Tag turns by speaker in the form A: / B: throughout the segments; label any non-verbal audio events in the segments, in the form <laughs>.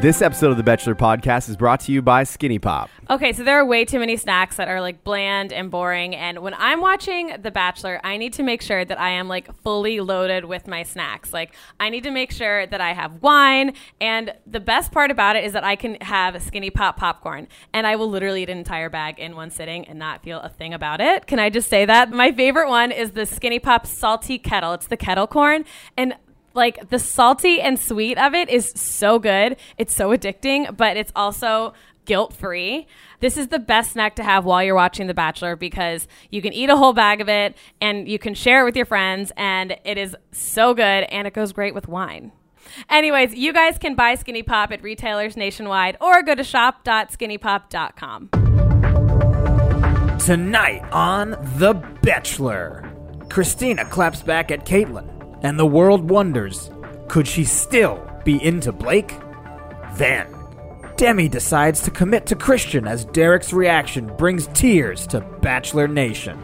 A: This episode of the Bachelor Podcast is brought to you by Skinny Pop.
B: Okay, so there are way too many snacks that are like bland and boring. And when I'm watching The Bachelor, I need to make sure that I am like fully loaded with my snacks. Like, I need to make sure that I have wine. And the best part about it is that I can have skinny pop popcorn and I will literally eat an entire bag in one sitting and not feel a thing about it. Can I just say that? My favorite one is the skinny pop salty kettle. It's the kettle corn. And like the salty and sweet of it is so good. It's so addicting, but it's also guilt free. This is the best snack to have while you're watching The Bachelor because you can eat a whole bag of it and you can share it with your friends, and it is so good and it goes great with wine. Anyways, you guys can buy Skinny Pop at retailers nationwide or go to shop.skinnypop.com.
C: Tonight on The Bachelor, Christina claps back at Caitlin, and the world wonders could she still be into Blake? Then, Demi decides to commit to Christian as Derek's reaction brings tears to Bachelor Nation.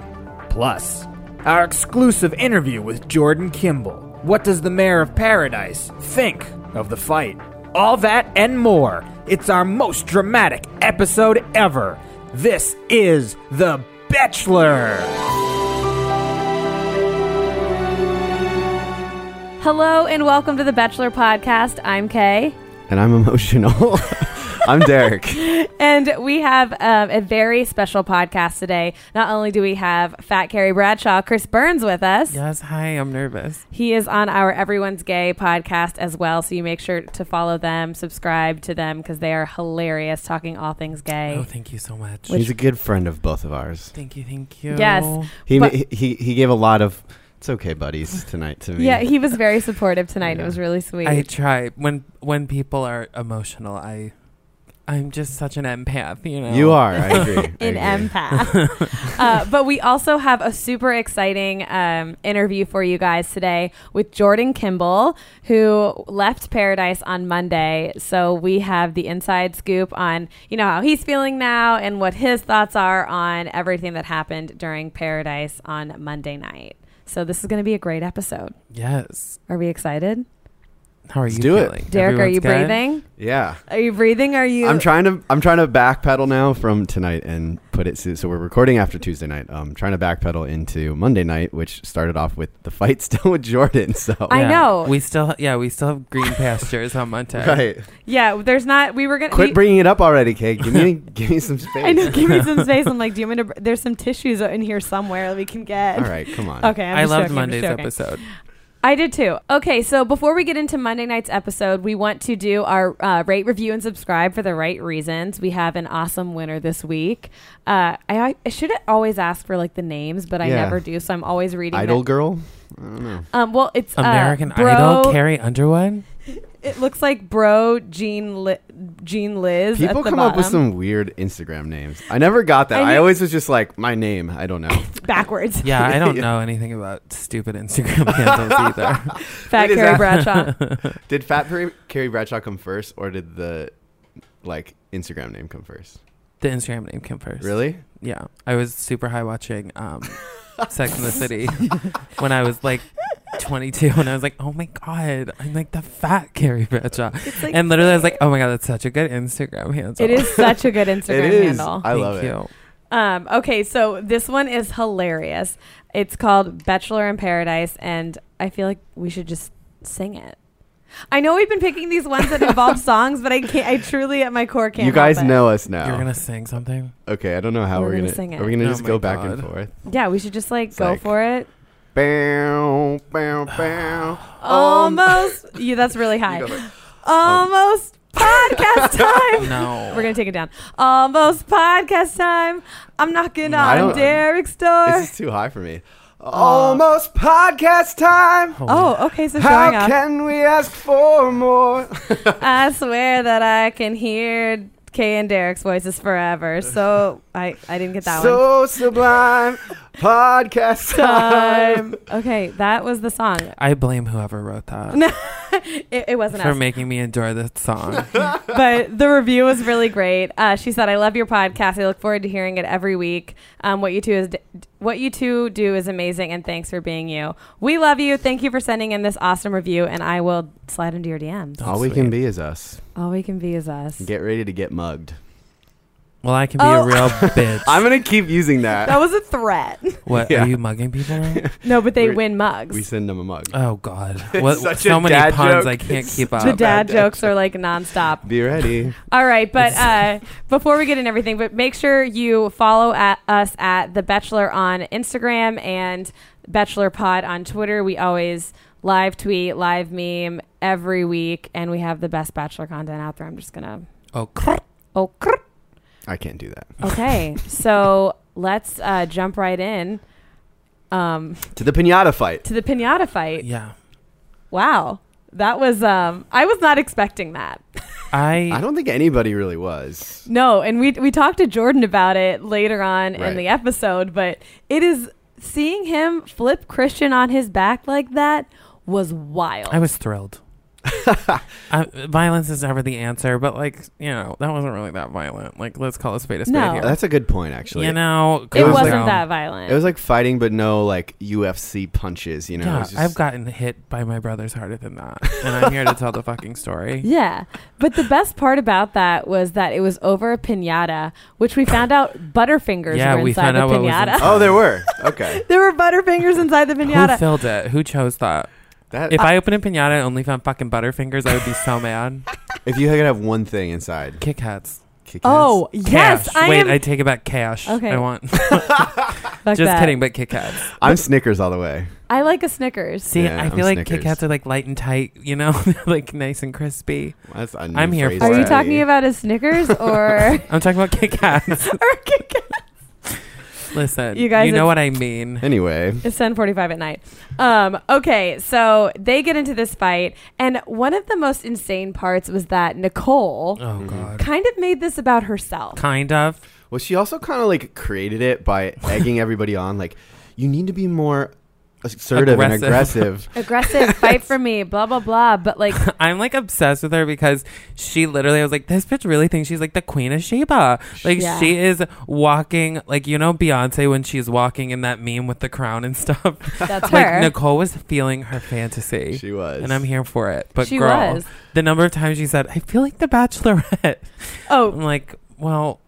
C: Plus, our exclusive interview with Jordan Kimball. What does the mayor of paradise think of the fight? All that and more. It's our most dramatic episode ever. This is The Bachelor.
B: Hello and welcome to The Bachelor Podcast. I'm Kay.
A: And I'm <laughs> emotional. I'm <laughs> Derek.
B: And we have um, a very special podcast today. Not only do we have Fat Carrie Bradshaw, Chris Burns with us.
D: Yes, hi, I'm nervous.
B: He is on our Everyone's Gay podcast as well. So you make sure to follow them, subscribe to them because they are hilarious talking all things
D: Oh,
B: gay.
D: thank you so much.
A: He's a good friend of both of ours.
D: Thank you, thank you.
B: Yes.
A: He,
B: But-
A: he he gave a lot of it's okay, buddies, tonight to me.
B: Yeah, he was very supportive tonight. It
A: Yeah.
B: was really sweet.
D: I try when when people are emotional, I I'm just such an empath, you know.
A: you are. I
B: <laughs>
A: agree. I
B: in
A: agree.
B: empath.
A: <laughs>
B: uh, but we also have a super exciting um, interview for you guys today with Jordan Kimball, who left Paradise on Monday. So we have the inside scoop on you know how he's feeling now and what his thoughts are on everything that happened during Paradise on Monday night. So this is going to be a great episode.
D: Yes.
B: Are we excited,
D: How are
A: Let's
D: you
A: do it.
D: feeling?
B: Derek? are
D: Everyone's
B: you
D: good?
B: breathing?
A: Yeah.
B: Are you breathing? Are you?
A: I'm trying to I'm trying to backpedal now from tonight and put it so so we're recording after Tuesday night. Um trying to backpedal into Monday night, which started off with the fight <laughs> still with Jordan. So
B: I
D: Yeah.
B: know.
D: We still yeah, we still have green pastures on
A: <laughs>
B: <laughs>
D: Monday.
A: Right.
B: yeah, there's not. We were gonna we-
A: Quit bringing it up already, Kate. Give
B: <laughs>
A: me give me some space.
B: I know. Give me some space.
D: <laughs>
B: I'm like, do you want me to? Br- there's some tissues in here somewhere that we can get.
A: All right, come on.
B: Okay. I'm
D: I
B: just
D: loved
B: joking, I'm just
D: Monday's
B: joking.
D: episode.
B: I did too. Okay, so before we get into Monday night's episode, we want to do our uh, rate, review, and subscribe for the right reasons. We have an awesome winner this week. Uh, I, I should always ask for like the names, but I
A: Yeah.
B: never do, so I'm always reading.
A: Idol
B: it.
A: girl. I don't know.
B: Um, well, it's uh,
D: American
B: bro,
D: Idol,
A: <laughs>
D: Carrie Underwood.
B: It looks like Bro Jean Li- Jean Liz. at
A: People
B: the
A: come up with some
B: bottom.
A: weird Instagram names. I never got that.
B: I
A: I,
B: think-
A: always was just like my name. I don't
B: <laughs>
A: know. <laughs>
B: backwards.
D: Yeah, I don't know anything about stupid Instagram <laughs>
A: <laughs>
D: handles either.
A: It
B: Fat
A: is
B: Carrie
A: a- <laughs>
B: Bradshaw.
A: did Fat Perry, Carrie Bradshaw come first, or did the like Instagram name come first?
D: The Instagram name came first.
A: Really?
D: Yeah, I was super high watching um, Sex in the City <laughs> when I was like 22, and I was like, "Oh my god, I'm like the fat Carrie Bradshaw,"
B: It's like-
D: and literally I was like, "Oh my god, that's such a good Instagram handle."
B: It is such
A: <laughs>
B: a good Instagram
A: it is.
B: handle.
A: I love it.
D: you.
B: Um, okay, so this one is hilarious. It's called Bachelor in Paradise, and I feel like we should just sing it. I know we've been picking these ones that
A: <laughs>
B: involve songs, but I can't. I truly, at my core, can't.
A: you guys
B: help it.
A: know us now.
D: You're gonna sing something.
A: okay, I don't know how
B: We're
A: we're,
B: gonna
A: gonna.
B: sing it.
A: Are we gonna
D: Oh
A: just
D: my
A: go back and
D: God. <laughs>
A: forth?
B: Yeah, we should just like
A: It's
B: go
A: like-
B: for
A: <laughs>
B: it.
A: Bow, bow, bow.
B: Oh
A: Um,
B: Almost. yeah, that's really high.
A: You go first.
B: <laughs> Almost
A: <laughs>
B: podcast time.
D: No,
B: We're gonna take it down. Almost podcast time. I'm knocking
D: No,
A: I
B: on
A: don't-
B: Derek's door.
A: This is too high for me. Almost podcast time.
B: Oh, okay. So showing
A: How
B: off.
A: can we ask for more?
B: I swear that I can hear Kay and Derek's voices forever. So I, I didn't get that one.
A: so sublime podcast time.
B: Time. Um, Okay, that was the song. <laughs>
D: I blame whoever wrote that.
B: It, it wasn't
D: for
B: us.
D: making me adore this
B: <laughs>
D: song.
B: but the review was really great. Uh, she said, "I love your podcast. I look forward to hearing it every week. Um, what you two is, what you two do is amazing, and thanks for being you. We love you. Thank you for sending in this awesome review, and I will slide into your DMs.
A: All we can be is us.
B: All we can be is us.
A: Get ready to get mugged.
D: well, I can be
B: Oh. <laughs>
D: a real bitch.
A: I'm gonna keep using that.
B: That was a threat.
D: what
A: Yeah.
D: are you
A: <laughs>
D: mugging people? now?
B: No, but they
A: We're-
B: win mugs.
A: we send them a mug.
D: Oh God! What,
A: such
D: so
A: a
D: many
A: dad
D: puns
A: joke.
D: I can't keep
B: the
D: up.
B: dad
A: bad dad
B: jokes are like nonstop.
A: Be ready.
B: All right, but uh, before we get in everything, but make sure you follow at us at the Bachelor on Instagram and Bachelor Pod on Twitter. We always live tweet, live meme every week, and we have the best Bachelor content out there. I'm just gonna
D: Oh, crrr.
B: oh crrr.
A: I can't do that.
B: okay. so let's uh, jump right in um,
A: To the pinata fight.
B: to the pinata fight.
D: yeah.
B: Wow, that was um, I was not expecting that.
D: I,
A: I don't think anybody really was.
B: No, and we we talked to Jordan about it later on in
A: Right.
B: the episode, but it is seeing him flip Christian on his back like that was wild.
D: I was thrilled.
A: <laughs>
D: I, violence is never the answer, but like you know, that wasn't really that violent. Like let's call a spade a spade
B: No.
D: here.
A: That's a good point, actually.
D: you know,
B: it
A: was
D: calm
B: wasn't
D: down.
B: that violent.
A: It was like fighting, but no like UFC punches. You know,
D: yeah,
A: It was just-
D: I've gotten hit by my brothers harder than that, and I'm here to tell the
B: <laughs>
D: fucking story.
B: yeah, but the best part about that was that it was over a pinata, which we found out Butterfingers
D: Yeah,
B: were
D: we
B: inside
D: found
B: the
D: out what was
B: pinata.
D: inside.
A: oh, there were. Okay,
B: <laughs> there were Butterfingers inside the
D: Who
B: pinata.
D: filled it? Who chose that?
A: that
D: If
A: if,
D: I opened a pinata and only found fucking butterfingers, I would be
B: <laughs>
D: so mad.
A: you could have one thing inside,
D: Kit Kats.
A: Kit Kats.
B: oh yes,
D: Cash.
B: I
D: Wait,
B: am.
D: I take it back. Cash.
B: Okay.
D: I want.
B: fuck
D: <laughs> just
B: that.
D: kidding, but Kit Kats.
A: I'm Snickers all the way.
B: I like a Snickers.
D: See,
A: Yeah,
D: I
A: I'm
D: feel like
A: Snickers.
D: Kit Kats are like light and tight, you know, <laughs> They're, like nice and crispy.
A: That's a new
D: I'm here
A: phrase
D: for
B: Are
A: to
B: you
D: Sorry.
B: talking
A: me.
B: about a Snickers
D: <laughs>
B: or <laughs>
D: I'm talking about Kit Kats.
B: or a Kit Kat?
D: Listen,
B: You
D: you
B: guys,
D: guys, you know what I mean.
A: Anyway,
B: It's ten forty five at night. Um, okay, so they get into this fight, and one of the most insane parts was that Nicole
D: Oh
A: Mm-hmm.
D: God,
B: kind of made this about herself.
D: kind of. <laughs>
A: well, she also kind of like created it by egging everybody on. Like, you need to be more assertive and
D: Aggressive. <laughs>
A: aggressive.
B: Aggressive, fight for me, blah blah blah. But like,
D: I'm like obsessed with her because she literally I was like, this bitch really thinks she's like the queen of Sheba. Like
B: Yeah.
D: she is walking, like you know Beyonce when she's walking in that meme with the crown and stuff.
B: <laughs> that's her.
D: like Nicole was feeling her fantasy.
A: she was,
D: and I'm here for it. But
B: She
D: girl,
B: was.
D: the number of times she said, "I feel like the Bachelorette," <laughs> I'm
B: oh,
D: like, well,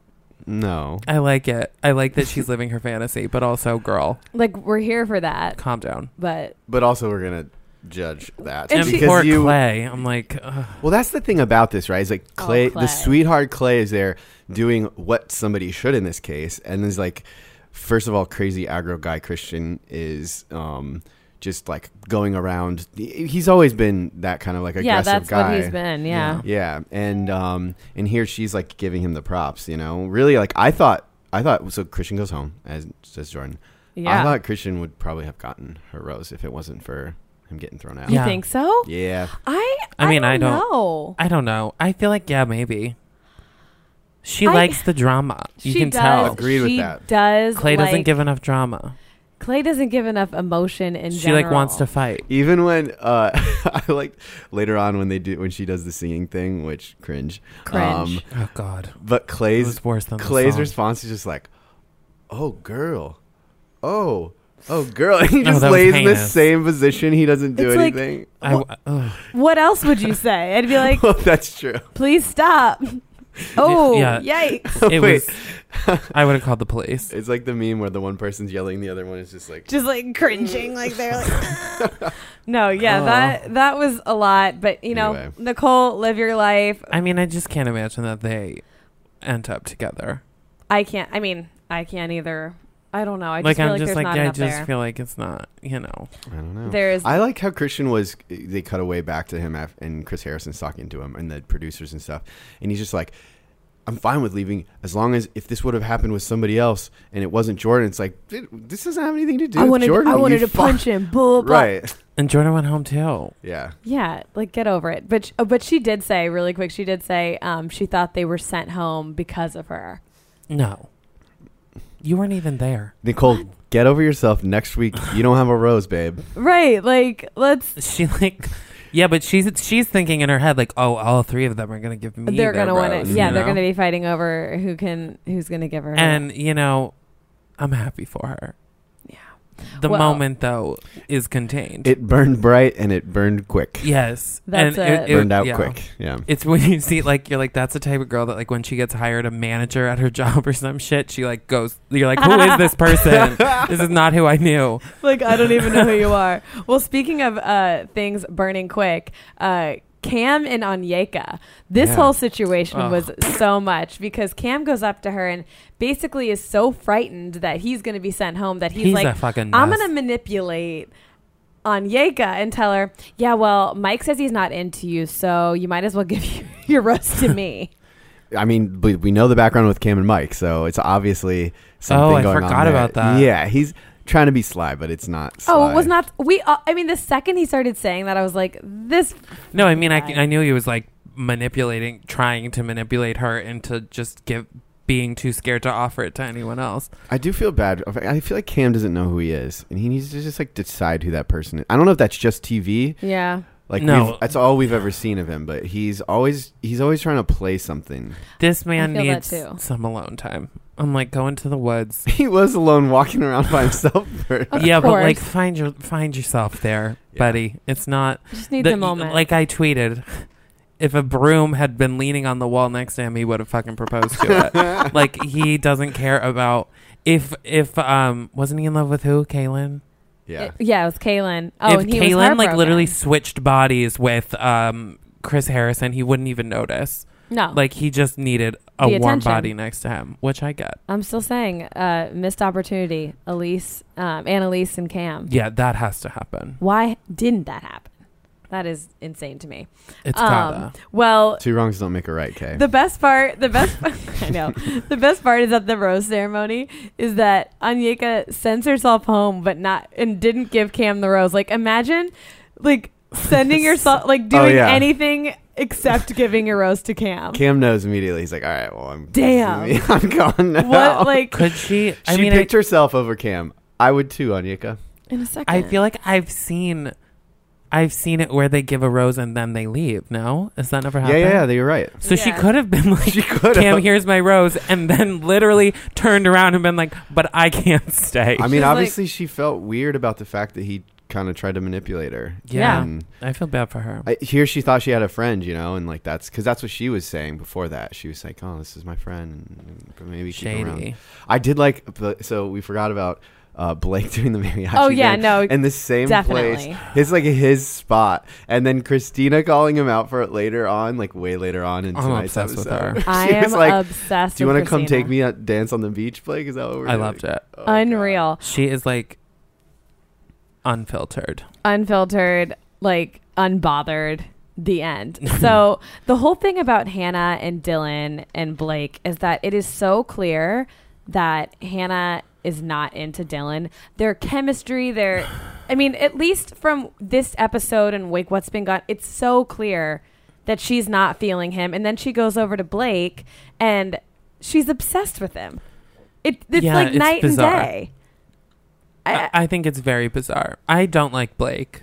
A: No,
D: I like it. I like that she's living her fantasy, but also, girl,
B: like we're here for that.
D: calm down.
B: But
A: but also we're gonna judge that
B: And
D: And,
B: she-
D: poor
A: because you.
D: Clay, I'm like, ugh.
A: Well, that's the thing about this, right? Is like
B: Oh,
A: Clay,
B: Clay.
A: the sweetheart Clay is there doing what somebody should in this case, and is like, first of all, crazy aggro guy Christian is um, just like going around. He's always been that kind of like aggressive
B: yeah, that's
A: guy.
B: what he's been. Yeah.
A: Yeah, and um, and here she's like giving him the props. You know, really like I thought. I thought so. Christian goes home, as says Jordan.
B: Yeah.
A: I thought Christian would probably have gotten her rose if it wasn't for him getting thrown out.
B: you
D: Yeah.
B: think so?
A: Yeah.
B: I.
D: I mean, I don't-
B: know.
D: I don't know. I feel like, yeah, maybe. She
B: I-
D: likes the drama. You
B: she
D: can
B: does.
D: tell.
A: Agreed with
B: she
A: that.
B: Does
D: Clay doesn't
B: like-
D: give enough drama.
B: Clay doesn't give enough emotion in
D: She
B: general.
D: like wants to fight.
A: Even when uh, <laughs> I like later on when they do when she does the singing thing, which cringe. Um,
B: Cringe.
D: Oh God,
A: but
D: it
A: Clay's
D: was worse than the
A: Clay's
D: song.
A: response is just like, "Oh girl, oh oh girl," <laughs> and he just
D: that was
A: lays in the
D: heinous.
A: same position. He doesn't do
B: It's like-
A: anything.
D: I w- ugh.
B: What else would
D: <laughs>
B: you say? I'd be like,
A: well, <laughs> that's true.
B: please stop. <laughs> Oh,
D: Yeah.
B: yikes. <laughs>
D: It
A: Wait.
D: was. I would have called the police.
A: It's like the meme where the one person's yelling, the other one is just like,
B: Just like cringing, like they're like,
D: <laughs>
B: "Ah." no, yeah,
D: Oh.
B: that that was a lot. But you know,
A: Anyway.
B: Nicole, live your life.
D: I mean, I just can't imagine that they end up together.
B: I can't. I mean, I can't either. I don't know. I just
D: like
B: feel
D: I'm
B: like
D: just
B: there's
D: like
B: not
D: yeah, I
B: enough
D: just
B: there.
D: feel like it's not you know
A: I don't know.
B: There's
A: I like how Christian was. They cut away back to him af- and Chris Harrison's talking to him and the producers and stuff, and he's just like, "I'm fine with leaving as long as if this would have happened with somebody else and it wasn't Jordan, it's like dude, this doesn't have anything to do with Jordan. you fu-
B: him. Blah,
A: right?
D: and Jordan went home too.
A: <laughs> Yeah,
B: Yeah, like get over it. But sh- oh, but she did say really quick. She did say um, she thought they were sent home because of her.
D: No, you weren't even there.
A: Nicole, get over yourself. Next week, you don't have a rose, babe.
B: Right? Like let's
D: She like <laughs> Yeah, but she's she's thinking in her head like, oh, all three of them are gonna give me.
B: they're gonna
D: want
B: want it. Yeah, they're gonna be fighting over who can who's gonna give her.
D: And you know, I'm happy for her.
B: Yeah.
D: The
B: Well-
D: moment though is contained.
A: It burned bright and it burned quick.
D: yes,
B: That's it.
A: burned out
D: yeah.
A: quick. Yeah.
D: It's when you see like you're like that's the type of girl that like when she gets hired a manager at her <laughs> job or some shit she like goes you're like who is this person
A: <laughs>
D: this is not who I knew
B: like I don't even know who you are. Well, speaking of uh, things burning quick, uh, Cam and Onyeka, this
A: Yeah.
B: whole situation
D: Ugh.
B: was so much because Cam goes up to her and basically is so frightened that he's going to be sent home that he's,
D: he's, a
B: like,
D: fucking
B: I'm
D: mess.
B: going to manipulate Onyeka and tell her, yeah, well, Mike says he's not into you, so you might as well give <laughs> you your roast to
D: <laughs>
B: me.
A: I mean, we, we know the background with Cam and Mike, so it's obviously something
D: Oh, I
A: going on
D: forgot
A: there.
D: about that.
A: Yeah, he's trying to be sly, but it's not. Sly.
B: Oh, it was not. We. Uh, I mean, the second he started saying that, I was like, this
D: No, I mean, I,
B: Right.
D: I knew he was like manipulating, trying to manipulate her into just give being too scared to offer it to anyone else.
A: I do feel bad. I feel like Cam doesn't know who he is, and he needs to just like decide who that person is. I don't know if that's just TV.
B: Yeah.
A: Like,
D: No.
A: we've- that's all we've ever seen of him. But he's always he's always trying to play something. <laughs>
D: This man
B: feel that
D: needs
B: too.
D: some alone time. I'm like go into the woods.
A: He was alone, walking around by himself. For,
B: Of
D: yeah, but like
B: course.
D: find your find yourself there,
A: Yeah.
D: buddy. It's not
B: Just need
D: the- e,
B: the moment.
D: Like I tweeted, if a broom had been leaning on the wall next to him, he would have fucking proposed to
A: <laughs>
D: it. like he doesn't care about if if um wasn't he in love with who? Kaylin.
A: yeah,
B: Yeah, it was Kalen. Oh,
D: if
B: and he
D: Kalen
B: was
D: like literally
B: heartbroken.
D: switched bodies with um, Chris Harrison, he wouldn't even notice.
B: no, like
D: Like he just needed a
B: Oh. The
D: warm
B: attention.
D: body next to him, which I get.
B: I'm still saying uh, missed opportunity. Elise, um, Annalise, and Cam.
D: Yeah, that has to happen.
B: Why didn't that happen? That is insane to me.
D: It's
B: Um,
D: gotta.
B: Well,
A: two wrongs don't make a right. Kay.
B: the best part, the best, <laughs> I know, the best part is that the rose ceremony is that Anyeka sends herself home, but not and didn't give Cam the rose. Like imagine, like
D: <laughs>
B: sending yourself, like
D: Oh,
B: doing
A: yeah.
B: anything except giving your rose to Cam.
A: Cam knows immediately. He's like, all right, well, I'm
B: Damn.
A: <laughs> I'm gone now.
D: <laughs> Oh,
B: what like
D: Could she? I
A: she
D: mean, I,
A: picked herself over Cam. I would too, Anyika.
B: in a second?
D: I feel like I've seen, I've seen it where they give a rose and then they leave. No, has that never
A: Yeah, yeah,
D: happened?
A: yeah, you're right.
D: So she
B: Yeah.
D: could have been <laughs> like,
A: She could
D: Cam,
A: have.
D: here's my rose, and then literally turned around and been like, but I can't <laughs> stay.
A: I mean,
B: She was like-
A: obviously, she felt weird about the fact that he kind of tried to manipulate her.
D: yeah.
A: And
D: I feel bad for her.
A: I, here she thought she had a friend, you know, and like that's because that's what she was saying before that. She was like, "Oh, this is my friend," and but maybe keep him around.
D: Shady.
A: I did like, but- so we forgot about uh, Blake <laughs> doing the mariachi.
B: Oh, yeah,
A: band
B: no,
A: in the same
B: definitely.
A: place. It's like his spot, and then Christina calling him out for it later on, like way later on in
D: I'm
A: tonight's
D: obsessed with
A: episode.
D: her.
B: I
A: <laughs> she
B: am
A: was like,
B: obsessed.
A: "Do you
B: want
A: want
B: to
A: come take me out dance on the beach, Blake? Is that what we're?"
D: I
A: doing?"
D: loved it.
A: Oh, God.
B: Unreal,
D: She is like unfiltered.
B: unfiltered, like unbothered. The end. So the whole thing about Hannah and Dylan and Blake is that it is so clear that Hannah is not into Dylan. Their chemistry, their, I mean, at least from this episode and like what's been gone, it's so clear that she's not feeling him. And then she goes over to Blake and she's obsessed with him. It, it's
D: Yeah,
B: like
D: it's
B: night
D: bizarre.
B: and day.
D: I, I think it's very bizarre. I don't like Blake,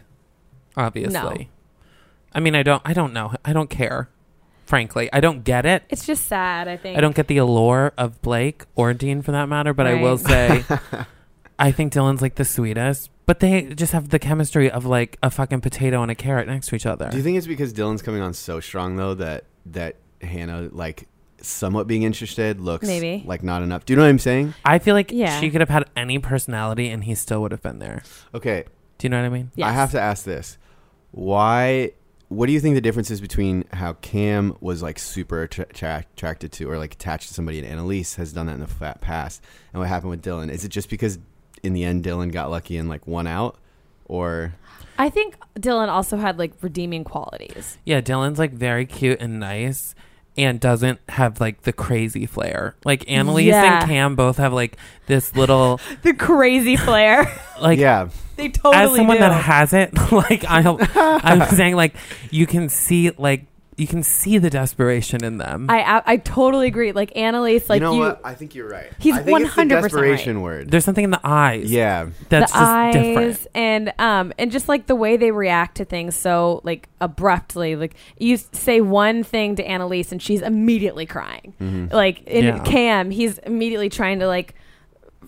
D: obviously. I mean, I don't. I don't know. I don't care. Frankly, I don't get it.
B: It's just sad, I think.
D: I don't get the allure of Blake or Dean for that matter. But I will
B: Right.
D: say,
B: <laughs>
D: I think Dylan's like the sweetest. But they just have the chemistry of like a fucking potato and a carrot next to each other.
A: Do you think it's because Dylan's coming on so strong though that that Hannah like somewhat being interested looks
B: Maybe.
A: like not enough? Do you know what I'm saying?
D: I feel like
B: Yeah.
D: she could have had any personality and he still would have been there.
A: Okay,
D: Do you know what I mean?
B: Yes.
A: I have to ask this: Why? What do you think the difference is between how Cam was like super attra- attra- attracted to or like attached to somebody, and Annalise has done that in the fat past, and what happened with Dylan? Is it just because in the end Dylan got lucky and like won out, or
B: I think Dylan also had like redeeming qualities.
D: Yeah, Dylan's like very cute and nice and doesn't have like the crazy flair. Like Annalise
B: Yeah.
D: and Cam both have like this little
B: The crazy flair.
D: like
A: yeah,
B: they totally
D: as someone <laughs>
B: do. <laughs>
D: that has it, like I I'm saying like you can see like you can see the desperation in them.
B: I, I I totally agree. Like Annalise, like
A: you
B: you,
A: know what? I think you're right.
B: He's
A: I think it's the
B: 100% right.
A: desperation word.
D: There's something in the eyes.
A: yeah,
D: That's
B: the
D: just
B: eyes
D: different.
B: and um and just like the way they react to things so like abruptly. Like you s- say one thing to Annalise and she's immediately crying. Like in
D: Mm-hmm. Yeah.
B: Cam, he's immediately trying to like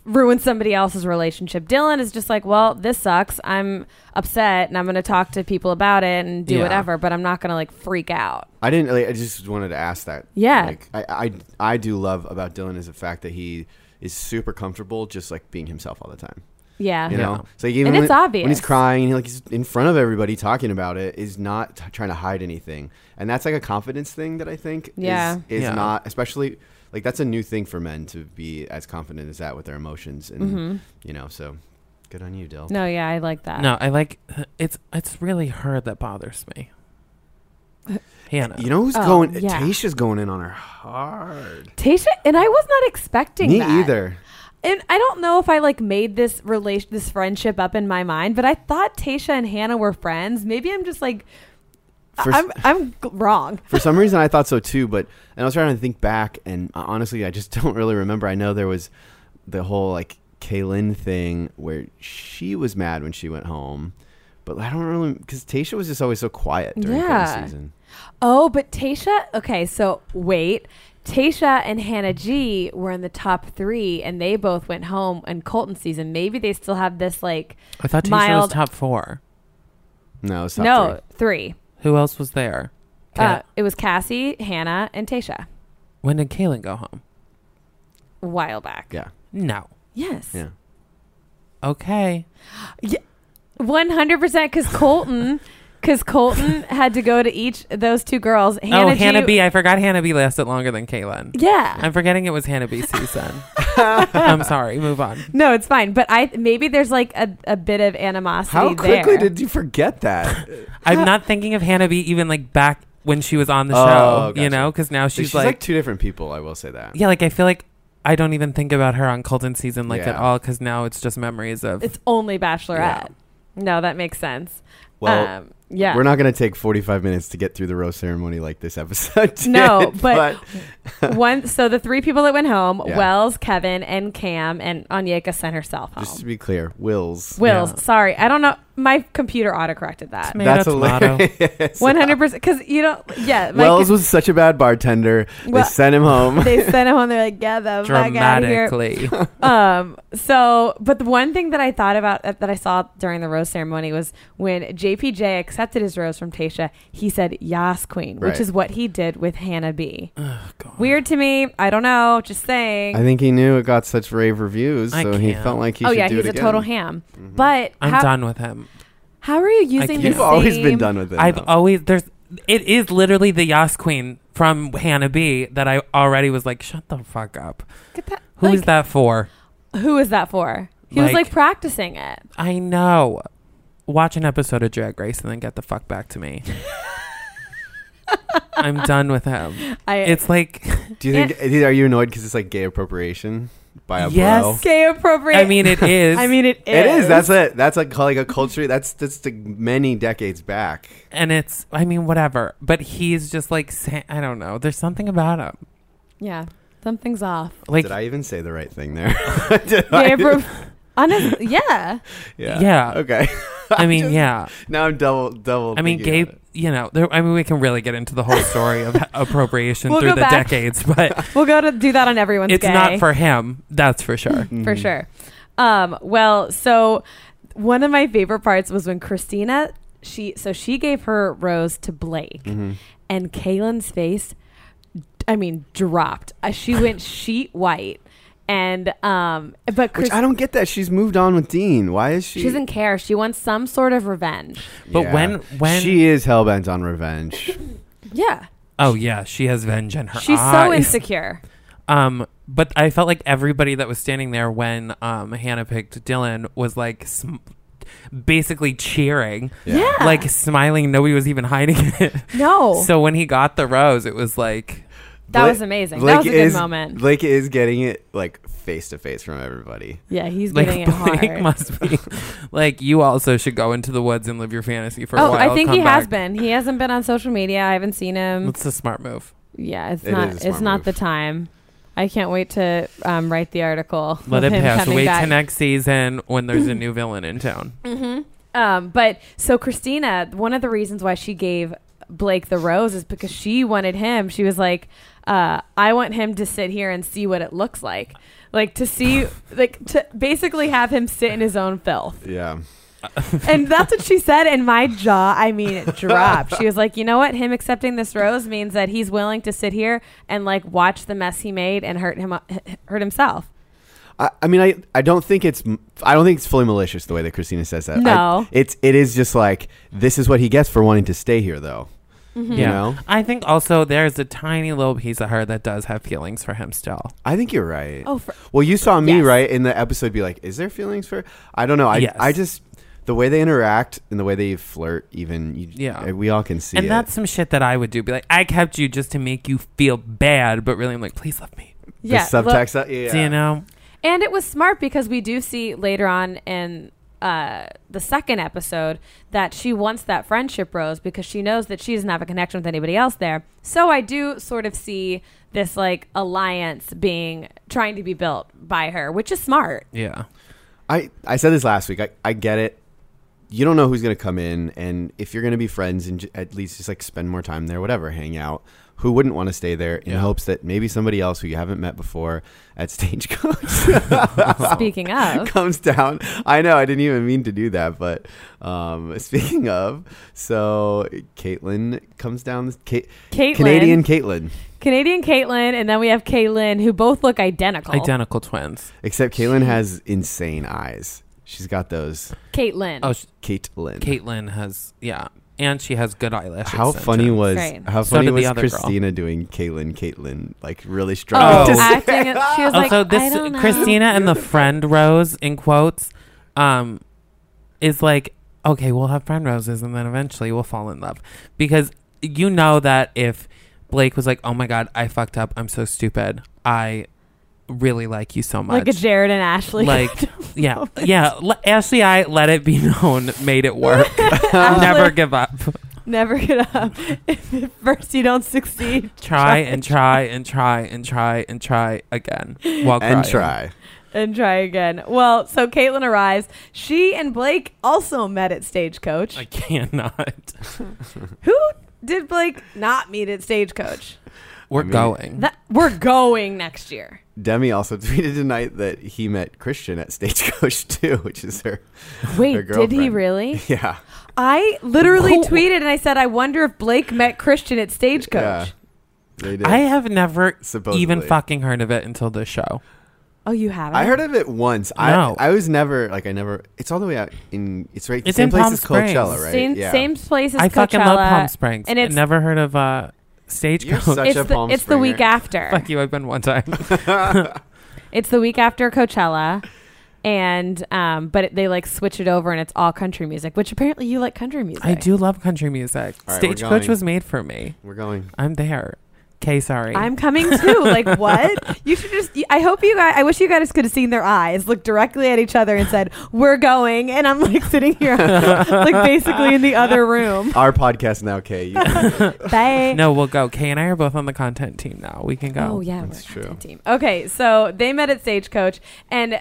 B: ruin somebody else's relationship. Dylan is just like, well, this sucks. I'm upset and I'm going to talk to people about it and do
D: Yeah.
B: whatever, but I'm not going to like freak out.
A: I didn't. Like, I just wanted to ask that.
B: Yeah.
A: like I, I, I do love about Dylan is the fact that he is super comfortable, just like being himself all the time.
B: Yeah.
A: You
D: Yeah.
A: know, so like, even
B: And
A: when,
B: it's
A: when
B: obvious.
A: he's crying, he, like he's in front of everybody talking about it, is not t- trying to hide anything, and that's like a confidence thing that I think
B: Yeah.
A: is, is
D: Yeah.
A: not especially like that's a new thing for men to be as confident as that with their emotions, and
B: Mm-hmm.
A: you know, so good on you, Dill.
B: No, yeah, I like that.
D: No, I like it's it's really her that bothers
A: <laughs>
D: me. Hannah.
A: You know who's
B: Oh,
A: going?
B: yeah.
A: Tasha's going in on her hard.
B: Tasha and I was not expecting
A: Me
B: that.
A: either.
B: And I don't know if I like made this relation this friendship up in my mind, but I thought Tasha and Hannah were friends. Maybe I'm just like
A: For-
B: I'm I'm g- wrong.
A: For
B: <laughs>
A: some reason, I thought so too, but and I was trying to think back, and uh, honestly, I just <laughs> don't really remember. I know there was the whole like Kaylin thing where she was mad when she went home, but I don't really because Tasha was just always so quiet during
B: Yeah.
A: yeah. season.
B: Oh, but Tasha, okay, so wait. Tasha and Hannah G were in the top 3 and they both went home in Colton season. Maybe they still have this like
D: I thought Tisha
B: mild-
D: was top four.
A: No, it's not
B: No, 3.
D: Who else was there?
B: Uh,
D: Kat-
B: it was Cassie, Hannah, and Tasha
D: when did Kaylin go home?
B: a while back.
A: Yeah,
D: No.
B: Yes.
A: yeah.
D: Okay.
B: One hundred percent, because Colton, because Colton had to go to each those two girls. Hannah
D: oh, Hannah
B: G-
D: B. I forgot Hannah B. lasted longer than Kaylin.
B: Yeah.
D: I'm forgetting it was Hannah B. season.
B: <laughs>
D: I'm sorry. Move on.
B: No, it's fine. But I maybe there's like a, a bit of animosity.
A: How quickly
B: there.
A: did you forget that?
D: I'm not thinking of Hannah B. Even like back when she was on the
A: Oh,
D: show. You
A: gotcha.
D: know, because now she's,
A: She's, like,
D: like
A: two different people. I will say that.
D: yeah, like I feel like I don't even think about her on Colton season like
A: Yeah.
D: at all because now it's just memories of
B: It's only Bachelorette. No, that makes sense.
A: Well,
B: um, yeah.
A: we're not going to take forty-five minutes to get through the roast ceremony like this episode. <laughs> Did,
B: No, but-
A: <laughs>
B: One. So the three people that went home:
A: Yeah.
B: Wells, Kevin, and Cam, and Onyeka sent herself home.
A: just to be clear, Will's.
B: Wills,
D: Yeah.
B: sorry, I don't know. My computer autocorrected that.
D: tomato,
A: That's
D: tomato.
A: hilarious.
B: One hundred percent, because you don't. Yeah,
A: <laughs>
B: my <laughs>
A: Wells was such a bad bartender.
B: Well-
A: they sent him
B: <laughs>
A: home.
B: they sent him home. They're like, get the fuck out of here. <laughs>
D: dramatically.
B: um so but the one thing that i thought about uh, that, that i saw during the rose ceremony was when jpj accepted his rose from tasha he said yas queen which
A: Right.
B: is what he did with hannah b weird to me i don't know just saying
A: I think he knew it got such rave reviews,
D: I
A: so he
D: can't.
A: felt like he
B: oh
A: should
B: yeah
A: do
B: he's
A: it
B: a
A: again. Mm-hmm.
B: total ham but
D: I'm
B: how,
D: done with him.
B: how are you using
D: can't.
B: the
A: You've
D: Yeah.
A: always been
B: same-
A: done with it.
D: I've
A: though.
D: always there's it is literally the Yas Queen from Hannah B that I already was like, shut the fuck up.
B: Get that-
D: Who is
B: like,
D: that for?
B: who is that for he was
D: Like-
B: like practicing it
D: I know. Watch an episode of Drag Race and then get the fuck back
B: <laughs>
D: to me. <laughs> I'm done with him.
B: i
D: It's like
A: Do you think? Are you annoyed because it's like gay appropriation by a
D: Yes.
A: blow?
B: gay appropriate
D: I mean it
B: <laughs>
D: is.
B: i mean it is
A: It is. That's a that's like like a culture. That's that's the many decades back.
D: and it's I mean whatever. But he's just like sa- I don't know. There's something about him.
B: yeah something's off
D: Like
A: Did I even say the right thing there? <laughs>
D: <laughs>
A: Did I
B: Gay
A: do-
B: appro- Honest, yeah.
A: <laughs> yeah.
D: Yeah.
A: Okay. <laughs>
D: I mean
A: just-
D: yeah.
A: Now I'm double double.
D: I mean
A: thinking
D: gay. You know there, I mean we can really get into the whole story
A: <laughs>
D: of appropriation
B: We'll
D: through
B: go
D: the
B: back.
D: decades,
B: <laughs>
D: but
B: We'll go to do that on everyone's
D: it's
B: gay.
D: not for Mm. him that's
A: <laughs>
D: for sure
A: about it.
B: for
A: Mhm.
B: sure. Um, well, so one of my favorite parts was when Christina she so she gave her rose to Blake
D: Mm-hmm.
A: Mhm.
B: and Kaylin's face I mean dropped. Uh, she
D: <laughs>
B: went sheet white and um but
A: Which
B: Chris,
A: I don't get that she's moved on with Dean. Why is she?
B: she doesn't care. She wants some sort of revenge.
D: But when- when-
A: she is hell bent on revenge.
B: Yeah.
D: oh yeah she has venge in her
B: She's
D: eyes.
B: so insecure.
D: um but i felt like everybody that was standing there when um hannah picked dylan was like sm- basically cheering
B: Yeah.
D: like smiling nobody was even hiding it <laughs>
B: No.
D: so when he got the rose it was like
B: <laughs> That
A: Blake-
B: was amazing.
A: Blake
B: that was a good
A: is-
B: moment.
A: Blake is getting it like face to face from everybody.
B: yeah, he's
D: Like <laughs>
B: getting it hard.
D: Blake must
B: <laughs>
D: be like you also should go into the woods and live your fantasy for a
B: oh,
D: while.
B: I think
D: come
B: he has
D: back.
B: been. He hasn't been on social media. I haven't seen him.
D: That's a smart move.
B: Yeah, it's
A: It
B: not.
A: is a
B: It's
A: smart
B: not
A: move.
B: the time. I can't wait to um, write the article.
D: Let
B: of
D: it
B: him
D: pass.
B: coming
D: Wait
B: back.
D: till next season when
B: <laughs>
D: there's a new villain in town.
B: Um, but so Christina, one of the reasons why she gave Blake the rose is because she wanted him. She was like, uh, "I want him to sit here and see what it looks like, like to see, like to basically have him sit in his own filth."
A: Yeah.
B: And that's what she said. And my jaw, I mean, it dropped. She was like, "You know what? Him accepting this rose means that he's willing to sit here and like watch the mess he made and hurt him, hurt himself."
A: I, I mean, I, I don't think it's m- I don't think it's fully malicious the way that Christina says that. I-
B: No.
A: it's it is just like this is what he gets for wanting to stay here, though.
B: Mm-hmm.
A: You
D: Yeah.
A: know,
D: I think also there's a tiny little piece of her that does have feelings for him still.
A: I think you're right.
B: Oh, for,
A: Well, you saw me
B: Yes.
A: right in the episode. Be like, is there feelings for? I don't know. I
D: Yes.
A: I just the way they interact and the way they flirt, even you,
D: Yeah.
A: we all can see.
D: and
A: it.
D: that's some shit that I would do. Be like, I kept you just to make you feel bad, but really I'm like, please love me.
A: the
B: yeah, look-
A: subtext. that- yeah,
D: Do you know?
B: And it was smart because we do see later on in uh, the second episode that she wants that friendship rose because she knows that she doesn't have a connection with anybody else there. So I do sort of see this like alliance being trying to be built by her, which is smart.
D: Yeah.
A: I, I said this last week. I, I get it. You don't know who's going to come in. And if you're going to be friends and j- at least just like spend more time there, whatever, hang out, who wouldn't want to stay there in
D: Yeah.
A: hopes that maybe somebody else who you haven't met before at Stagecoach <laughs>
B: Speaking of,
A: comes down? I know. I didn't even mean to do that. But um, <laughs> speaking of, so Caitlin comes down. Ca-
B: Caitlin,
A: Canadian
B: Canadian,
A: Caitlin.
B: Caitlin, and then we have Caitlin, who both look identical.
D: Identical twins.
A: Except Caitlin has insane eyes. She's got those.
B: Caitlin.
D: Oh, sh-
A: Caitlin.
D: Caitlin has, yeah. And she has good eyelashes.
A: How funny was
B: Right.
A: how
D: So
A: funny
D: did the
A: was
D: other girl.
A: Christina doing Caitlyn Caitlyn like really strong?
B: Oh,
D: Oh.
B: acting. as- She was like,
D: also
B: I
D: this
B: don't know.
D: christina and the friend rose in quotes um is like okay we'll have friend roses and then eventually we'll fall in love because you know that if blake was like oh my god i fucked up i'm so stupid i really like you so much
B: <laughs> like a Jared and Ashley. <laughs>
D: Like, yeah yeah le- ashley i let it be <laughs> known made
B: <laughs>
D: it work never
B: Ashley-
D: give up
B: Never get up. <laughs> If at first you don't succeed,
D: <laughs> try and try and try and try and try again while
A: and
D: crying.
A: try.
B: and try again. Well, so Caitlin arrives. She and Blake also met at Stagecoach.
D: i cannot
B: Who did Blake not meet at Stagecoach?
D: we're
A: mean-
D: going
B: That we're going next
A: <laughs>
B: year.
A: Demi also tweeted tonight that he met Christian at Stagecoach <laughs> too, which is her. Their
B: Wait, did he
A: girlfriend.
B: really?
A: Yeah,
B: I literally
D: Who-
B: tweeted and I said, I wonder if Blake met Christian at Stagecoach.
A: yeah. They did.
D: I have never
A: Supposedly.
D: even fucking heard of it until this show.
B: Oh, you haven't?
A: I heard of it once.
D: No.
A: I I was never like I never. It's all the way out in. It's right.
D: It's
A: same
D: in
A: place
D: Palm
A: as Coachella,
D: Springs.
A: right?
B: Same,
A: yeah.
B: same place as
D: I
B: Coachella.
D: fucking love Palm Springs.
B: And it's,
D: never heard of uh,
A: You're
D: Stagecoach. <laughs>
A: such
B: it's,
A: a
B: the,
A: Palm
B: it's the week
A: Springer.
B: after.
D: Fuck you, I've been one time.
B: It's the week after Coachella, and um, but it, they like switch it over and it's all country music, which apparently you like country music.
D: I do love country music.
A: All right, we're
D: Stagecoach
A: going.
D: was made for me.
A: We're going.
D: I'm there. Okay, sorry.
B: I'm coming too. Like what? <laughs> You should just. I hope you guys. I wish you guys could have seen their eyes, looked directly at each other, and said, "We're going." And I'm like sitting here, <laughs> like basically in the other room.
A: Our podcast now, Kay. You-
D: <laughs>
B: Bye.
D: no, we'll go. Kay and I are both on the content team now. We can go.
B: Oh yeah,
A: That's
B: we're a content
A: true.
B: team. Okay, so they met at Stagecoach, and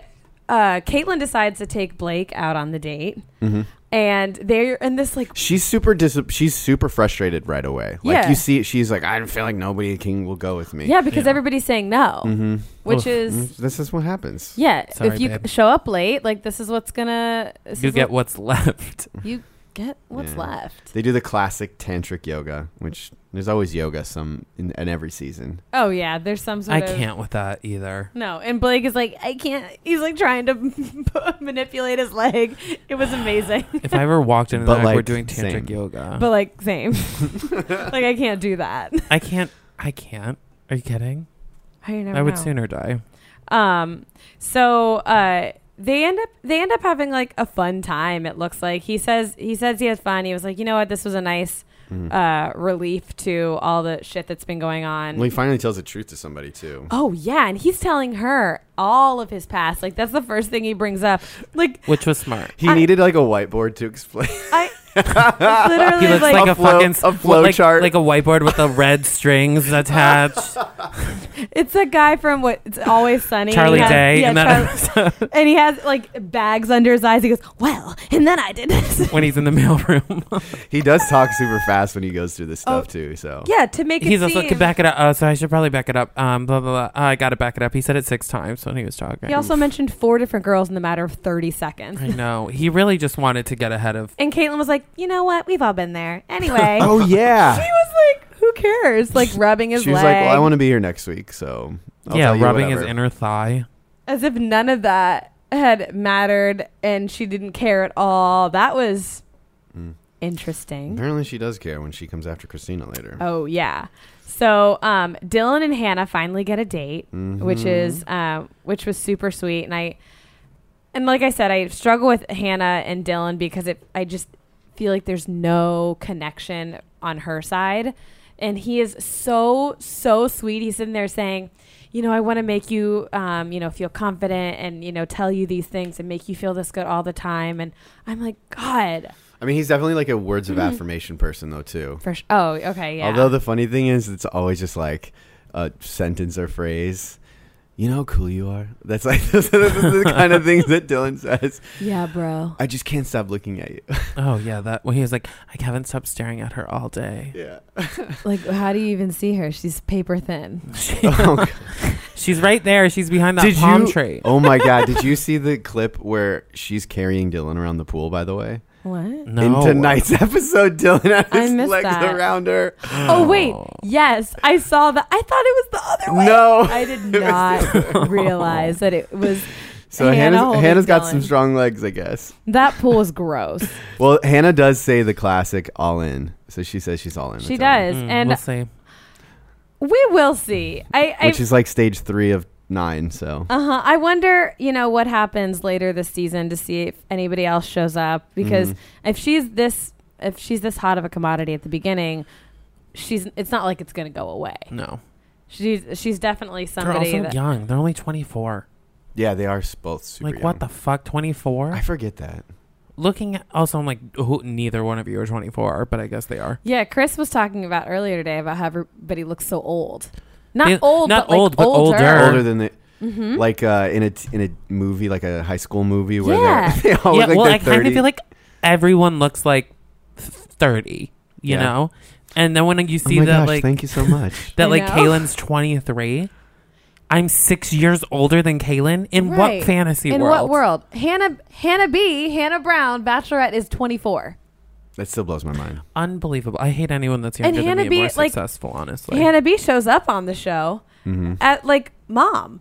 B: uh, Caitlin decides to take Blake out on the date,
D: Mm-hmm.
B: and they're in this like
A: She's super dis- she's super frustrated right away. Like
B: Yeah.
A: you see, she's like, I don't feel like nobody in King will go with me.
B: Yeah, because
D: Yeah. Mm,
B: everybody's saying no, which
D: Oof. mm.
B: is
A: Mm-hmm. This is what happens.
B: yeah.
D: Sorry,
B: if you
D: babe.
B: show up late, like this is what's gonna this
D: You
B: is
D: get
B: what-
D: what's left.
B: you get what's
A: Yeah.
B: left.
A: They do the classic tantric yoga, which there's always yoga some in, in every season.
B: Oh yeah, there's some sort
D: I
B: of
D: can't with that
B: <laughs>
D: either.
B: no. And Blake is like, I can't. He's like trying to <laughs> manipulate his leg. It was amazing, <laughs>
D: If I ever walked into
A: But,
D: that, like, we're
A: like,
D: doing tantric
A: same.
D: yoga.
B: but like same. <laughs> like I can't do that.
D: I can't. I can't. Are you kidding?
B: I, never
D: I would
B: know.
D: sooner die.
B: Um. So uh, they end up they end up having like a fun time. It looks like he says he says he had fun. He was like, you know what, this was a nice uh, relief to all the shit that's been going on.
A: Well, he finally tells the truth to somebody too.
B: Oh yeah, and he's telling her all of his past. Like that's the first thing he brings up. Like
D: which was smart.
A: He needed like a whiteboard to explain. <laughs>
B: I it's literally
D: He looks like,
B: like
D: a
A: flow-
D: fucking
A: a flow
D: like,
A: chart.
D: like a whiteboard with the red strings
B: <laughs>
D: attached.
B: It's a guy from what? It's Always Sunny.
D: Charlie
B: and he has-
D: Day
B: Yeah,
D: in that
B: Charlie- and he has like bags under his eyes. He goes, "Well, and then I did this." <laughs>
D: <laughs> when he's in the mailroom.
A: he does talk super fast when he goes through this stuff
B: Oh,
A: too. So
B: yeah, to make it
D: he's
B: seem.
D: also could back it up. Oh, so I should probably back it up. Um, blah blah blah. Oh, I gotta back it up. He said it six times when he was talking.
B: he also mentioned four different girls in the matter of thirty seconds.
D: I know. He really just wanted to get ahead of.
B: And Caitlin was like, "You know what? We've all
A: <laughs>
B: been there." Anyway,
A: Oh
B: he
A: yeah.
B: was like, "Who cares?" Like rubbing his
A: She was
B: leg,
A: like, "Well, I want to be here next week, so I'll
D: yeah,
A: tell you
D: rubbing his
A: whatever."
D: inner thigh.
B: as if none of that had mattered, and she didn't care at all. That was
A: Mm.
B: interesting.
A: Apparently, she does care when she comes after Christina later.
B: Oh yeah. So um, Dylan and Hannah finally get a date, which
A: Mm-hmm.
B: is uh, which was super sweet, and I and like I said, I struggle with Hannah and Dylan because it I just feel like there's no connection on her side, and he is so so sweet. He's sitting there saying. You know, I want to make you, um, you know, feel confident and you know, tell you these things and make you feel this good all the time. And I'm like, God,
A: I mean, he's definitely like a words
B: Mm-hmm.
A: of affirmation person though too.
B: for sh- oh, okay, yeah.
A: Although the funny thing is, it's always just like a sentence or phrase. You know how cool you are. That's like <laughs> those are
B: <laughs>
A: the kind of things that Dylan says.
B: yeah, bro.
A: I just can't stop looking at you.
D: Oh yeah, that when he was like, I haven't stopped staring at her all day. <laughs>
A: yeah.
B: Like, how do you even see her? She's paper thin.
A: <laughs> Oh, God.
D: She's right there. She's behind that
A: Did
D: palm
A: you-
D: tree.
A: oh my god! Did
B: <laughs>
A: you see the clip where she's carrying Dylan around the pool? By the way,
B: What?
D: No.
A: in tonight's <laughs> episode, Dylan had
B: I
A: his
B: missed
A: legs
B: that.
A: around her.
B: <laughs> Oh, wait. Yes, I saw that. I thought it was the other way.
A: No.
B: I did not realize that it was.
A: So
B: Hannah
A: Hannah's,
B: holding
A: Hannah's got some
B: Dylan.
A: strong legs, I guess.
B: That pool was gross.
A: Well, Hannah does say the classic "all in," so she says she's all in.
B: she
A: with Dylan.
B: does,
D: Mm,
B: and
D: we'll see.
B: we will see. I, I
A: which is like stage three of nine. So
B: Uh huh. I wonder, you know, what happens later this season to see if anybody else shows up because if she's this, if she's this hot of a commodity at the beginning, she's. It's not like it's going to go away.
D: No,
B: She's she's definitely
D: they're
B: somebody.
D: also
B: that,
D: young. They're only twenty four.
A: yeah, they are s- both super.
D: Like what the
A: young.
D: fuck, twenty four?
A: I forget that.
D: Looking at, also, I'm like, who, neither one of you are twenty four, but I guess they are.
B: Yeah, Chris was talking about earlier today about how everybody looks so old. Not
D: They-
B: old,
D: not
B: but like
D: old, but
B: older.
D: older.
A: Older than the. Like uh, in a t- in a movie, like a high school movie, where
B: Yeah.
A: they're, <laughs> they all
D: yeah,
A: look Oh, like
D: well,
A: they're
D: I kind
A: thirty.
D: of feel like everyone looks like thirty. You
A: Yeah.
D: know, and then when you
A: oh
D: see
A: my
D: that,
A: gosh,
D: like
A: thank you so
D: <laughs>
A: much. <laughs>
D: that
B: I
D: like
B: know.
D: Kaylin's 23. I'm six years older than Kaylin. In
B: Right.
D: what fantasy
B: In
D: world?
B: what world? Hannah Hannah B, Hannah Brown, Bachelorette is 24.
A: that still blows my
D: <laughs>
A: mind.
D: Unbelievable. I hate anyone that's
B: And
D: younger than me
B: Hannah
D: and
B: B,
D: more
B: like-
D: successful, honestly.
B: Hannah B shows up on the show at like mom.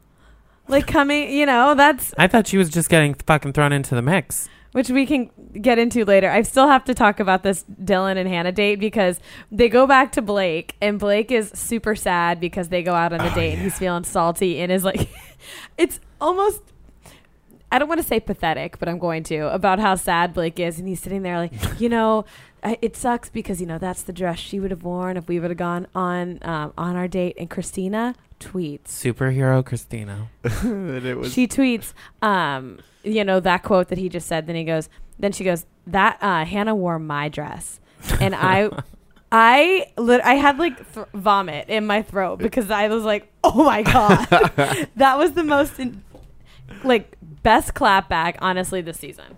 B: Like coming, you know, that's
D: I thought she was just getting fucking thrown into the mix.
B: which we can get into later. I still have to talk about this Dylan and Hannah date because they go back to Blake, and Blake is super sad because they go out on the date and he's feeling salty and is like, <laughs> it's almost. I don't want to say pathetic, but I'm going to about how sad Blake is, and he's sitting there like, you know, I, it sucks because you know that's the dress she would have worn if we would have gone on um, on our date. And Christina tweets,
D: Superhero Christina.
A: that it was <laughs>
B: she tweets, um, you know, that quote that he just said. Then he goes, then she goes, that uh, Hannah wore my dress,
A: <laughs>
B: and I, I, lit- I had like th- vomit in my throat because I was like, oh
A: <laughs>
B: my god, that was the most, in- like, best clapback honestly this season.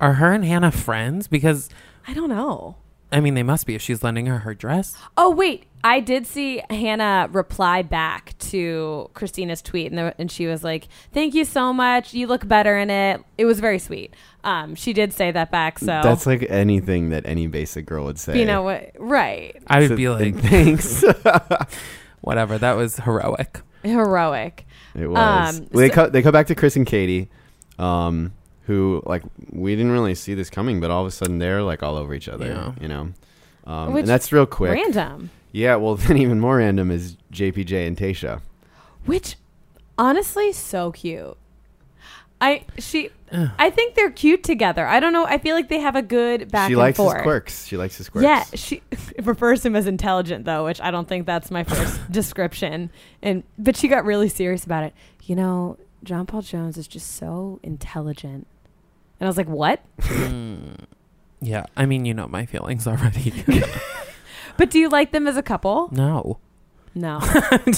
D: Are her and Hannah friends? Because,
B: I don't know.
D: I mean, they must be if she's lending her her dress.
B: Oh wait, I did see Hannah reply back to Christina's tweet, and, there, and she was like, "Thank you so much. You look better in it." It was very sweet. Um, she did say that back. So
A: That's like anything that any basic girl would say.
B: you know what? Right?
D: I would
A: So-
D: be like,
A: and thanks.
D: <laughs> whatever. That was heroic.
B: Heroic.
A: It was.
B: Um,
A: they
B: so-
A: co- they come back to Chris and Katie, um, who like we didn't really see this coming, but all of a sudden they're like all over each other.
D: Yeah.
A: You know, um,
B: Which-
A: and that's real quick.
B: Random.
A: Yeah. Well, <laughs> then even more random is JPJ and Tasha.
B: Which, honestly, so cute. I she I think they're cute together. I don't know. I feel like they have a good back
A: she
B: and
A: likes
B: forth.
A: his quirks. She likes his quirks.
B: Yeah, she <laughs> refers to him as intelligent though, which I don't think that's my
D: <coughs>
B: first description. And but she got really serious about it. You know, John Paul Jones is just so intelligent. And I was like, "What?"
D: Mm. yeah, I mean, you know my feelings already. <laughs>
B: But do you like them as a couple?
D: no, <laughs>
B: No.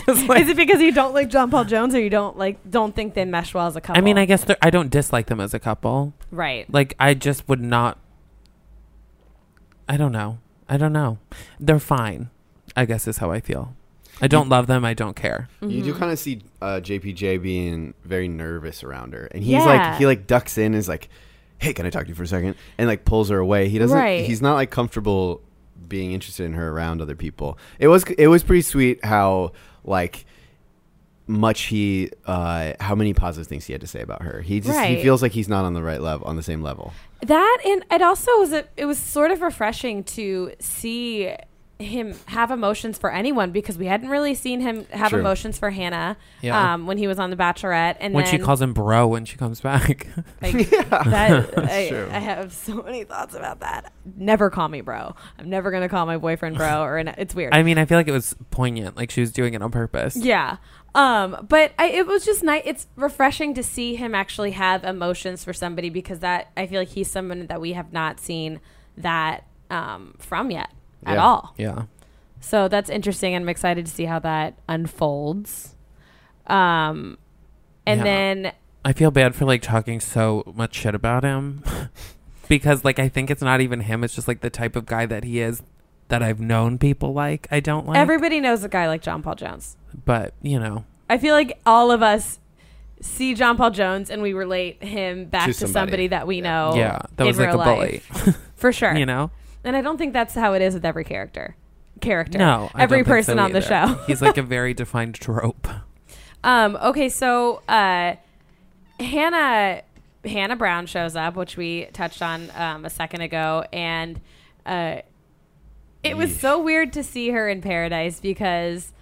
D: just like
B: is it because you don't like John Paul Jones or you don't like don't think they mesh well as a couple?
D: I mean, I guess they're- I don't dislike them as a couple.
B: right.
D: Like I just would not. I don't know. I don't know. They're fine. I guess is how I feel. I don't love them. I don't care.
A: You
B: Mm-hmm.
A: do kind of see uh, JPJ being very nervous around her, and he's
B: Yeah.
A: like he like ducks in and is like, "Hey, can I talk to you for a second? And like pulls her away. He doesn't.
B: Right.
A: He's not like comfortable being interested in her around other people. It was it was pretty sweet how like much he uh how many positive things he had to say about her. He just
B: Right.
A: he feels like he's not on the right level on the same level.
B: That and it also was a, it was sort of refreshing to see him have emotions for anyone because we hadn't really seen him have
A: True.
B: emotions for Hannah
D: Yeah.
B: um, when he was on The Bachelorette and
D: When
B: then
D: she calls him bro when she comes back. <laughs>
A: <laughs>
B: like, that, I,
A: true.
B: I have so many thoughts about that. Never call me bro. I'm never gonna call my boyfriend bro or an, it's weird.
D: I mean, I feel like it was poignant. Like she was doing it on purpose.
B: Yeah. Um, but I, it was just nice. It's refreshing to see him actually have emotions for somebody because that I feel like he's someone that we have not seen that um, from yet at
A: Yeah.
B: all.
D: Yeah.
B: So that's interesting, and I'm excited to see how that unfolds. Um, and
D: Yeah.
B: then
D: I feel bad for like talking so much shit
A: <laughs>
D: about him because like I think it's not even him. It's just like the type of guy that he is that I've known people like. I don't like,
B: everybody knows a guy like John Paul Jones.
D: but you know,
B: I feel like all of us see John Paul Jones and we relate him back
A: To
B: to
A: somebody.
B: somebody, that we
A: Yeah.
B: know.
D: yeah,
B: Oh,
D: that
B: in
D: was like
B: real
D: a bully, <laughs>
B: life. for sure.
D: you know.
B: And I don't think that's how it is with every character. Character.
D: No, I
B: every
D: don't think
B: person
D: so
B: on the
D: either.
B: show.
D: <laughs> He's like a very defined trope.
B: Um, okay, so uh, Hannah Hannah Brown shows up, which we touched on um, a second ago, and uh, it was
A: Yeesh.
B: so weird to see her in Paradise because.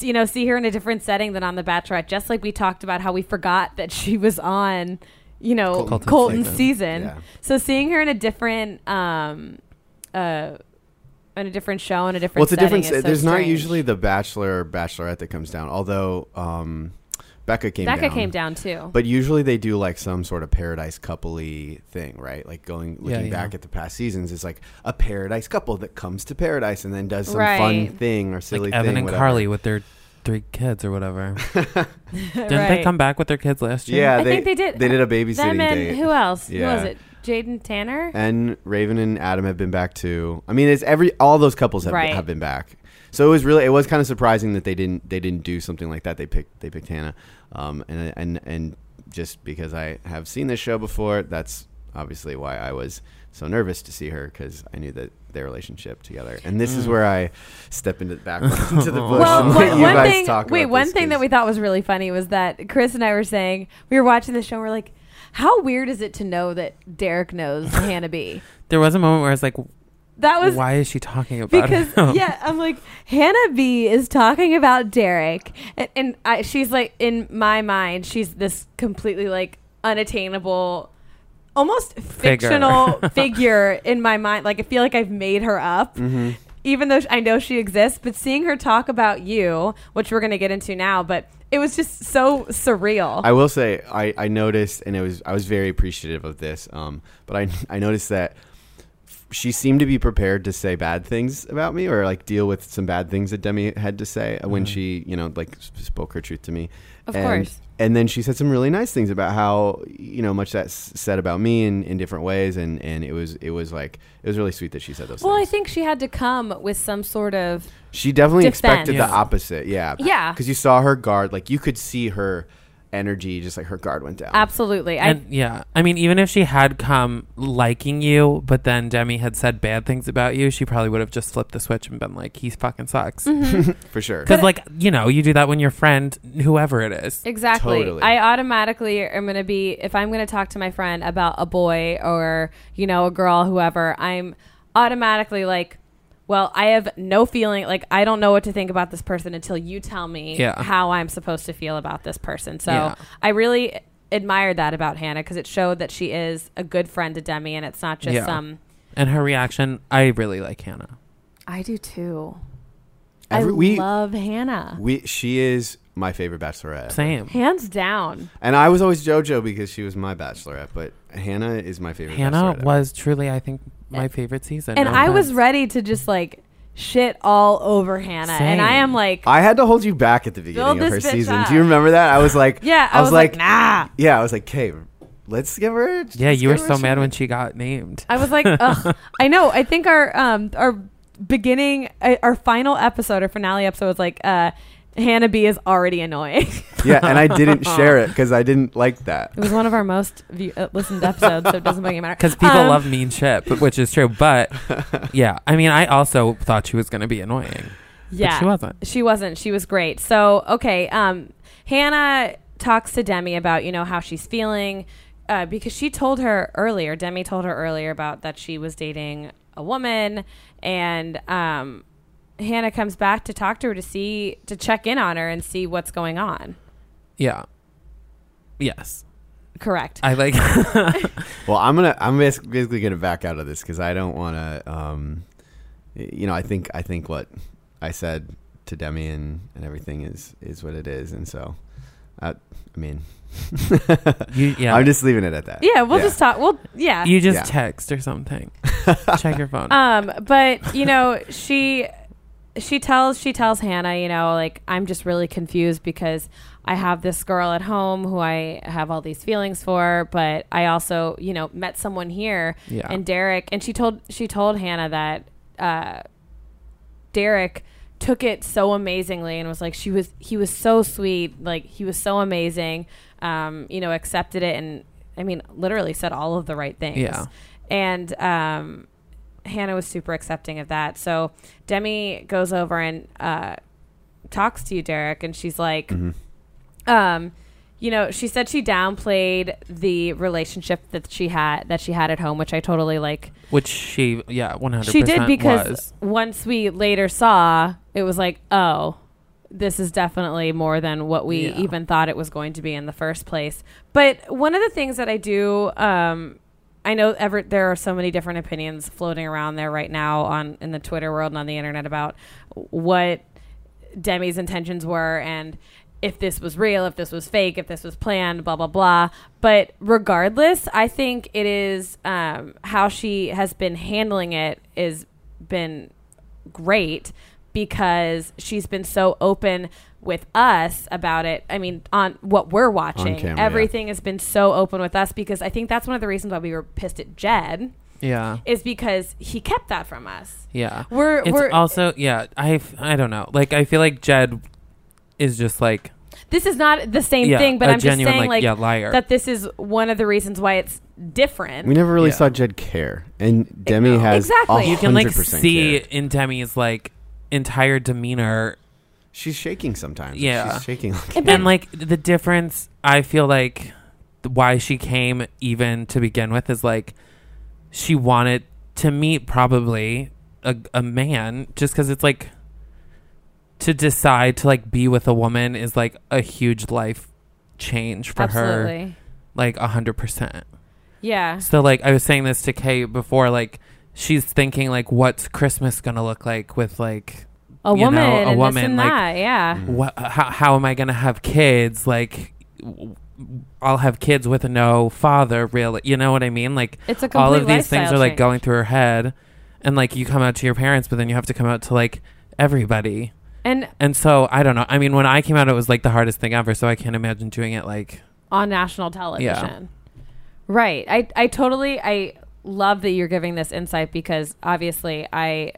B: You know, see her in a different setting than on The Bachelorette. Just like we talked about how we forgot that she was on, you know, Colton's,
D: Colton's
B: season.
D: season.
A: Yeah.
B: So seeing her in a different, um, uh, in a different show, in a different.
A: well, it's a different.
B: setting is so
A: there's not
B: strange.
A: usually the bachelor or bachelorette that comes down. Although um, Becca came.
B: Becca
A: down.
B: came down too.
A: But usually they do like some sort of paradise coupley thing, right? Like going looking
D: yeah.
A: back at the past seasons, it's like a paradise couple that comes to paradise and then does some
B: Right.
A: fun thing or silly
D: Like
A: thing.
D: Evan and
A: whatever.
D: Carly with their three kids
B: <laughs>
D: or whatever. Didn't
B: Right.
D: they come back with their kids last year?
A: Yeah,
B: I
A: they,
B: think they did.
A: They did a babysitting
B: Them and
A: date.
B: who else? Who
A: Yeah.
B: was it? Jaden Tanner.
A: and Raven and Adam have been back too. I mean, it's every all those couples have,
B: Right.
A: have been back. So it was really it was kind of surprising that they didn't they didn't do something like that. They picked they picked Hannah, um, and and and just because I have seen this show before, that's obviously why I was so nervous to see her because I knew that their relationship together. And this is where I step into back <laughs> into the bush
B: well,
A: and
B: one,
A: <laughs> let you
B: one
A: guys
B: thing.
A: talk.
B: Wait,
A: about
B: one
A: this
B: thing that
A: 'cause-
B: we thought was really funny was that Chris and I were saying we were watching the show. and We're like, how weird is it to know that Derek knows Hannah B?
D: There was a moment where I was like,
B: That was
D: why is she talking about
B: because
D: him?
B: yeah i'm like hannah b is talking about derek and, and I, she's like in my mind she's this completely like unattainable almost
D: Figure.
B: fictional figure in my mind like i feel like i've made her up even though sh- i know she exists but seeing her talk about you which we're going to get into now but it was just so surreal
A: I will say I, I noticed, and it was I was very appreciative of this. Um, but I I noticed that she seemed to be prepared to say bad things about me, or like deal with some bad things that Demi had to say when she you know like s- spoke her truth to me.
B: Of
A: And-
B: course.
A: And then she said some really nice things about how you know much that s- said about me in, in different ways, and and it was it was like it was really sweet that she said those
B: well i
A: things.
B: think she had to come with some sort of
A: She definitely expected
D: Defense.
A: the opposite. Yeah.
B: Yeah.
A: Because you saw her guard, like you could see her energy, just like her guard went down.
B: absolutely I,
D: and yeah, I mean, even if she had come liking you, but then Demi had said bad things about you, she probably would have just flipped the switch and been like, "He fucking sucks."
B: Mm-hmm.
D: Because
A: for sure.
D: like you know, you do that when your friend, whoever it is,
B: Exactly.
A: Totally.
B: I automatically am going to be if I'm going to talk to my friend about a boy or you know a girl whoever, I'm automatically like well, I have no feeling like I don't know what to think about this person until you tell me
D: Yeah.
B: how I'm supposed to feel about this person. So,
D: Yeah.
B: I really admired that about Hannah because it showed that she is a good friend to Demi, and it's not just um,
D: Yeah.
B: some.
D: And her reaction, I really like Hannah.
B: I do too.
A: Every,
B: I
A: we
B: love Hannah,
A: we she is my favorite bachelorette.
D: Same.
B: hands down.
A: And I was always JoJo because she was my bachelorette, but Hannah is my favorite.
D: Hannah
A: bachelorette.
D: was truly, I think, my favorite season.
B: And
D: No
B: I was
D: offense.
B: ready to just like shit all over Hannah, and I
D: Same.
B: am like,
A: I had to hold you back at the
B: Build
A: beginning of her
B: this bitch
A: season.
B: up.
A: Do you remember that? I was like,
B: <laughs> yeah, I, was, like, nah.
A: yeah, I was like, okay, let's give her. let's
D: Yeah, you were
A: give her
D: so
A: some-
D: mad when she got named.
B: I was like, ugh. I know. I think our um our beginning uh, our final episode our finale episode was like uh Hannah B is already annoying.
A: Yeah, and I
D: <laughs>
A: didn't share it because I didn't like that.
B: it was one of our most view- uh, listened episodes, so it doesn't fucking matter.
D: Because people
B: Um,
D: love mean shit, but- which is true. But yeah, I mean, I also thought she was going to be annoying.
B: Yeah,
D: she wasn't.
B: She wasn't. She was great. So okay, um, Hannah talks to Demi about you know how she's feeling uh, because she told her earlier. Demi told her earlier about that she was dating a woman, and um, Hannah comes back to talk to her to see to check in on her and see what's going on.
D: Yeah. Yes.
B: Correct.
D: I like. <laughs>
A: Well, I'm gonna I'm bas- basically gonna back out of this because I don't want to. Um, y- you know, I think I think what I said to Demi and, and everything is is what it is, and so I, I mean, <laughs>
D: You, yeah.
A: I'm just leaving it at that.
B: yeah, we'll just talk. We'll yeah.
D: you just
A: Yeah.
D: text or something. Check your phone.
B: um but you know she she tells she tells hannah you know like i'm just really confused because i have this girl at home who i have all these feelings for but i also you know met someone here
D: Yeah.
B: and derek and she told she told hannah that uh derek took it so amazingly and was like she was he was so sweet like he was so amazing um you know accepted it and i mean literally said all of the right things
D: Yeah.
B: and um Hannah was super accepting of that. So Demi goes over and uh, talks to you, Derek, and she's like, um, you know, she said she downplayed the relationship that she had that she had at home, which I totally like.
D: Which she, yeah, 100%
B: She did because
D: was.
B: once we later saw, it was like, oh, this is definitely more than what we
D: Yeah.
B: even thought it was going to be in the first place. But one of the things that I do, um, I know ever there are so many different opinions floating around there right now on in the Twitter world and on the internet about what Demi's intentions were and if this was real, if this was fake, if this was planned, blah blah blah. But regardless, I think it is um, how she has been handling it is been great because she's been so open with us about it. I mean, on what we're watching,
A: camera, yeah.
B: everything has been so open with us because I think that's one of the reasons why we were pissed at Jed
D: Yeah.
B: is because he kept that from us.
D: Yeah.
B: We're
D: It's
B: we're
D: also, yeah, I, f- I don't know. Like, I feel like Jed is just like,
B: this is not the same
D: yeah,
B: thing, but
D: a
B: I'm just
D: genuine,
B: saying like
D: yeah, liar.
B: that this is one of the reasons why it's different.
A: We never really
D: Yeah.
A: saw Jed care, and Demi has
B: Exactly.
D: you can like
A: 100%
D: see
A: care.
D: in Demi's like entire demeanor
A: She's shaking sometimes.
D: Yeah.
A: she's shaking.
D: and like the difference i feel like th- why she came even to begin with is like she wanted to meet probably a, a man just because it's like to decide to like be with a woman is like a huge life change for
B: Absolutely.
D: her like a hundred percent
B: Yeah.
D: so like i was saying this to kate before like she's thinking like what's christmas gonna look like with like
B: A
D: you know,
B: woman,
D: a
B: and this
D: woman,
B: and
D: like- mm.
B: that, yeah.
D: what how, how am i gonna have kids like w- i'll have kids with no father really you know what i mean like
B: It's a
D: all of
B: complete
D: these things
B: lifestyle
D: are like
B: change.
D: going through her head and like you come out to your parents but then you have to come out to like everybody
B: And
D: and so i don't know i mean when i came out it was like the hardest thing ever so i can't imagine doing it like
B: on national television. Right. I, I totally I love that you're giving this insight because obviously I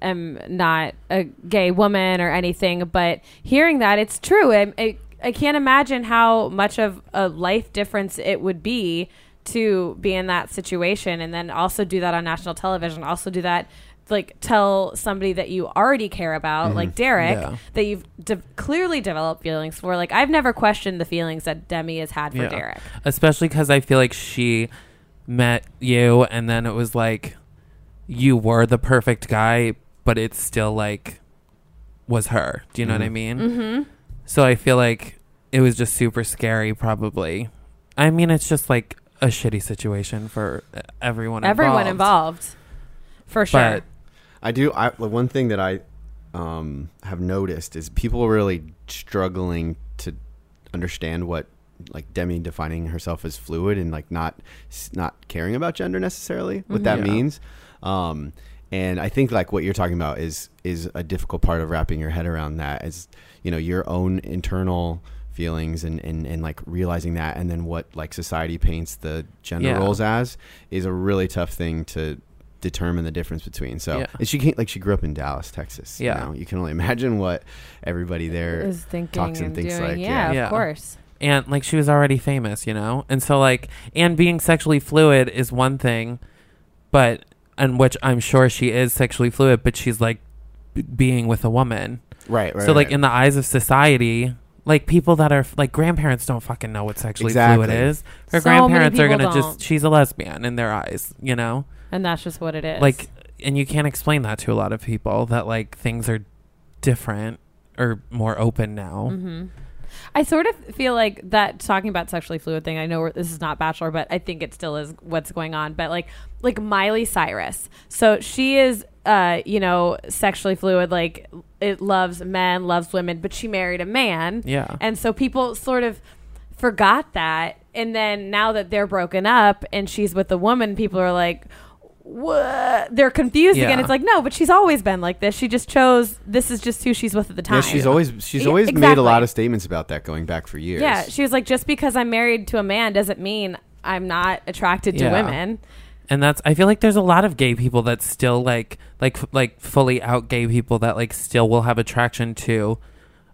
B: am not a gay woman or anything, but hearing that it's true. I, I, I can't imagine how much of a life difference it would be to be in that situation and then also do that on national television, also do that like tell somebody that you already care about like Derek
D: Mm-hmm. Yeah.
B: that you've de- clearly developed feelings for like I've never questioned the feelings that Demi has had for
D: Yeah.
B: Derek.
D: especially because i feel like she met you and then it was like you were the perfect guy but it's still like was her do you know what i mean mm-hmm. so i feel like it was just super scary, probably. I mean, it's just like a shitty situation for uh, everyone involved.
B: Everyone involved, for sure.
D: But
A: I do. I the one thing that I um, have noticed is people are really struggling to understand what like Demi defining herself as fluid and like not s- not caring about gender necessarily what that
D: Mm-hmm. Yeah.
A: means. Um, and I think like what you're talking about is is a difficult part of wrapping your head around that is you know your own internal feelings and, and and like realizing that and then what like society paints the gender
D: Yeah.
A: roles as is a really tough thing to determine the difference between. So
D: Yeah.
A: and she can't like she grew up in Dallas, Texas. you
D: Yeah.
A: know? You, can only <laughs> imagine what everybody there
B: Is thinking
A: talks and
B: and
A: thinks
B: doing,
A: like, yeah.
B: yeah,
D: Yeah.
B: of course.
D: and like she was already famous, you know? And so like and being sexually fluid is one thing, but and which I'm sure she is sexually fluid, but she's like b- being with a woman.
A: right, right.
D: so like
A: right.
D: in the eyes of society, like people that are like grandparents don't fucking know what sexually
A: Exactly.
D: fluid is. Her
B: So many
D: grandparents are
B: people
D: gonna
B: don't.
D: just she's a lesbian in their eyes, you know?
B: And that's just what it is.
D: Like and you can't explain that to a lot of people that like things are different or more open now.
B: hmm I sort of feel like that talking about sexually fluid thing. I know we're- this is not Bachelor, but I think it still is what's going on. But like, like Miley Cyrus, so she is, uh, you know, sexually fluid. Like, it loves men, loves women, but she married a man.
D: Yeah.
B: And so people sort of forgot that. And then now that they're broken up and she's with a woman, people are like, what? They're confused again.
D: Yeah.
B: It's like, no, but she's always been like this. She just chose, this is just who she's with at the time.
A: yeah, she's always she's
B: Yeah,
A: always made a lot
B: exactly.
A: of statements about that going back for years.
B: Yeah. She was like, just because I'm married to a man doesn't mean I'm not attracted to
D: Yeah.
B: women.
D: and that's i feel like there's a lot of gay people that still like like like fully out gay people that like still will have attraction to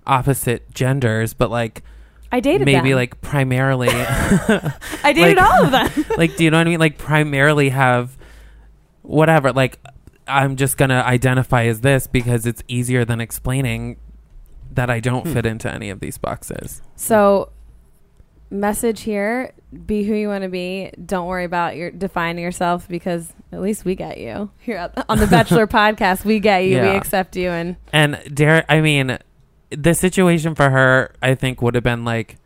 D: opposite genders but like
B: I dated
D: maybe
B: them.
D: like primarily <laughs>
B: I dated
D: like-
B: all
D: <laughs>
B: of them.
D: like do you know what i mean like primarily have whatever like i'm just gonna identify as this because it's easier than explaining that i don't fit into any of these boxes
B: So, message here: be who you want to be. Don't worry about your defining yourself because at least we get you here at- on the
D: <laughs>
B: Bachelor podcast. We get you.
D: Yeah.
B: We accept you, and
D: And Derek, I mean, the situation for her, I think, would have been like,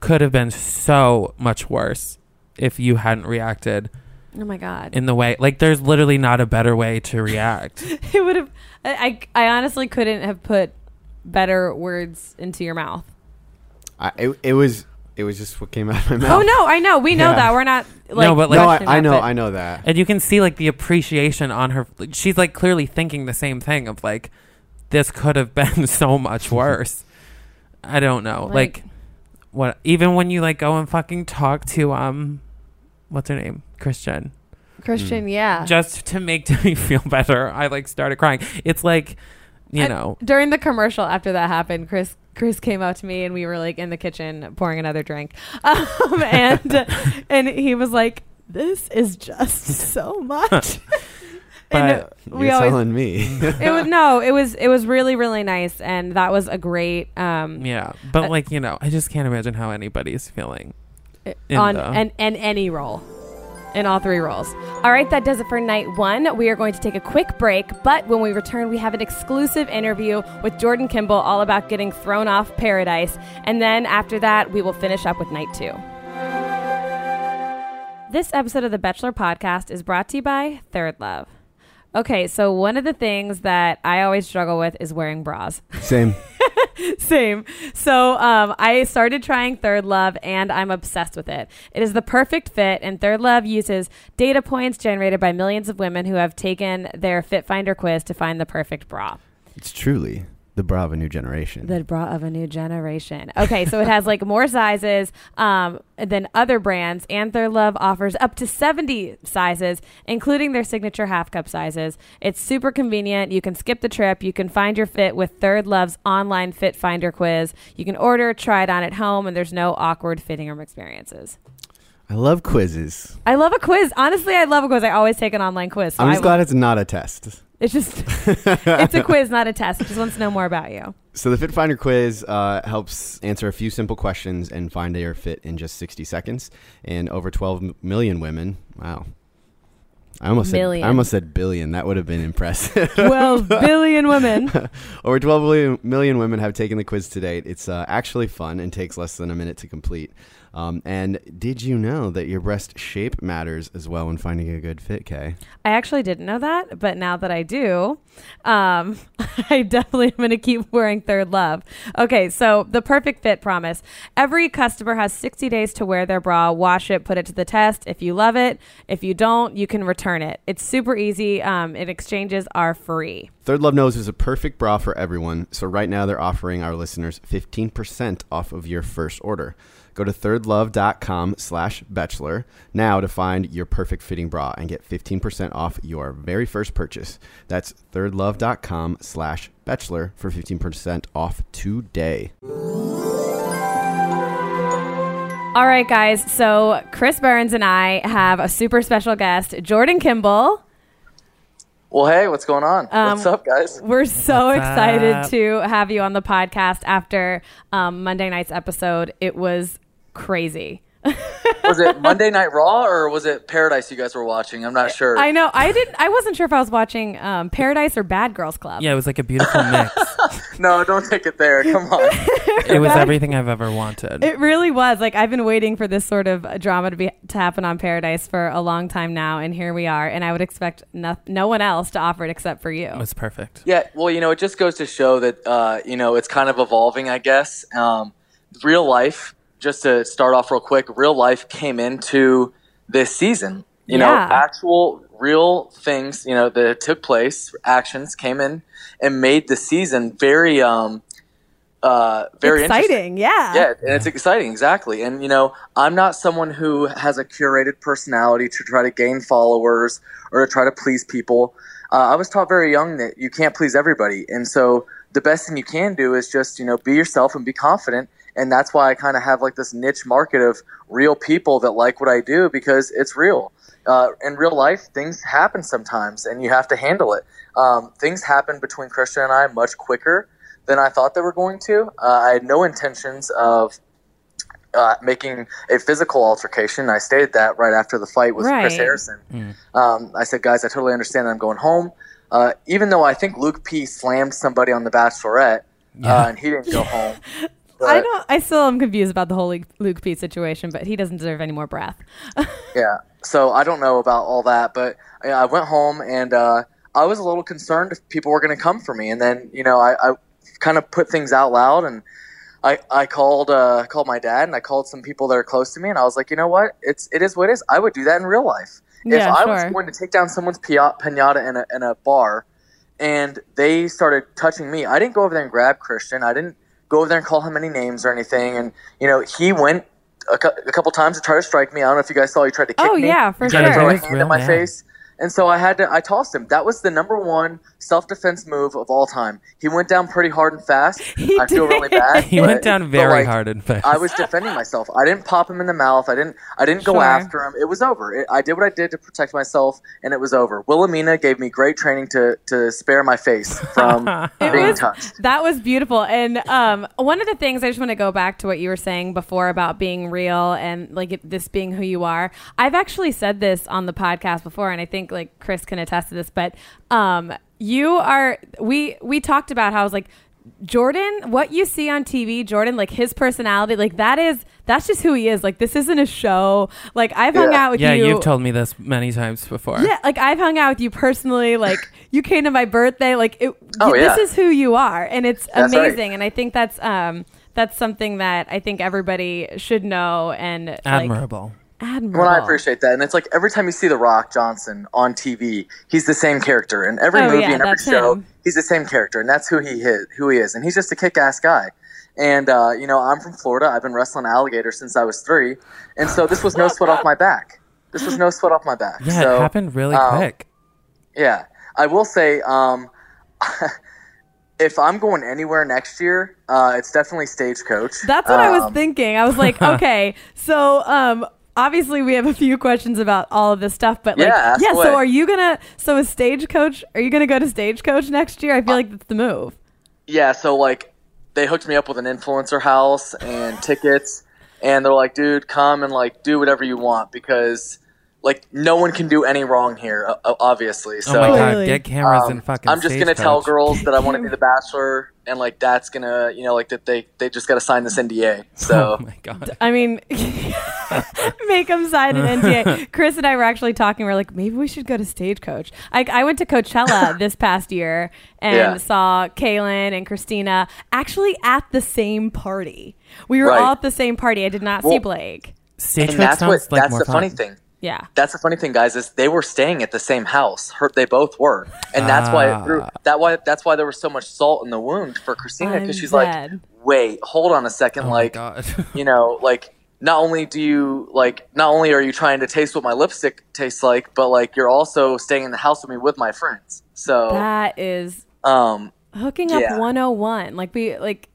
D: could have been so much worse if you hadn't reacted
B: oh my god,
D: in the way. Like, there's literally not a better way to react.
B: <laughs> it would have. I, I I honestly couldn't have put better words into your mouth.
A: I, it, it was it was just what came out of my mouth.
B: Oh no, I know. We know
A: Yeah.
B: that we're not. Like,
D: No, but, like-
A: no,
B: questioning
A: I, I
B: that,
A: know
B: but-
A: I know that.
D: and you can see, like, the appreciation on her. like, She's, like, clearly thinking the same thing of, like, this could have <laughs> been so much worse. I don't know. Like, what, even when you, like, go and fucking talk to, um, what's her name? Christian.
B: Christian,
D: mm.
B: yeah.
D: just to make <laughs> Demi feel better, I like started crying. It's like, you
B: I-
D: know,
B: during the commercial after that happened chris chris came up to me and we were like in the kitchen pouring another drink <laughs> um, and and he was like this is just so much and
D: But
B: we
A: you're
B: always
A: telling me. <laughs>
B: it was no it was it was really really nice and that was a great um
D: yeah. But
B: I-
D: like, you know, I just can't imagine how anybody's feeling. In
B: on
D: the-
B: and and any role in all three roles. All right, that does it for night one. We are going to take a quick break, but when we return, we have an exclusive interview with Jordan Kimball all about getting thrown off paradise. And then after that, we will finish up with night two. This episode of the Bachelor Podcast is brought to you by Third Love. Okay, so one of the things that I always struggle with is wearing bras.
A: Same.
B: <laughs> Same. So um, I started trying Third Love and I'm obsessed with it. It is the perfect fit, and Third Love uses data points generated by millions of women who have taken their Fit Finder quiz to find the perfect bra.
A: It's truly the bra of a new generation.
B: The bra of a new generation. Okay, so it has like more sizes um, than other brands, and Third Love offers up to 70 sizes, including their signature half cup sizes. It's super convenient. You can skip the trip. You can find your fit with Third Love's online fit finder quiz. You can order, try it on at home, and there's no awkward fitting room experiences.
A: I love quizzes.
B: I love a quiz. Honestly, I love a quiz. I always take an online quiz. So
A: I'm
B: I
A: just
B: will-
A: glad it's not a test.
B: it's just, <laughs> it's a quiz, not a test. It just wants to know more
A: <laughs>
B: about you.
A: So the Fit Finder quiz uh, helps answer a few simple questions and find your fit in just 60 seconds. And over 12 m- million women, wow, I almost said
B: Million.
A: I almost said billion. That would have been impressive.
B: 12 billion women.
A: <laughs> Over 12 million- million women have taken the quiz to date. It's uh, actually fun and takes less than a minute to complete. Um, and did you know that your breast shape matters as well when finding a good fit, Kay?
B: I actually didn't know that, but now that I do, um, <laughs> I definitely am going to keep wearing Third Love. Okay, so the perfect fit promise. Every customer has 60 days to wear their bra, wash it, put it to the test. If you love it, if you don't, you can return it. It's super easy, um, and exchanges are free.
A: Third Love knows is a perfect bra for everyone, so right now they're offering our listeners 15% off of your first order. Go to thirdlove.com slash bachelor now to find your perfect fitting bra and get 15% off your very first purchase. That's thirdlove.com slash bachelor for 15% off today.
B: All right, guys. So Chris Burns and I have a super special guest, Jordan Kimball.
E: Well, hey, what's going on? what's
B: Um,
E: up, guys?
B: We're so
D: What's
B: excited
D: up?
B: to have you on the podcast after um, Monday night's episode. It was crazy.
E: Was it Monday Night Raw or was it Paradise you guys were watching? I'm not sure.
B: I know. I didn't. I wasn't sure if I was watching um, Paradise or Bad Girls Club.
D: Yeah, it was like a
E: <laughs>
D: beautiful mix.
E: no, don't take it there. Come
B: <laughs>
E: on.
D: it was everything I've ever wanted.
B: It really was. Like I've been waiting for this sort of drama to be to happen on Paradise for a long time now, and here we are. And I would expect no, no one else to offer it except for you.
D: it was perfect.
E: yeah, well, you know, it just goes to show that uh, you know it's kind of evolving, I guess. Um, real life, just to start off real quick, real life came into this season. You know,
B: Yeah.
E: actual real things, you know, that took place, actions came in and made the season very, um, uh, very interesting.
B: exciting. Yeah.
E: yeah and it's exciting exactly and you know i'm not someone who has a curated personality to try to gain followers or to try to please people uh, i was taught very young that you can't please everybody and so the best thing you can do is just you know be yourself and be confident and that's why i kind of have like this niche market of real people that like what i do because it's real uh, in real life things happen sometimes and you have to handle it um, things happen between christian and i much quicker than I thought they were going to. Uh, I had no intentions of uh, making a physical altercation. I stated that right after the fight with
B: Right.
E: Chris Harrison. Um, I said, guys, I totally understand that I'm going home. Uh, even though I think Luke P slammed somebody on The Bachelorette uh, and he didn't go home.
B: I
E: But-
B: don't. I still am confused about the whole Luke, Luke Pete situation, but he doesn't deserve any more breath.
E: Yeah. So I don't know about all that, but yeah, I went home and uh, I was a little concerned if people were going to come for me. And then, you know, I, I kind of put things out loud and I, I called uh, called my dad and I called some people that are close to me and I was like, you know what? It's it is what it is. I would do that in real life. if
B: Yeah,
E: I
B: sure.
E: was going to take down someone's pia- pinata in a, in a bar and they started touching me, I didn't go over there and grab Christian. I didn't go over there and call him any names or anything. And you know, he went a, cou- a couple times to try to strike me. I don't know if you guys saw he tried to kick
B: oh
E: me.
B: yeah, for
D: You
E: Trying
D: gotta
E: to throw
B: sure.
E: a
D: He's
E: hand
D: real
E: in my
D: mad.
E: face. And so I had to, I tossed him. That was the number one self defense move of all time. He went down pretty hard and fast.
B: <laughs> He
E: I feel
B: did.
E: really bad.
D: He
E: but-
D: went down
E: but,
D: very
E: like,
D: hard and fast.
E: I was defending myself. I didn't pop him in the mouth. I didn't. I didn't go
B: Sure.
E: after him. It was over. It, I did what I did to protect myself, and it was over. Wilhelmina gave me great training to to spare my face
B: <laughs>
E: from
B: It
E: being
B: was-
E: touched.
B: That was beautiful. And um, one of the things I just want to go back to what you were saying before about being real and like it- this being who you are. I've actually said this on the podcast before, and I think like Chris can attest to this. But um, you are we we talked about how I was like Jordan, what you see on TV, Jordan, like his personality, like that is that's just who he is. Like this isn't a show. Like I've hung
E: Yeah.
B: out with
D: <laughs> yeah,
B: you.
D: you, have told me this many times before.
B: Yeah, like I've hung out with you personally. Like you came to my birthday. Like it,
E: Oh,
B: this
E: yeah.
B: is who you are, and it's
E: That's right.
B: amazing. And I think that's um that's something that I think everybody should know and like,
D: Admirable.
B: admirable.
E: Well, I appreciate that, and it's like every time you see The Rock Johnson on TV, he's the same character in every
B: Oh,
E: movie
B: yeah,
E: and every
B: that's
E: show.
B: him.
E: He's the same character, and that's who he is, who he is, and he's just a kick-ass guy. And uh, you know, I'm from Florida. I've been wrestling alligator since I was three, and so this was no sweat off my back. This was no sweat off my back.
D: Yeah,
E: so,
D: it happened really
E: um,
D: quick.
E: Yeah, I will say, um, <laughs> if I'm going anywhere next year, uh, it's definitely Stagecoach.
B: That's what I was
E: Um,
B: thinking. I was like, okay, so um obviously we have a few questions about all of this stuff, but like
E: Yeah, ask
B: yeah,
E: away.
B: so are you gonna so is stagecoach are you gonna go to stagecoach next year? I
E: Uh,
B: feel like that's the move.
E: Yeah, so like they hooked me up with an influencer house and tickets, and they're like, "Dude, come and like do whatever you want because Like no one can do any wrong here, o- o- obviously. So
D: oh my god,
F: Clearly.
D: get cameras
E: um,
D: and fucking.
E: I'm just gonna tell
D: stagecoach.
E: girls that I want to be
D: <laughs>
E: the bachelor, and like that's gonna, you know, like that they they just gotta sign this NDA.
D: Oh
E: So
D: my
E: <laughs>
D: god.
B: I mean, <laughs> make them sign an NDA. Chris and I were actually talking. We are like, maybe we should go to Stagecoach. I, I went to
E: <laughs>
B: Coachella this past year and
E: Yeah.
B: saw Kaylin and Christina actually at the same party. We were
E: Right.
B: all at the same party. I did not see
E: Well-
B: Blake.
D: Stagecoach
E: and that's
D: sounds
E: what
D: like
E: that's
D: more
E: the
D: fun.
E: funny thing.
B: Yeah.
E: That's the funny thing, guys, is they were staying at the same house. Her, they both were, and that's why it
D: Ah.
E: threw, that why that's why there was so much salt in the wound for Christina
B: I'm
E: because she's
B: dead.
E: like, wait, hold on a second,
D: Oh my
E: like <laughs>
D: god.
E: you know, like not only do you like not only are you trying to taste what my lipstick tastes like, but like you're also staying in the house with me with my friends. So,
B: That is
E: um,
B: hooking up
E: Yeah.
B: 101. Like, we, like,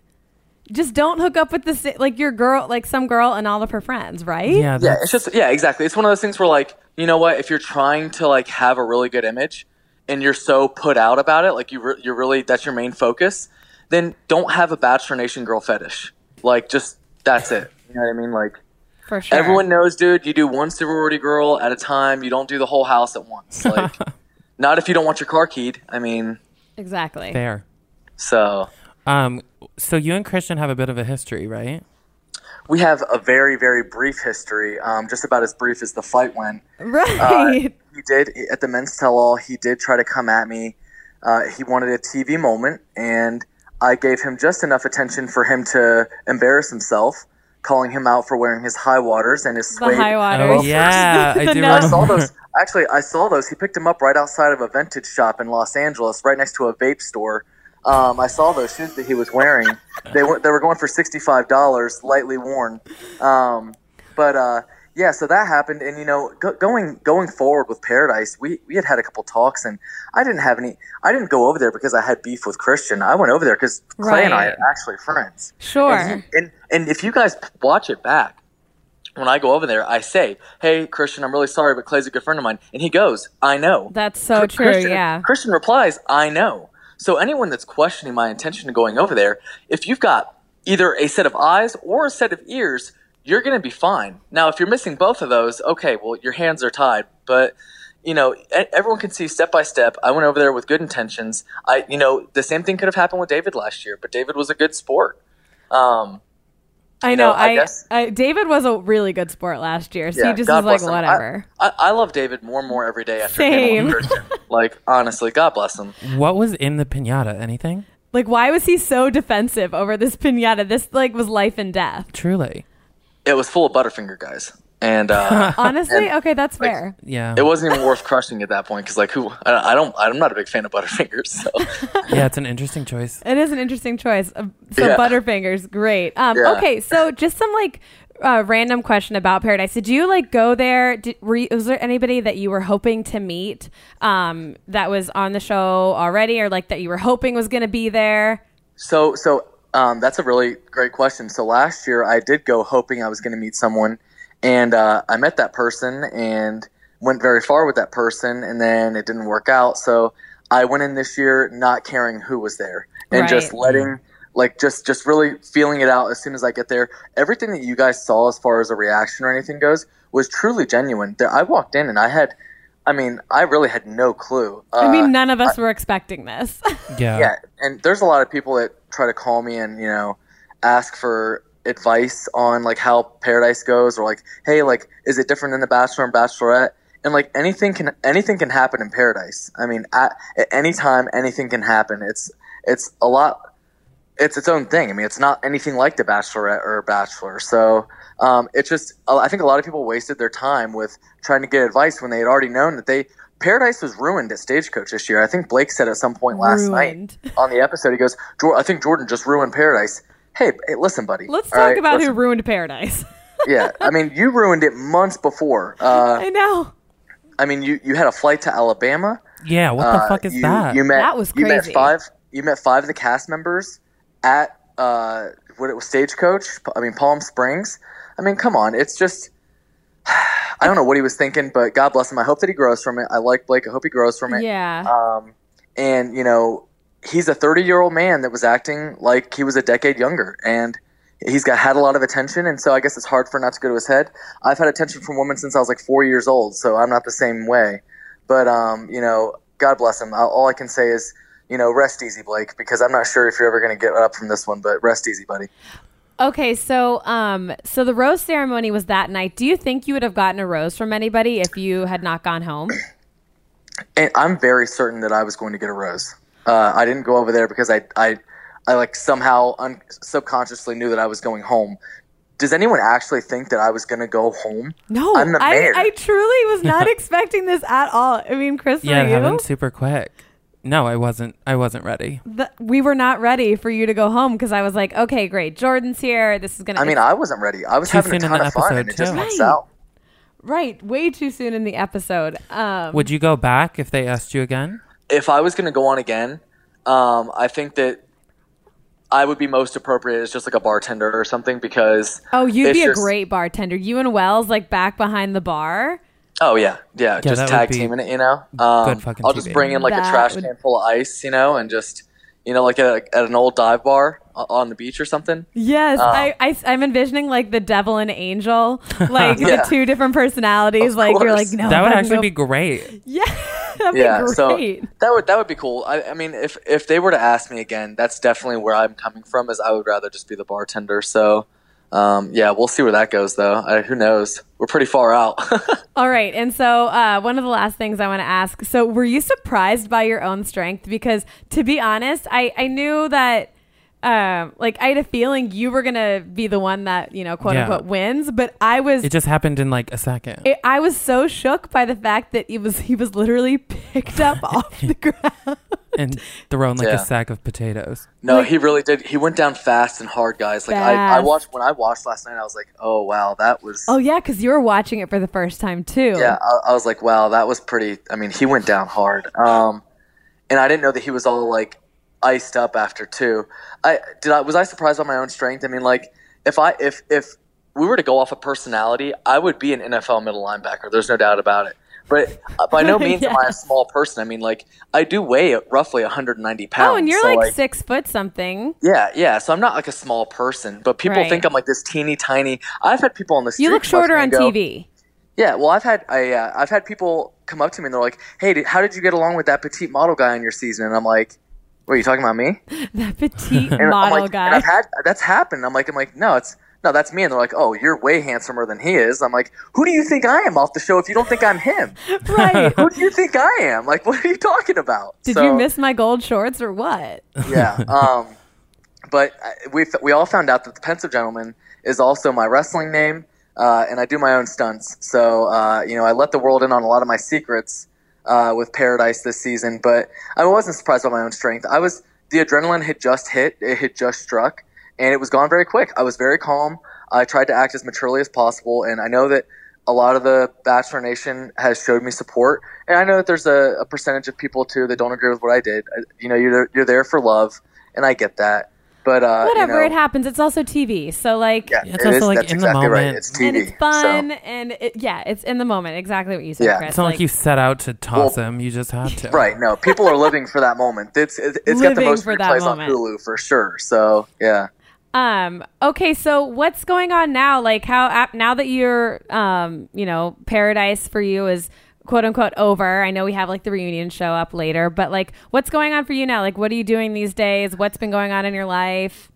B: just don't hook up with the, sa- like, your girl, like, some girl and all of her friends, right?
D: <laughs> yeah.
E: yeah,
D: That's,
E: it's just yeah, exactly. It's one of those things where like, you know what, if you're trying to like have a really good image and you're so put out about it, like you re- you're really that's your main focus, then don't have a bachelor nation girl fetish. Like just that's it. You know what I mean? Like
B: For sure.
E: Everyone knows, dude. You do one sorority girl at a time. You don't do the whole house at once. Like, not if you don't want your car keyed. I mean,
B: Exactly.
D: fair.
E: so
D: Um. So you and Christian have a bit of a history, right?
E: we have a very, very brief history. Um, just about as brief as the fight went.
B: Right. <laughs>
E: He did at the men's tell-all. He did try to come at me. Uh, he wanted a TV moment, and I gave him just enough attention for him to embarrass himself, calling him out for wearing his high waters and his
B: the
E: suede
B: high waters.
D: Oh
B: <laughs>
D: yeah, I
B: The
D: do.
B: nose.
E: I saw
D: remember.
E: those. Actually, I saw those. He picked them up right outside of a vintage shop in Los Angeles, right next to a vape store. Um, I saw those shoes that he was wearing. They were they were going for sixty five dollars, lightly worn. Um, but uh, yeah, so that happened, and you know, go, going going forward with Paradise, we we had had a couple talks, and I didn't have any. I didn't go over there because I had beef with Christian. I went over there because Clay and I
B: Right.
E: are actually friends. And,
B: Sure.
E: he- and and if you guys watch it back, when I go over there, I say, "Hey, Christian, I'm really sorry, but Clay's a good friend of mine," and he goes, "I know."
B: That's so
E: Chr-
B: true.
E: Christian,
B: yeah.
E: Christian replies, "I know." So anyone that's questioning my intention of going over there, if you've got either a set of eyes or a set of ears, you're going to be fine. Now, if you're missing both of those, okay, well, your hands are tied, but you know, e- everyone can see step by step. I went over there with good intentions. I, you know, the same thing could have happened with David last year, but David was a good sport. Um,
B: I
E: you
B: know.
E: know, I
B: I,
E: guess-
B: I, David was a really good sport last year, so he just
E: God
B: was like,
E: bless him.
B: whatever.
E: I, I, I love David more and more every day after
B: Same.
E: him. like honestly, God bless him.
D: What was in the pinata? Anything?
B: like, why was he so defensive over this pinata? This like was life and death.
D: Truly.
E: It was full of Butterfinger guys, and uh,
B: <laughs> Honestly, okay, that's fair.
D: Yeah.
E: it wasn't even worth crushing at that point because like who I, I don't I'm not a big fan of Butterfingers. So
B: <laughs>
D: yeah, it's an interesting choice.
B: It is an interesting choice. Uh, So
E: Yeah.
B: Butterfingers, great. Um,
E: Yeah.
B: Okay, so just some like uh, random question about Paradise. Did you like go there? Did, were you, was there anybody that you were hoping to meet um, that was on the show already, or like that you were hoping was going to be there?
E: so so um, that's a really great question. So last year I did go hoping I was going to meet someone, and uh, I met that person and went very far with that person, and then it didn't work out. So I went in this year not caring who was there and just
B: Right.
E: letting like just just really feeling it out as soon as I get there. Everything that you guys saw as far as a reaction or anything goes was truly genuine. That I walked in and I had, I mean, I really had no clue. Uh,
B: I mean, none of us were expecting this. <laughs>
D: Yeah.
E: yeah, and there's a lot of people that try to call me and you know ask for advice on like how Paradise goes or like, hey, like is it different than The Bachelor and Bachelorette? And like anything can anything can happen in Paradise. I mean, at, at any time anything can happen. It's it's a lot. It's its own thing. I mean, it's not anything like The Bachelorette or Bachelor. So um, it's just I think a lot of people wasted their time with trying to get advice when they had already known that they. Paradise was ruined at Stagecoach this year. I think Blake said at some point last night
B: Ruined.
E: on the episode. He goes, "Jor- I think Jordan just ruined paradise. Hey, b- hey listen, buddy.
B: Let's
E: all
B: talk
E: right?
B: about who
E: Listen-
B: ruined Paradise.
E: <laughs> yeah, I mean, you ruined it months before. Uh,
B: <laughs> I know.
E: I mean, you, you had a flight to Alabama.
D: Yeah, what the
E: Uh,
D: fuck is
E: you,
D: that?
E: You met,
B: That was
E: You met
B: crazy.
E: five. You met five of the cast members at uh, what it was Stagecoach. I mean, Palm Springs. I mean, come on. It's just. <sighs> I don't know what he was thinking, but God bless him. I hope that he grows from it. I like Blake. I hope he grows from it.
B: Yeah.
E: Um, and you know, he's a 30 year old man that was acting like he was a decade younger, and he's got had a lot of attention, and so I guess it's hard for it not to go to his head. I've had attention from women since I was like four years old, so I'm not the same way. But um, you know, God bless him. I- All I can say is, you know, rest easy, Blake, because I'm not sure if you're ever going to get up from this one. But rest easy, buddy.
B: Okay, so um, so the rose ceremony was that night. Do you think you would have gotten a rose from anybody if you had not gone
E: <laughs>
B: home?
E: And I'm very certain that I was going to get a rose. Uh, I didn't go over there because I, I, I like somehow un- subconsciously knew that I was going home. Does anyone actually think that I was going to go home?
B: No,
E: I'm the
B: I,
E: mayor.
B: I truly
E: <laughs>
B: was not expecting this at all. I mean, Chris,
D: Yeah, it
B: were you?
D: happened super quick. No, I wasn't. I wasn't ready.
B: The- we were not ready for you to go home because I was like, okay, great, Jordan's here. This is gonna.
E: I mean, I wasn't ready. I was
D: Too
E: having a
D: soon in
E: ton
D: the
E: of fun, and
D: episode,
E: it just
D: too.
E: works
B: Right.
E: out.
B: right, way too soon in the episode. Um,
D: Would you go back if they asked you again?
E: If I was going to go on again, um, I think that I would be most appropriate as just like a bartender or something because
B: oh, you'd
E: it's
B: be a
E: just-
B: great bartender. You and Wells like back behind the bar.
E: Oh yeah, yeah.
D: that
E: just
D: would
E: tag
D: be
E: team in it, you know. Um,
D: fucking
E: I'll just
D: TV.
E: bring in like
B: That
E: a trash
B: would-
E: can full of ice, you know, and just you know like a, at an old dive bar o- on the beach or something.
B: Yes,
E: Ah.
B: I, I I'm envisioning like the devil and
D: <laughs>
B: angel, like
E: Yeah.
B: the two different personalities.
E: Of
B: like you're like
E: course.
B: no,
D: that would
B: fucking
D: actually
B: Oh, go-
D: be great.
B: <laughs> yeah, that'd
E: yeah,
B: be
E: so
B: great.
E: that would that would be cool. I, I mean, if if they were to ask me again, that's definitely where I'm coming from. Is I would rather just be the bartender. So um, yeah, we'll see where that goes though. I, who knows? We're pretty far out. <laughs>
B: All right, and so uh, one of the last things I want to ask. So, were you surprised by your own strength? Because to be honest, I I knew that. Um, like I had a feeling you were gonna be the one that you know, quote
D: Yeah.
B: unquote, wins. But I was,
D: It just happened in like a second.
B: it, I was so shook by the fact that it was he was literally <laughs> picked
D: <laughs>
B: up off the ground.
D: and thrown like
E: Yeah.
D: a sack of potatoes.
E: No, he really did. He went down fast and hard, guys. Like I, I
B: Fast.
E: watched when I watched last night, I was like, oh wow, that was.
B: Oh yeah, because you were watching it for the first time too.
E: Yeah, I, I was like, wow, that was pretty. I mean, he went down hard, um, and I didn't know that he was all like iced up after two. I did. I was I surprised by my own strength. I mean, like if I if if we were to go off of personality, I would be an NFL middle linebacker. There's no doubt about it. But uh, by
B: <laughs>
E: no means am I a small person. I mean, like I do weigh roughly 190 pounds.
B: Oh, and you're
E: so,
B: like, six foot something.
E: yeah, yeah. So I'm not like a small person, but people
B: Right.
E: think I'm like this teeny tiny. I've had people on the street.
B: You look
E: come up to
B: shorter
E: me
B: on
E: and go,
B: TV.
E: Yeah, well, I've had I, uh, I've had people come up to me and they're like, "Hey, did, how did you get along with that petite model guy on your season?" And I'm like, "What are you talking about me?"
B: <laughs> That petite
E: And I'm
B: model
E: like,
B: guy.
E: And I've had that's happened. I'm like, I'm like, no, it's no, that's me. And they're like, "Oh, you're way handsomer than he is." I'm like, "Who do you think I am off the show if you don't think I'm him? <laughs>
B: right.
E: Who do you think I am? Like, <laughs> what are you talking about?"
B: Did
E: So-
B: you miss my gold shorts or what?
E: yeah. Um, but I- we f- we all found out that the pensive gentleman is also my wrestling name, uh, and I do my own stunts. So uh, you know, I let the world in on a lot of my secrets uh, with Paradise this season. But I wasn't surprised by my own strength. I was the adrenaline had just hit. It had just struck, and it was gone very quick. I was very calm. I tried to act as maturely as possible, and I know that a lot of the Bachelor Nation has showed me support, and I know that there's a, a percentage of people too that don't agree with what I did. I- You know, you're you're there for love, and I get that. But uh,
B: Whatever,
E: you know,
B: it happens. It's also TV. So like
E: Yeah,
D: It's
E: it
D: also,
E: is-
D: like,
E: that's
D: in the
E: exactly right.
D: moment.
E: It's TV,
B: and it's fun
E: so-
B: and it, yeah, it's in the moment. Exactly what you said,
E: Yeah.
B: Chris.
D: It's not like, you set out to toss
E: Well-
D: him. You just had to.
E: Right? No, people are living for that moment. It's it, it's got the
B: Living
E: most
B: for that
E: replays on
B: moment.
E: Hulu for sure. So yeah.
B: um okay, so what's going on now? Like how ap- now that you're um, you know, paradise for you is quote unquote over. I know we have like the reunion show up later, but like what's going on for you now? Like what are you doing these days? What's been going on in your life?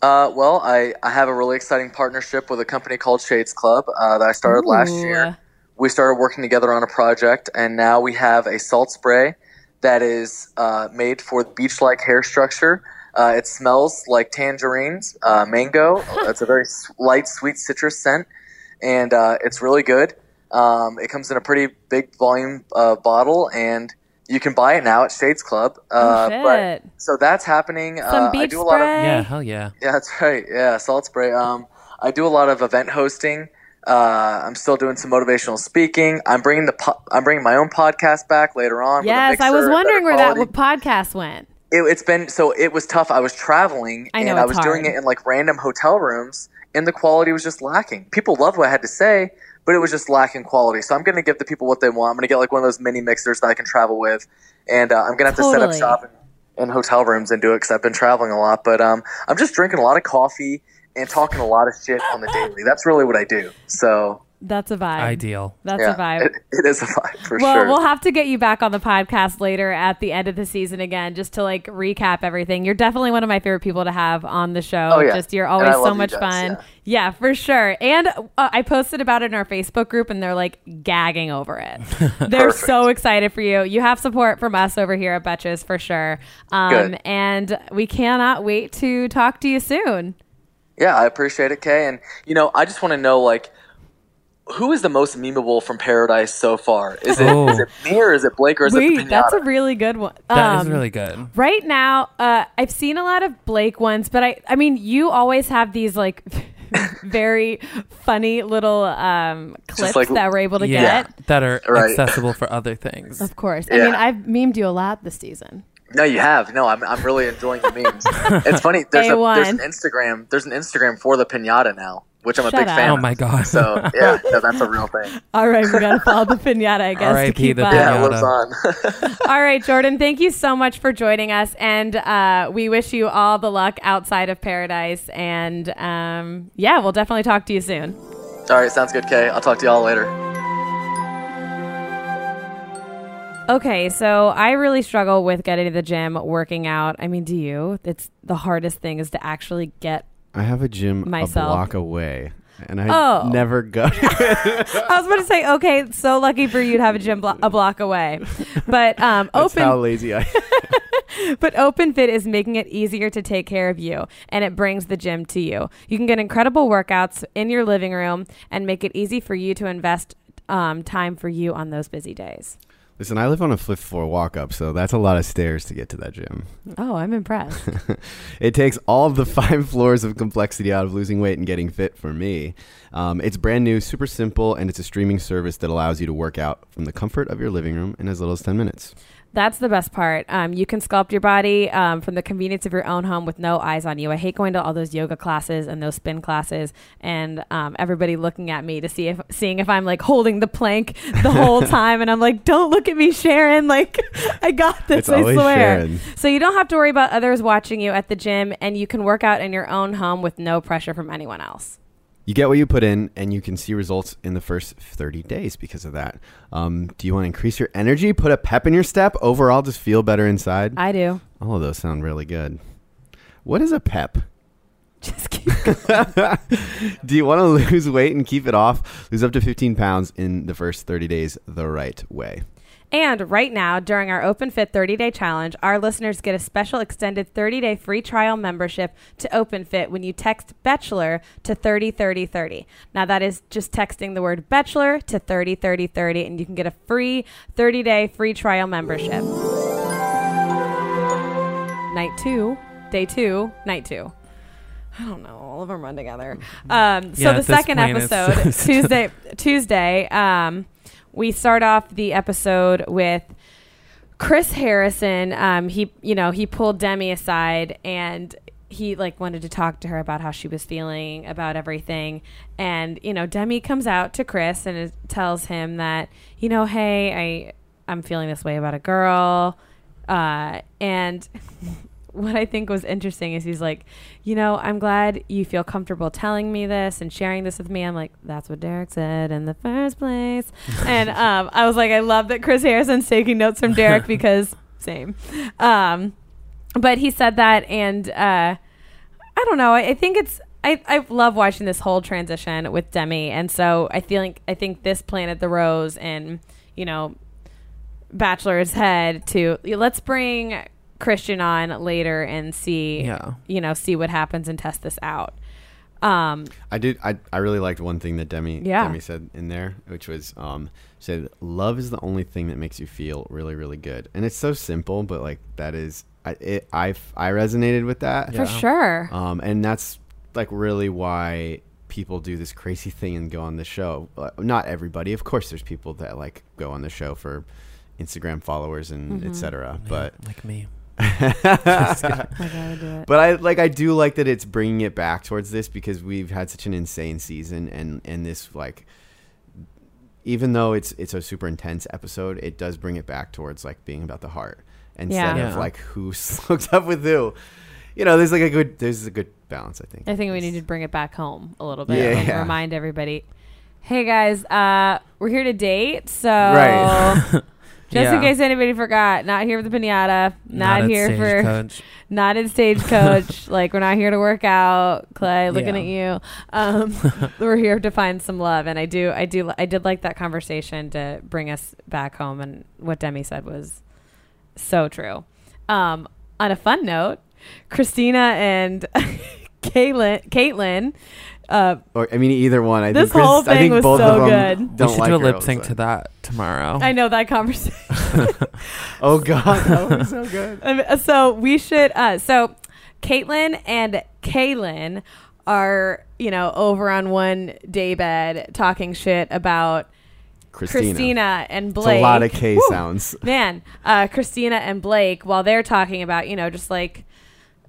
E: Uh, well, I, I have a really exciting partnership with a company called Shades Club uh, that I started last year. We started working together on a project, and now we have a salt spray that is uh, made for beach like hair structure. Uh, it smells like tangerines, uh, mango.
B: <laughs>
E: it's a very s- light, sweet citrus scent, and uh, it's really good. Um, it comes in a pretty big volume uh, bottle, and you can buy it now at Shades Club.
B: Oh,
E: Uh,
B: shit.
E: but, so that's happening.
B: Some
E: uh, <laughs> I
B: beach
E: do a lot of
B: spray.
D: Yeah, hell yeah.
E: yeah, that's right. Yeah, salt spray. Um, I do a lot of event hosting. Uh, I'm still doing some motivational speaking. I'm bringing the po- I'm bringing my own podcast back later on. with a
B: Yes, I
E: mixer,
B: was
E: better
B: wondering where
E: quality.
B: that podcast went.
E: It, it's been so it was tough. I was traveling
B: I know,
E: and I
B: it's
E: was doing
B: hard.
E: it in like random hotel rooms, and the quality was just lacking. People loved what I had to say, but it was just lacking quality. So I'm going to give the people what they want. I'm going to get like one of those mini mixers that I can travel with, and uh, I'm going to have to set up
B: Totally.
E: shop in, in hotel rooms and do it because I've been traveling a lot. But um, I'm just drinking a lot of coffee and talking a lot of shit on the daily. That's really what I do. So
B: That's a vibe.
D: Ideal.
B: That's
E: yeah,
B: a vibe.
E: <laughs> It, it is a vibe for
B: well,
E: sure.
B: we'll have to get you back on the podcast later at the end of the season again, just to like recap everything. You're definitely one of my favorite people to have on the show.
E: Oh, yeah.
B: Just you're
E: And I
B: always
E: love
B: so
E: you
B: much
E: guys,
B: fun.
E: yeah.
B: Yeah, for sure. And uh, I posted about it in our Facebook group, and they're like gagging over
E: <laughs>
B: it. they're
E: Perfect.
B: so excited for you. You have support from us over here at Betches for sure. Um,
E: Good.
B: and we cannot wait to talk to you soon.
E: yeah, I appreciate it, Kay. And you know, I just want to know like. Who is the most memeable from Paradise so far? Is it,
D: Oh.
E: is it me or is it Blake or is it
B: Wait,
E: Pinata?
B: that's a really good one.
D: That is
B: Um,
D: really good.
B: Right now, uh, I've seen a lot of Blake ones, but I, I mean, you always have these like <laughs> very funny little um, clips
E: like-
B: that we're able to
D: Yeah,
B: get.
D: that are
E: Right.
D: accessible
B: <laughs>
D: for other things.
B: Of course. I
E: Yeah.
B: mean, I've memed you a lot this season.
E: No, you have. No, I'm, I'm really enjoying
B: <laughs>
E: the memes. it's funny. There's, a,
B: A1.
E: there's an Instagram. There's an Instagram for the pinata now, which I'm a
B: Shut
E: big
B: up.
E: fan.
D: Oh
E: of.
D: my god.
E: So yeah, no, that's a real
D: <laughs>
E: thing.
B: All right, we gotta follow the pinata, I guess. to
D: R.I.P.
B: keep
D: the
B: up.
E: Yeah,
D: Pinata.
E: it lives on. <laughs>
B: All right, Jordan, thank you so much for joining us, and uh, we wish you all the luck outside of paradise. And um, yeah, we'll definitely talk to you soon.
E: All right, sounds good, Kay. I'll talk to y'all later.
B: Okay, so I really struggle with getting to the gym, working out. I mean, do you? It's the hardest thing is to actually get.
A: I have a gym
B: Myself.
A: a block away, and I
B: Oh.
A: never go. <laughs>
B: I was about to say, okay, so lucky for you to have a gym blo- a block away, but um,
A: That's how
B: open
A: lazy I. am.
B: but OpenFit is making it easier to take care of you, and it brings the gym to you. You can get incredible workouts in your living room and make it easy for you to invest um, time for you on those busy days.
A: Listen, I live on a fifth floor walk up, so that's a lot of stairs to get to that gym.
B: Oh, I'm impressed.
A: It takes all of the <laughs> five floors of complexity out of losing weight and getting fit for me. Um, it's brand new, super simple, and it's a streaming service that allows you to work out from the comfort of your living room in as little as 10 minutes.
B: That's the best part. Um, you can sculpt your body um, from the convenience of your own home with no eyes on you. I hate going to all those yoga classes and those spin classes, and um, everybody looking at me to see if seeing if I'm like holding the plank
A: <laughs>
B: the whole time, and I'm like, "Don't look at me, Sharon! Like, <laughs> I got this.
A: It's
B: I
A: always
B: swear."
A: Sharon.
B: So you don't have to worry about others watching you at the gym, and you can work out in your own home with no pressure from anyone else.
A: You get what you put in, and you can see results in the first 30 days because of that. Um, do you want to increase your energy, put a pep in your step, overall just feel better inside?
B: I do.
A: All of those sound really good. What is a pep?
B: <laughs> Just keep
A: <laughs> Do you want to lose weight and keep it off? Lose up to 15 pounds in the first 30 days the right way.
B: And right now, during our OpenFit 30 day challenge, our listeners get a special extended 30 day free trial membership to OpenFit when you text Bachelor to 303030. Now, that is just texting the word Bachelor to 303030, and you can get a free 30 day free trial membership. Night two, day two, night two. I don't know. All of them run together. Um, so the
D: Yeah, at this
B: second
D: point, <laughs> it's-
B: episode, Tuesday, Tuesday, um, we start off the episode with Chris Harrison. Um, he, you know, he pulled Demi aside and he like wanted to talk to her about how she was feeling about everything. And you know, Demi comes out to Chris and is- tells him that you know, hey, I I'm feeling this way about a girl. Uh, and what I think was interesting is he's like, you know, I'm glad you feel comfortable telling me this and sharing this with me. I'm like, that's what Derek said in the first place. and um, I was like, I love that Chris Harrison's taking notes from Derek because same. Um, but he said that, and uh, I don't know. I, I think it's. I, I love watching this whole transition with Demi, and so I feel like I think this planted the rose and you know Bachelor's head to let's bring Christian on later and see
D: Yeah.
B: you know see what happens and test this out. Um,
A: I did. I, I really liked one thing that Demi
B: Yeah.
A: Demi said in there, which was um said love is the only thing that makes you feel really really good, and it's so simple, but like that is I it, I f- I resonated with that
B: for sure.
A: Um, and that's like really why people do this crazy thing and go on the show. Uh, Not everybody, of course. There's people that like go on the show for Instagram followers and etc. But <laughs>
D: like me.
B: I gotta do it.
A: but I like I do like that it's bringing it back towards this because we've had such an insane season and and this like even though it's it's a super intense episode, it does bring it back towards like being about the heart instead
B: Yeah.
A: of <laughs>
D: Yeah.
A: like who's hooked up with who. you know, there's like a good there's a good balance. I think.
B: I think we need to bring it back home a little bit
A: Yeah.
B: and
A: Yeah.
B: remind everybody. Hey guys, uh, we're here to date, so
A: Right.
B: <laughs> just
D: Yeah.
B: in case anybody forgot, not here for the pinata, not,
D: at
B: here for
A: <laughs>
D: Stagecoach.
B: not in stagecoach. like we're not here to work out, Clay. Looking
D: Yeah.
B: at you, um, <laughs> we're here to find some love, and I do, I do, I did like that conversation to bring us back home, and what Demi said was so true. Um, on a fun note, Christina and <laughs> Caitlin, Caitlin, uh,
A: Or I mean, either one. I think
B: This
A: Chris-
B: whole
A: I
B: thing
A: think
B: was
A: both
B: so
A: of them
B: good.
A: Don't
D: we should
A: like
D: do a
A: her,
D: lip sync
A: so-
D: to that tomorrow.
B: I know that conversation.
A: Oh
B: <laughs>
A: god, that would be so good.
B: Um, so we should uh so caitlin and kaylin are you know over on one day bed talking shit about
A: Christina.
B: christina, and
A: It's
B: blake
A: a lot of K
B: Woo!
A: sounds.
B: man uh christina and blake while they're talking about you know just like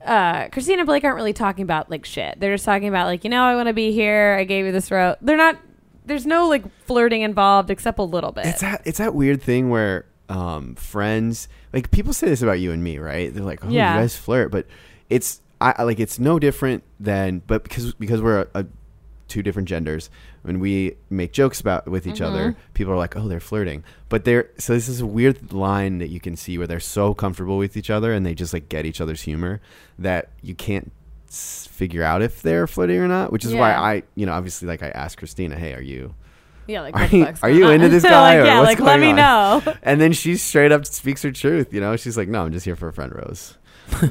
B: uh, Christina and Blake aren't really talking about like shit. They're just talking about like, you know, I want to be here. I gave you this road. They're not. There's no like flirting involved except a little bit.
A: It's that it's that weird thing where um, friends like people say this about you and me, right? They're like, "Oh,
B: Yeah.
A: you guys flirt," but it's I I- like it's no different than but because because we're a, a two different genders when we make jokes about with each other
B: Mm-hmm.
A: people are like oh they're flirting but they're so this is a weird line that you can see where they're so comfortable with each other and they just like get each other's humor that you can't s- figure out if they're flirting or not which is why
B: Yeah.
A: i you know obviously like i asked christina hey are you
B: yeah, like
A: are
B: what the
A: you-
B: fuck's
A: are
B: going
A: you
B: on?
A: into this
B: <laughs> So,
A: guy
B: Like,
A: or
B: yeah,
A: what's
B: like
A: going
B: let me
A: on?
B: know.
A: and then she straight up speaks her truth. You know, she's like, "No, I'm just here for a friend
B: <laughs>
A: rose,"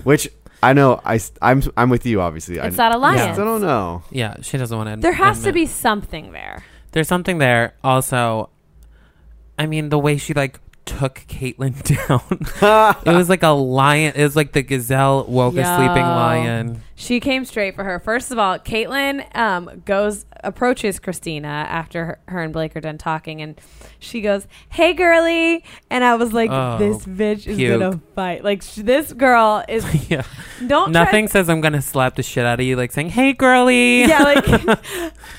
A: which I know I am I'm with you obviously.
B: It's
A: I,
B: not a
A: I
B: alliance.
A: still don't know.
D: Yeah, she doesn't want to.
B: There has to be something there.
D: There's something there. Also, I mean, the way she like took Caitlyn <laughs> down, it was like a lion. It was like the gazelle woke a sleeping
B: Yo.
D: lion. <laughs>
B: She came straight for her. First of all, Caitlin um, goes approaches Christina after her, her and Blake are done talking, and she goes, "Hey, girly," and I was like,
D: Oh,
B: "This bitch is
D: puke.
B: gonna fight. Like sh- this girl
D: <laughs>
B: is
D: Yeah,
B: don't try-
D: nothing says I'm gonna slap the shit out of you like saying, "Hey, girly."
B: yeah, like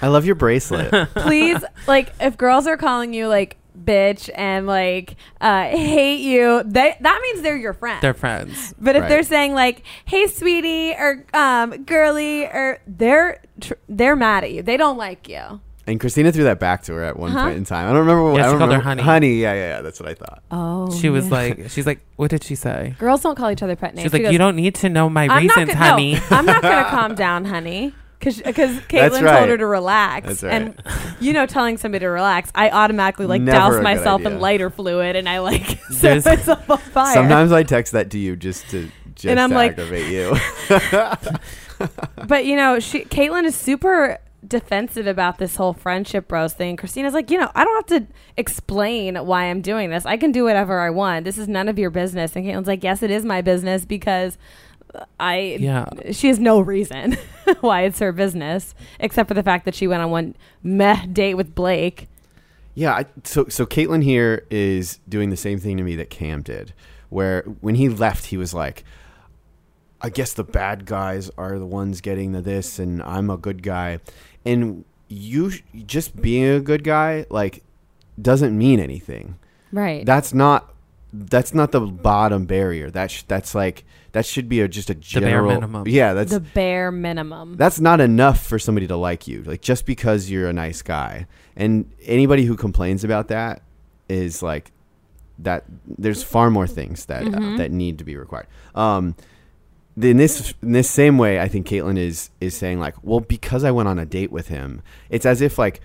A: I love your bracelet.
B: please, like if girls are calling you like bitch and like uh, hate you, they that means they're your friend.
D: <laughs> they're friends.
B: But if
A: Right.
B: they're saying like, "Hey, sweetie," or um, "Girly," or they're tr- they're mad at you. They don't like you.
A: and Christina threw that back to her at one
B: Huh?
A: point in time. I don't remember. What, I
D: Yeah, she
A: don't
D: called her
A: remember.
D: honey.
A: yeah, yeah, yeah. That's what I thought.
B: Oh,
D: She was like, she's like, what did she say?
B: "Girls don't call each other pet names."
D: She's like,
B: She goes,
D: you don't need to know my
B: I'm not gonna-
D: reasons, honey.
B: No, I'm not gonna calm down, honey."
A: <laughs>
B: Because Caitlin
A: That's right.
B: told her to relax,
A: That's right.
B: and <laughs> you know, telling somebody to relax, I automatically like
A: Never a
B: douse
A: good
B: myself in
A: idea.
B: lighter fluid, and I like <laughs> set
D: There's-
B: myself on fire.
A: Sometimes I text that to you just to just
B: And I'm
A: to
B: like-
A: aggravate
B: <laughs>
A: you.
B: But you know, she Caitlyn is super defensive about this whole friendship bros thing. Christina's like, you know, I don't have to explain why I'm doing this. I can do whatever I want. This is none of your business. And Caitlyn's like, yes, it is my business because I.
D: Yeah.
B: She has no reason <laughs> why it's her business except for the fact that she went on one meh date with Blake.
A: Yeah, I, so so Caitlin here is doing the same thing to me that Cam did, where when he left, he was like, "I guess the bad guys are the ones getting the this, and I'm a good guy," and you sh- just being a good guy like doesn't mean anything.
B: Right.
A: That's not that's not the bottom barrier. That sh- that's like that should be a, just a
D: bare
A: general
D: minimum.
A: Yeah, that's
B: the bare minimum.
A: that's not enough for somebody to like you like just because you're a nice guy and anybody who complains about that is like that there's far more things that
B: Mm-hmm.
A: uh, that need to be required um in this in this same way i think caitlin is is saying like well because i went on a date with him it's as if like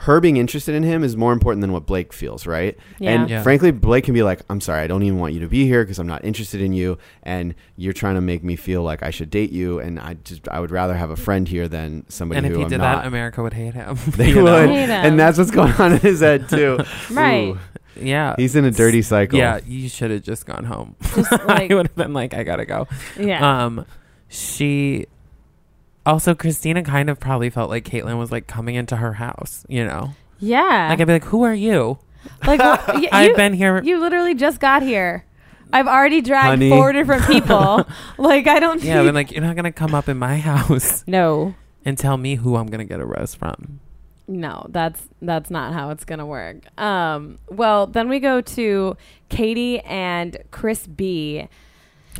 A: her being interested in him is more important than what Blake feels, right?
B: Yeah.
A: And
D: Yeah.
A: frankly, Blake can be like, "I'm sorry, I don't even want you to be here because I'm not interested in you, and you're trying to make me feel like I should date you, and I just I would rather have a friend here than somebody
D: and if
A: who
D: he
A: I'm
D: did
A: not."
D: that, America would hate him. <laughs>
A: they
D: you know?
A: would,
B: Hate him.
A: and that's what's going on in his head too.
B: <laughs> Right.
A: Ooh,
D: Yeah.
A: he's in a dirty cycle.
D: Yeah, you should have just gone home.
B: Just
D: <laughs> I
B: like
D: would have been like, I gotta go.
B: yeah.
D: Um, she also Christina kind of probably felt like Caitlyn was like coming into her house. You know,
B: yeah.
D: like I'd be like, who are you?
B: Like
D: <laughs>
B: well, y-
D: I've
B: you-
D: been here.
B: You literally just got here. I've already dragged
A: Honey.
B: four
A: <laughs>
B: different people. like I don't.
D: yeah,
B: need-
D: but like you're not gonna come up in my house
B: no,
D: and tell me who I'm gonna get a rose from.
B: no, that's that's not how it's gonna work. Um. Well, then we go to Katie and Chris B.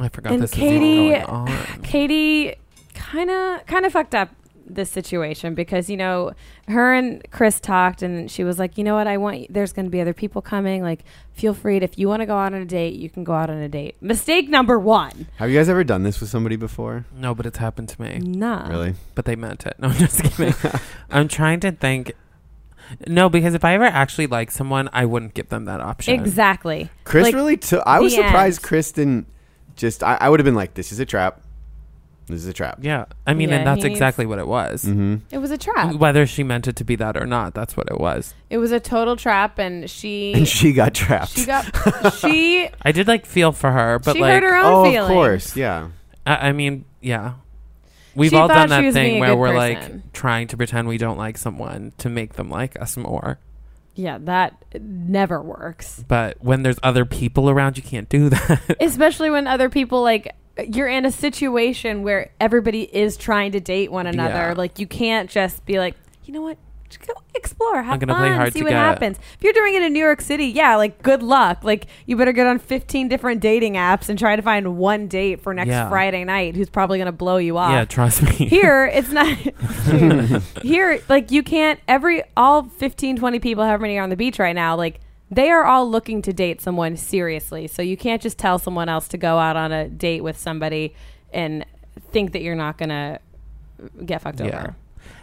D: I forgot
B: and
D: this
B: Katie,
D: is even going on.
B: Katie, kind of, kind of fucked up this situation because you know her and Chris talked, and she was like, you know what, I want. There's going to be other people coming. Like, feel free to, if you want to go out on a date, you can go out on a date. Mistake number one.
A: Have you guys ever done this with somebody before?
D: No, but it's happened to me.
B: Nah.
A: Really?
D: But they meant it. <laughs> No, I'm just kidding. I'm trying to think. No, because if I ever actually liked someone, I wouldn't give them that option.
B: Exactly.
A: Chris
B: Like,
A: really took. I was
B: the
A: surprised
B: end.
A: Chris didn't just. I, I would have been like, this is a trap. This is a trap.
D: Yeah. I mean,
B: Yeah,
D: and that's
B: he needs-
D: exactly what it was.
B: It was a trap.
D: Whether she meant it to be that or not, that's what it was.
B: It was a total trap, and she
A: And <laughs> she got trapped.
B: she
D: <laughs>
B: got she
D: I did like feel for her, but
B: she hurt
D: like,
B: her own
A: oh,
B: feelings.
A: of course. Yeah.
D: I, I mean, yeah. We've
B: She
D: all
B: thought she
D: done that
B: was
D: thing
B: being a
D: where
B: good
D: we're
B: person.
D: like trying to pretend we don't like someone to make them like us more.
B: Yeah, that never works.
D: But when there's other people around, you can't do <laughs> that.
B: Especially when other people like you're in a situation where everybody is trying to date one another.
D: Yeah.
B: Like you can't just be like, you know what? Just go explore, have
D: gonna
B: fun,
D: play hard
B: see
D: to
B: what
D: get."
B: happens. If you're doing it in New York City, yeah, like good luck. Like you better get on 15 different dating apps and try to find one date for next
D: Yeah.
B: Friday night who's probably going to blow you off.
D: yeah, trust me.
B: here it's not <laughs> here like you can't every all 15 20 people however many are on the beach right now like they are all looking to date someone seriously so you can't just tell someone else to go out on a date with somebody and think that you're not gonna get fucked
D: Yeah.
B: over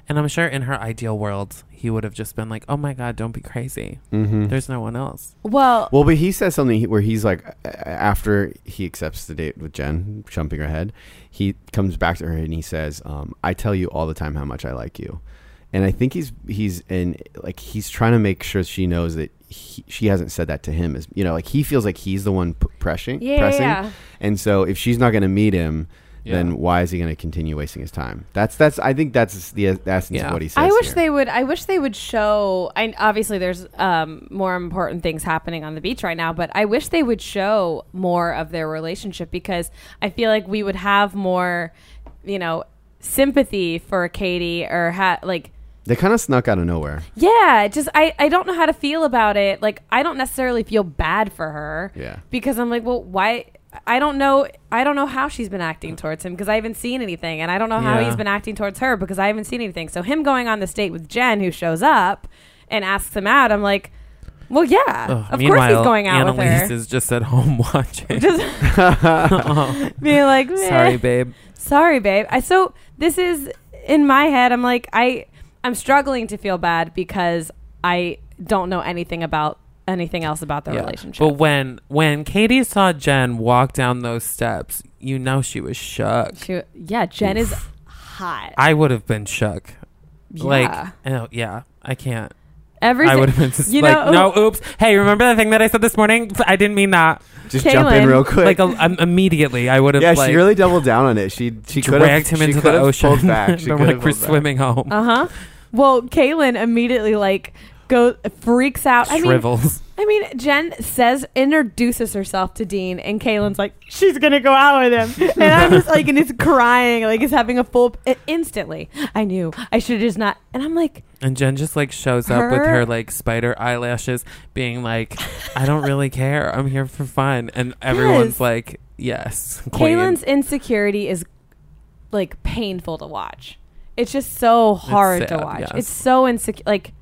D: And I'm sure in her ideal world, he would have just been like, oh my God, don't be crazy.
A: Mm-hmm.
D: There's no one else.
B: well
A: Well, but he says something he- where he's like, a- a- after he accepts the date with Jen, jumping her head, he comes back to her and he says, um, "I tell you all the time how much I like you," and I think he's he's in like he's trying to make sure she knows that he, she hasn't said that to him. As you know, like he feels like he's the one p- pressing,
B: Yeah, yeah,
A: pressing,
B: yeah.
A: and so if she's not going to meet him.
D: Yeah.
A: Then why is he going to continue wasting his time? That's that's. I think that's the essence
D: Yeah.
A: of what he says.
B: I wish
A: here.
B: they would. I wish they would show. I obviously there's um, more important things happening on the beach right now, but I wish they would show more of their relationship because I feel like we would have more, you know, sympathy for Katie or ha- like.
A: they kind of snuck out of nowhere.
B: Yeah, just I, I don't know how to feel about it. Like I don't necessarily feel bad for her.
A: Yeah.
B: Because I'm like, well, why I don't know I don't know how she's been acting towards him because I haven't seen anything and I don't know how
D: Yeah.
B: he's been acting towards her because I haven't seen anything. So him going on this date with Jen who shows up and asks him out, I'm like, well, yeah.
D: Ugh,
B: of course he's going out <laughs>
D: Annalise
B: with her.
D: is just at home <laughs> watching.
B: Being like,
D: Sorry,
B: "Meh."
D: babe.
B: sorry babe i so this is in my head i'm like i i'm struggling to feel bad because i don't know anything about anything else about their
D: Yeah.
B: relationship
D: But when when Katie saw Jen walk down those steps, you know she was shook.
B: She- yeah jen is hot
D: I would have been shook.
B: Yeah.
D: Like, oh, yeah, I can't.
B: every
D: I
B: si-
D: would have been just
B: you
D: like,
B: know
D: no, oops. Hey, remember that thing that I said this morning? I didn't mean that.
A: Just jump in
B: Kaylin,
A: real quick.
D: Like, a, um, immediately, I would have
A: Yeah,
D: like,
A: she really doubled down on it. She she could
D: dragged him into the ocean. <laughs>
A: Back. She
D: But
A: could've
D: like, we're
A: pulled back.
D: swimming home.
B: uh-huh well kaylin immediately like go freaks out i mean
D: Shrivels.
B: I mean, Jen says introduces herself to Dean, and Kaylin's like, she's gonna go out with
D: <laughs>
B: him, and I'm just like, and he's crying, like he's having a full instantly. I knew I should have just not, and I'm like,
D: And Jen just like shows up with
B: Her-
D: her like spider eyelashes, being like, "I don't really care. I'm here for fun." And everyone's
B: Yes.
D: like, "Yes, queen."
B: Kaylin's insecurity is like painful to watch. It's just so hard to
D: sad,
B: watch.
D: yes.
B: It's so insecure. Like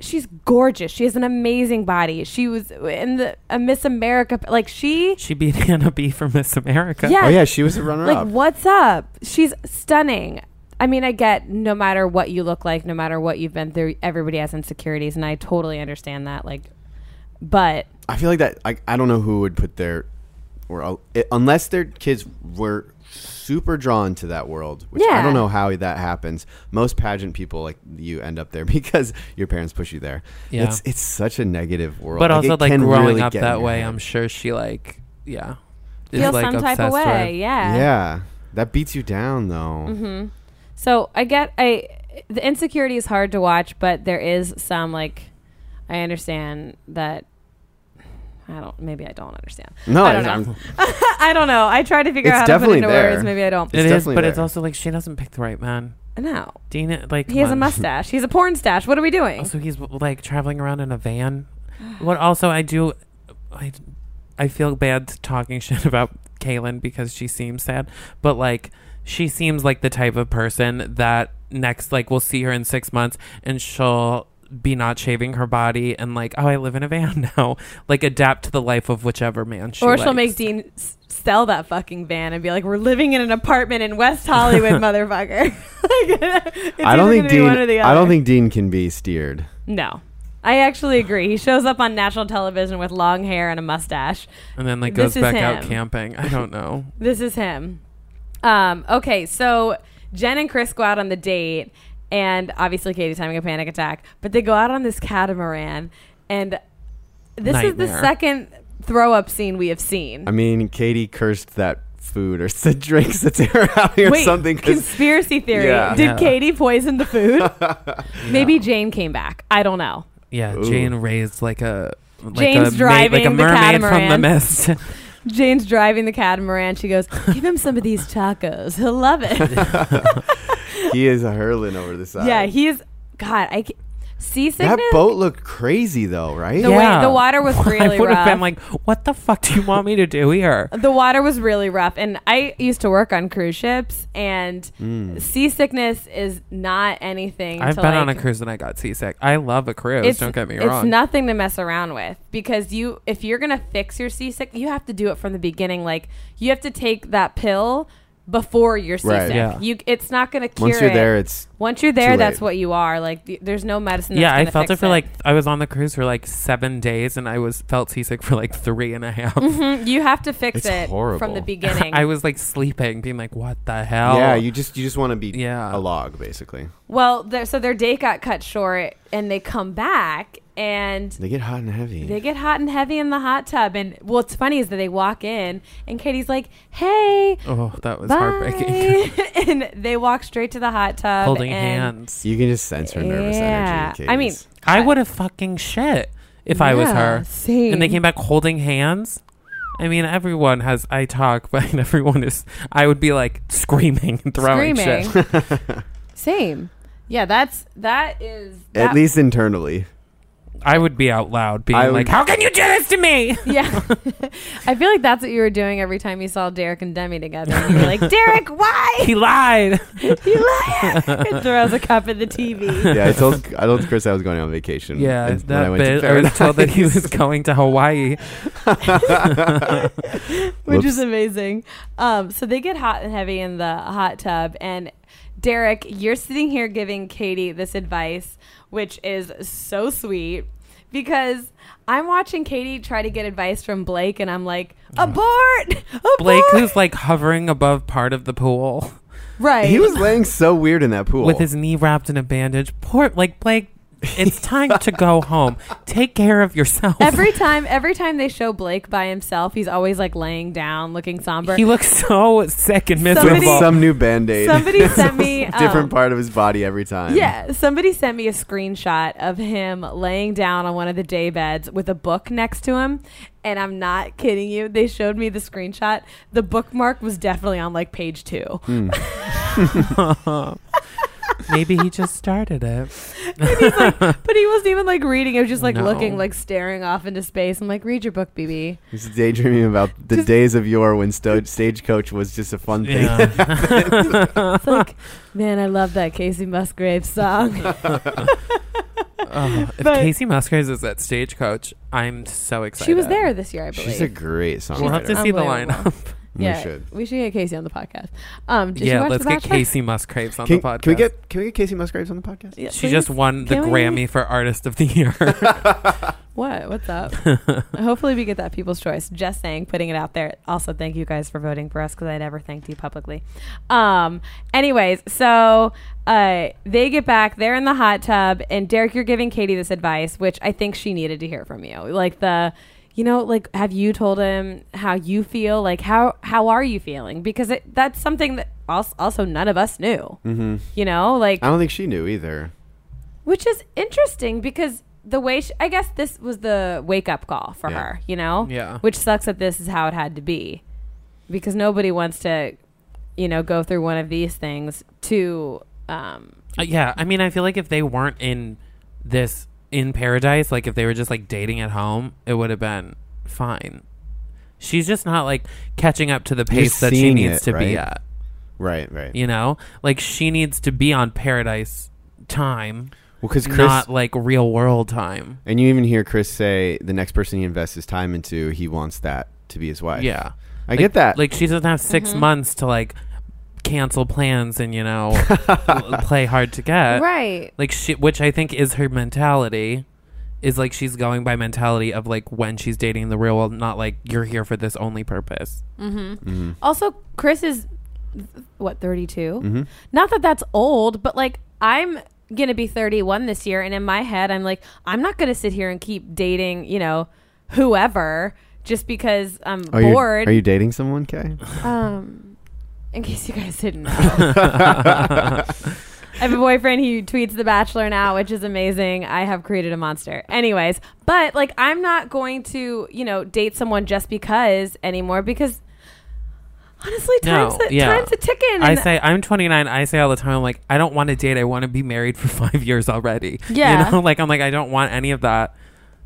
B: she's gorgeous. She has an amazing body. She was in the a Miss America. Like she,
D: she beat Hannah B for Miss America.
B: yeah,
A: Oh yeah, she was a runner
B: like
A: up.
B: what's up? She's stunning. I mean, I get no matter what you look like, no matter what you've been through, everybody has insecurities, and I totally understand that. Like, but
A: I feel like that. I, I don't know who would put their or uh, it, unless their kids were super drawn to that world. Which I
B: Yeah.
A: don't know how that happens. Most pageant people like you end up there <laughs> because your parents push you there.
D: Yeah.
A: It's it's such a negative world.
D: but also
A: it
D: like
A: can
D: growing
A: really
D: up
A: get in
D: that
A: your
D: way,
A: head.
D: I'm sure she like, yeah, is,
B: feel some type of
D: obsessed with-
B: way. Yeah. Mm-hmm.
A: Yeah, that beats you down though.
B: So I get I the insecurity is hard to watch, but there is some like I understand that I don't maybe I don't understand.
A: No,
B: I don't
A: it's-
B: know.
A: I'm-
B: I don't know. I try to figure
A: It's
B: out how to put
A: definitely
B: into
A: there.
B: words. Maybe I don't.
A: It's
D: It is,
A: definitely
D: but it's
A: there.
D: also like she doesn't pick the right man.
B: no,
D: Dina, like,
B: he has a
D: come on.
B: mustache. He's a porn stash. What are we doing?
D: So he's like traveling around in
B: <gasps>
D: a van. What also I do, I, I feel bad talking <laughs> shit about Kaylin because she seems sad, but like she seems like the type of person that next like we'll see her in six months and she'll be not shaving her body and like oh I live in a van <laughs> now like adapt to the life of whichever man she
B: or she'll
D: likes.
B: make Dean s- sell that fucking van and be like, "We're living in an apartment in West
A: <laughs>
B: Hollywood, motherfucker." <laughs> Like, it's
A: I don't think
B: either gonna be
A: Dean.
B: one or the
A: I don't
B: other.
A: think Dean can be steered.
B: No, I actually agree. He shows up on national television with long hair and a mustache.
D: and then like
B: This
D: goes
B: is
D: back out
B: him.
D: camping I
B: <laughs>
D: don't know
B: This is him. Um, okay, so Jen and Chris go out on the date, and obviously Katie's having a panic attack, but they go out on this catamaran, and this is the
D: Nightmare.
B: second throw up scene we have seen.
A: I mean, Katie cursed that food or <laughs> said drinks that they were having or
B: Wait,
A: something. 'cause- <laughs>
B: conspiracy theory.
A: Yeah.
B: Did
D: Yeah.
B: Katie poison
A: <laughs>
B: the food? Maybe Jane cane came back. I don't know.
D: yeah
A: Ooh.
D: Jane raised like a like
B: Jane's
D: a like a
B: driving the
D: mermaid from the
B: catamaran.
D: mist <laughs>
B: Jane's driving the catamaran. She goes, "Give him some of these tacos. He'll
A: <laughs>
B: love it."
A: he is hurling over the side.
B: yeah, he's God. I ca- seasickness.
A: that boat looked crazy though, right?
B: The way- the water
D: <laughs>
B: was really
D: I would have
B: rough.
D: been like, "What the fuck do you want me to
B: <laughs>
D: do here?"
B: the water was really rough and i used to work on cruise ships and
A: Mm.
B: seasickness is not anything
D: I've
B: to,
D: been on a
B: like-
D: cruise and I got seasick. I love a cruise.
B: it's,
D: don't get me
B: it's
D: wrong.
B: nothing to mess around with because you if you're gonna fix your seasick you have to do it from the beginning like you have to take that pill before you're seasick
A: Right.
D: Yeah.
B: you it's not gonna cure
A: Once you're
B: it.
A: there, it's
B: once you're there
A: too
B: that's
A: late.
B: what you are like th- there's no medicine
D: yeah,
B: that's
D: I
B: gonna
D: felt it
B: fix
D: for like I was on the cruise for like seven days and I was felt seasick for like three and a half. <laughs>
B: Mm, <laughs> you have to fix
A: It's
B: it from
A: horrible. <laughs>
B: the beginning
D: I was like sleeping, being like, "What the hell?"
A: yeah. You just you just want to be a
D: Yeah.
A: log basically.
B: well their- so their date got cut short and they come back and
A: They get hot and heavy.
B: They get hot and heavy in the hot tub. And what's funny is that they walk in, and Katie's like, "Hey,
D: oh, that was heartbreaking. <laughs>
B: bye," <laughs> and they walk straight to the hot tub,
D: Holding
B: and-
D: hands.
A: you can just sense her nervous
B: Yeah.
A: energy. in
B: I mean,
A: Katie's.
D: I would have fucking shit if I was
B: Yeah,
D: her.
B: same.
D: And they came back holding hands. I mean, everyone has. I talk, <laughs> but everyone is. I would be like screaming and throwing shit.
B: screaming. Same. Yeah, that's that is
A: at
B: that-
A: least
D: <laughs>
A: internally.
D: I would be out loud, being
A: I would-
D: like, "How can you do this to me?" <laughs>
B: Yeah, <laughs> I feel like that's what you were doing every time you saw Derek and Demi together. And you were like, Derek,
D: <laughs>
B: why?
A: <laughs>
D: He lied.
B: You liar! <laughs> And throws a cup at the TV.
A: Yeah, I told I told Chris I was going on vacation.
D: Yeah,
A: and when I
D: that
A: went to
D: bit. I was told that he was going to Hawaii.
B: which is
A: Whoops.
B: amazing. Um, so they get hot and heavy in the hot tub, and Derek, you're sitting here giving Katie this advice, which is so sweet because I'm watching Katie try to get advice from Blake, and I'm like,
A: Mm-hmm.
B: abort, abort.
D: Blake, who's like hovering above part of the pool
A: <laughs>
B: right?
A: He was laying so weird in that pool.
D: with his knee wrapped in a bandage. Poor, like Blake.
B: <laughs>
D: It's time to go home. Take care of yourself.
B: <laughs> every time, every time they show Blake by himself, he's always like laying down, looking somber.
D: he looks so sick and
A: with
D: miserable.
B: somebody-
A: some new band aid.
B: Somebody sent me
A: <laughs> different
B: um,
A: part of his body every time.
B: Yeah, somebody sent me a screenshot of him laying down on one of the day beds with a book next to him. And I'm not kidding you. They showed me the screenshot. The bookmark was definitely on like page two.
D: Hmm.
B: <laughs>
D: Maybe he just started it.
B: But he wasn't even like reading. He was just like
D: No.
B: looking, like staring off into space. I'm like, read your book, BB.
A: He's daydreaming about the
B: Just-
A: days of yore when sto- stagecoach was just a fun thing. <laughs>
D: Yeah.
B: It's
D: <laughs>
B: like, man, I love that Casey Musgrave song.
D: Oh, if
B: But-
D: Casey Musgraves is at stagecoach, I'm so excited.
B: she was there this year, I believe.
A: She's a great songwriter.
D: We'll have to see the
B: Unbelievable.
D: lineup.
A: We
B: yeah,
A: should.
B: We should get Casey on the podcast. Um, did you
D: yeah,
B: watch
D: let's
B: the
D: get
B: Bachelor?
D: Casey Musgraves on
A: Can,
D: the podcast.
A: can we get can we get Casey Musgraves on the podcast?
B: Yeah,
D: She
B: please.
D: just won the
B: Can we-
D: Grammy for Artist of
B: <laughs>
D: the Year. Uh,
B: What? What's up? Hopefully, we get that people's choice. Just saying, putting it out there. Also, thank you guys for voting for us because I never thanked you publicly. Um. Anyways, so uh, they get back. They're in the hot tub, and Derek, you're giving Katie this advice, which I think she needed to hear from you. Like the, you know, like have you told him how you feel? Like how how are you feeling? Because it, that's something that also, also none of us knew. Mm-hmm. You know, like
A: I don't think she knew either.
B: which is interesting because the way she, I guess this was the wake up call for
A: Yeah.
B: her, you know?
D: Yeah.
B: Which sucks that this is how it had to be because nobody wants to, you know, go through one of these things to, um,
D: Uh, yeah, I mean, I feel like if they weren't in this in paradise, like if they were just like dating at home, it would have been fine. She's just not like catching up to the pace
A: just
D: that she
A: seeing
D: needs
A: it,
D: to
A: right?
D: be at.
A: Right, right.
D: You know, like she needs to be on Paradise time,
A: Well, because Chris
D: not like real world time.
A: and you even hear Chris say the next person he invests his time into, he wants that to be his wife.
D: Yeah,
A: I get that.
D: Like she doesn't have 6
B: Mm-hmm.
D: months to like cancel plans and you know
A: <laughs>
D: l- play hard to
A: Uh,
D: get.
B: right.
D: like she, which I think is her mentality, is like she's going by mentality of like when she's dating in the real world, not like you're here for this only purpose.
B: Also, Chris is what 32.
A: Mm-hmm.
B: Not that that's old, but like I'm gonna be 31 this year, and in my head, I'm like, I'm not gonna sit here and keep dating, you know, whoever just because I'm
A: Are you,
B: bored.
A: are you dating someone,
D: <laughs>
A: Kay? <laughs>
B: um, in case you guys didn't know, I have a boyfriend who tweets The Bachelor now, which is amazing. I have created a monster. Anyways, but like, I'm not going to, you know, date someone just because anymore because honestly,
D: No,
B: time's, a,
D: yeah.
B: time's a ticking.
D: I
B: and-
D: say I'm 29. I say all the time, I'm like I don't want to date. I want to be married for <laughs> five years already.
B: Yeah.
D: you know, <laughs> like I'm like I don't want any of that.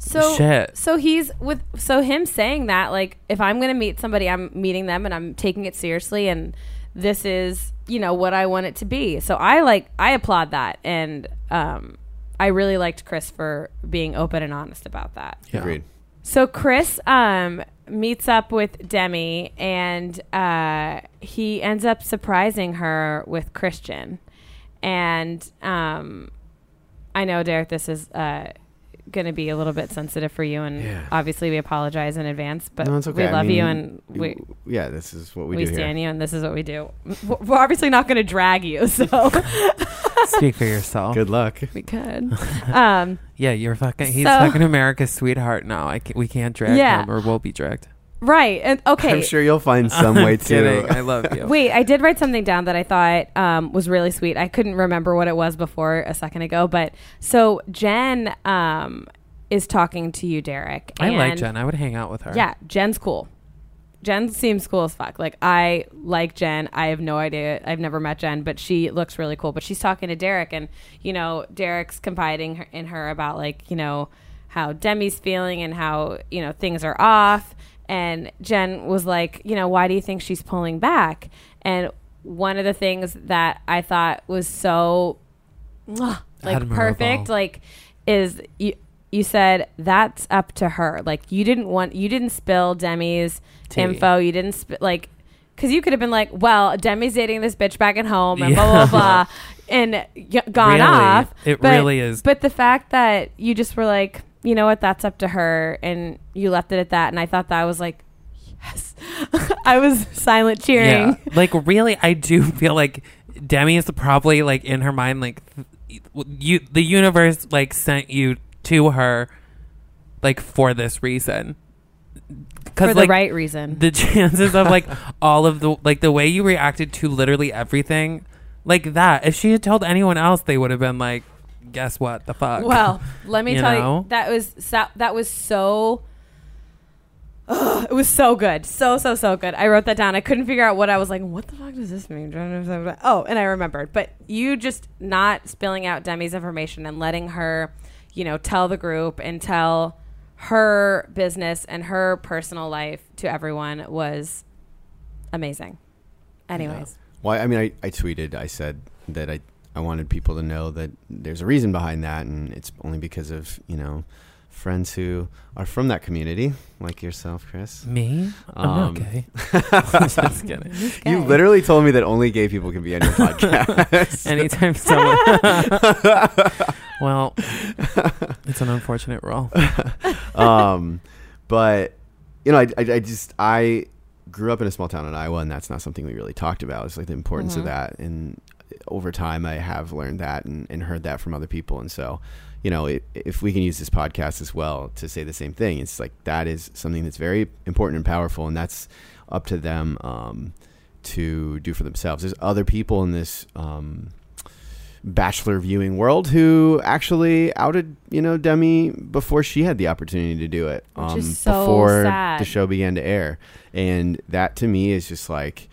B: So
D: Shit.
B: so he's with so him saying that like if I'm going to meet somebody I'm meeting them and I'm taking it seriously and this is you know what I want it to be. So I like I applaud that and um I really liked Chris for being open and honest about that.
D: Yeah.
A: Agreed.
B: So Chris um meets up with Demi and uh he ends up surprising her with Christian. And um I know Derek this is uh going to be a little bit sensitive for you and
A: Yeah.
B: obviously we apologize in advance but
A: No, it's okay.
B: we
A: I
B: love
A: mean,
B: you and we
A: yeah, this is what we,
B: we,
A: do here.
B: stand you and this is what we do. We're we're obviously not going to drag you <laughs> so
D: Speak
A: <laughs>
D: for yourself.
A: Good luck.
B: we could. <laughs> Um
D: Yeah, you're fucking. He's
B: So-
D: fucking America's sweetheart now. I can, we can't drag
B: Yeah.
D: him or we'll be dragged.
B: right. And
A: <laughs>
B: okay.
A: I'm sure you'll find
B: <laughs>
A: some
D: I'm
A: way
D: kidding.
A: to.
D: I love you.
B: Wait, I did write something down that I thought um, was really sweet. I couldn't remember what it was before a second ago, but so Jen um, is talking to you, Derek.
D: I like
B: and-
D: Jen. I would hang out with her.
B: Yeah, Jen's cool. Jen seems cool as fuck. Like I like Jen. I have no idea. I've never met Jen, but she looks really cool. But she's talking to Derek, and you know, Derek's confiding her, in her about like you know how Demi's feeling and how you know things are off. And Jen was like, you know, why do you think she's pulling back? And one of the things that I thought was so mwah, like
D: Admirable.
B: perfect, like is you you said that's up to her. Like you didn't want you didn't spill Demi's
D: Tea.
B: info. You didn't sp- like because you could have been like, well, Demi's dating this bitch back at home and blah blah
D: Yeah.
B: blah, <laughs> and y- gone
D: Really,
B: off.
D: it
B: But-
D: really is.
B: But the fact that you just were like, you know what, that's up to her, and you left it at that, and I thought that was like. <laughs> Yes. I was silent cheering.
D: Yeah. <laughs> Like really, I do feel like Demi is probably like in her mind, like th- you, the universe like sent you to her, like for this reason,
B: <laughs> for
D: because
B: the
D: like
B: right reason.
D: the chances of like all of the like the way you reacted to literally everything, like that. If she had told anyone else, they would have been like, guess what, the fuck.
B: Well, let me
D: You
B: tell
D: know?
B: you that was so, that was so. Ugh, it was so good, so so so good. I wrote that down. I couldn't figure out what I was like. What the fuck does this mean? Oh, and I remembered. But you just not spilling out Demi's information and letting her, you know, tell the group and tell her business and her personal life to everyone was amazing. Anyways,
A: Well, I mean, I, I tweeted, I said that I, I wanted people to know that there's a reason behind that, and it's only because of, you know, friends who are from that community, like yourself, Chris.
D: <laughs> me, I'm
A: Um,
D: not gay. <laughs> Just kidding.
A: You literally told me that only gay people can be on your <laughs> podcast.
D: Anytime someone. well, it's an unfortunate role.
A: um, but you know, I, I, I just I grew up in a small town in Iowa, and that's not something we really talked about. It's like the importance of that, and over time, I have learned that and, and heard that from other people, and so you know, i if we can use this podcast as well to say the same thing, it's like that is something that's very important and powerful, and that's up to them um, to do for themselves. There's other people in this. Um, bachelor viewing world who actually outed you know Demi before she had the opportunity to do it um,
B: Which is so
A: before
B: sad.
A: the show began to air and that to me is just like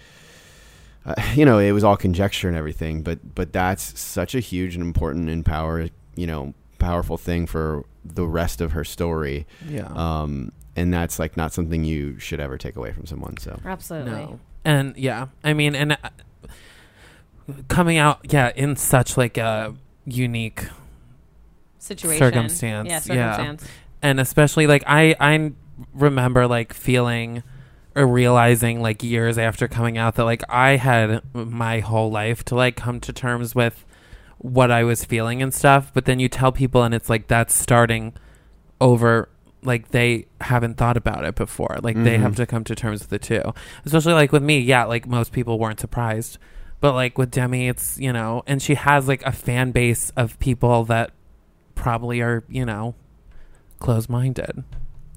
A: uh, <laughs> you know it was all conjecture and everything but but that's such a huge and important and power you know powerful thing for the rest of her story
D: Yeah.
A: um and that's like not something you should ever take away from someone. So
B: Absolutely.
D: No. And yeah, I mean, and uh, coming out, yeah, in such like a unique
B: Situation.
D: Circumstance,
B: Yeah,
D: yeah.
B: circumstance.
D: and especially like I I remember like feeling or realizing like years after coming out that like I had my whole life to like come to terms with what I was feeling and stuff, but then you tell people and it's like that's starting over like they haven't thought about it before. Like they have to come to terms with it too. Especially like with me, yeah, like most people weren't surprised. But like with Demi, it's, you know, and she has like a fan base of people that probably are, you know, close minded.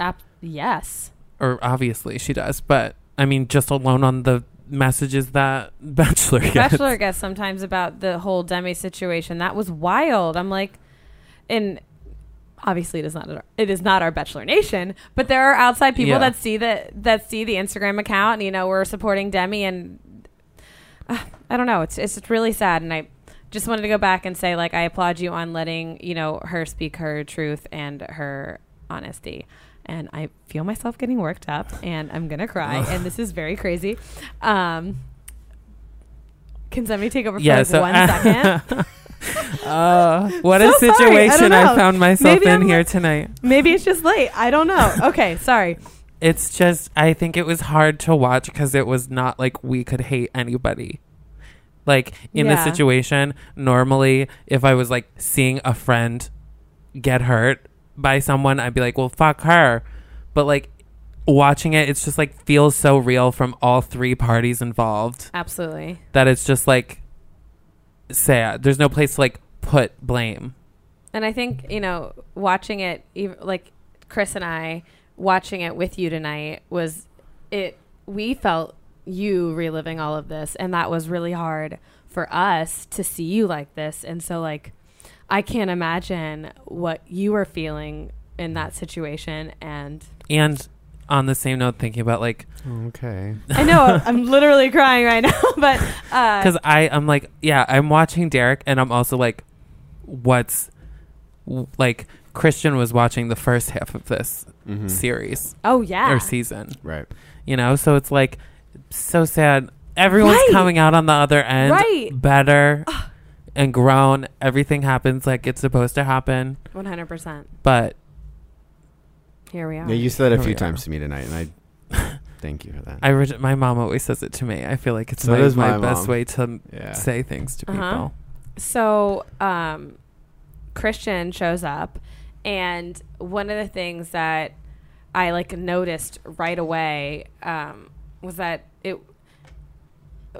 B: Ap- yes.
D: Or obviously she does, but I mean, just alone on the messages that <laughs> Bachelor gets.
B: Bachelor guest sometimes about the whole Demi situation. That was wild. I'm like, and obviously it is not our, it is not our Bachelor Nation, but there are outside people
D: Yeah.
B: that see the that see the Instagram account. And, you know, we're supporting Demi, and uh, I don't know. It's it's really sad, and I just wanted to go back and say like I applaud you on letting you know her speak her truth and her honesty. And I feel myself getting worked up, and I'm gonna
D: <laughs>
B: cry. and this is very crazy. Um, can somebody take over for
D: Yeah,
B: like
D: so- <laughs>
B: one second?
D: Uh, what a
B: So sorry, I don't
D: situation I,
B: know.
D: found myself
B: Maybe
D: in
B: I'm
D: here
B: like-
D: tonight.
B: Maybe it's just late. I don't know. Okay, sorry.
D: It's just, I think it was hard to watch because it was not like we could hate anybody. Like in
B: Yeah.
D: this situation, normally if I was like seeing a friend get hurt by someone, I'd be like, well, fuck her. But like watching it, it's just like feels so real from all three parties involved.
B: Absolutely.
D: that it's just like sad. There's no place to like put blame.
B: And I think, you know, watching it, ev- like Chris and I watching it with you tonight was it, we felt you reliving all of this. And that was really hard for us to see you like this. And so, like, I can't imagine what you were feeling in that situation. And
D: And on the same note, thinking about like,
A: okay,
B: I know I'm literally crying right now, <laughs> but uh,
D: because I I'm like, yeah, I'm watching Derek, and I'm also like, what's w- like Christian was watching the first half of this
A: Mm-hmm.
D: series
B: oh, yeah.
D: or season,
A: right.
D: you know, so it's like so sad. Everyone's
B: Right.
D: coming out on the other end
B: Right.
D: better and grown. Everything happens like it's supposed to happen,
B: 100%.
D: but
B: Here we are.
A: Oh, Yeah, you said that a
D: Here
A: few
D: we are.
A: times to me tonight, and <laughs> I thank you for that.
D: I re- my mom always says it to me. I feel like it's
A: So
D: my,
A: does
D: my,
A: my
D: best
A: mom.
D: way to
A: yeah,
D: say things to
B: Uh-huh.
D: people.
B: so um, Christian shows up, and one of the things that I like noticed right away um, was that it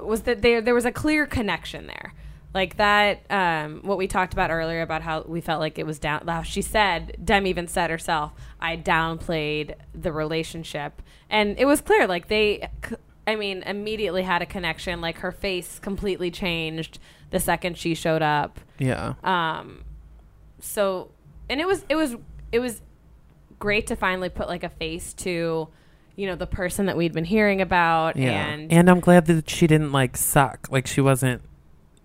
B: was that there there was a clear connection there. Like that, um, what we talked about earlier about how we felt like it was down. How she said, Dem even said herself, I downplayed the relationship, and it was clear. Like they, c- I mean, immediately had a connection. Like her face completely changed the second she showed up.
D: Yeah.
B: Um, so, and it was it was it was great to finally put like a face to, you know, the person that we'd been hearing about,
D: yeah.
B: and
D: And, I'm glad that she didn't like suck. Like she wasn't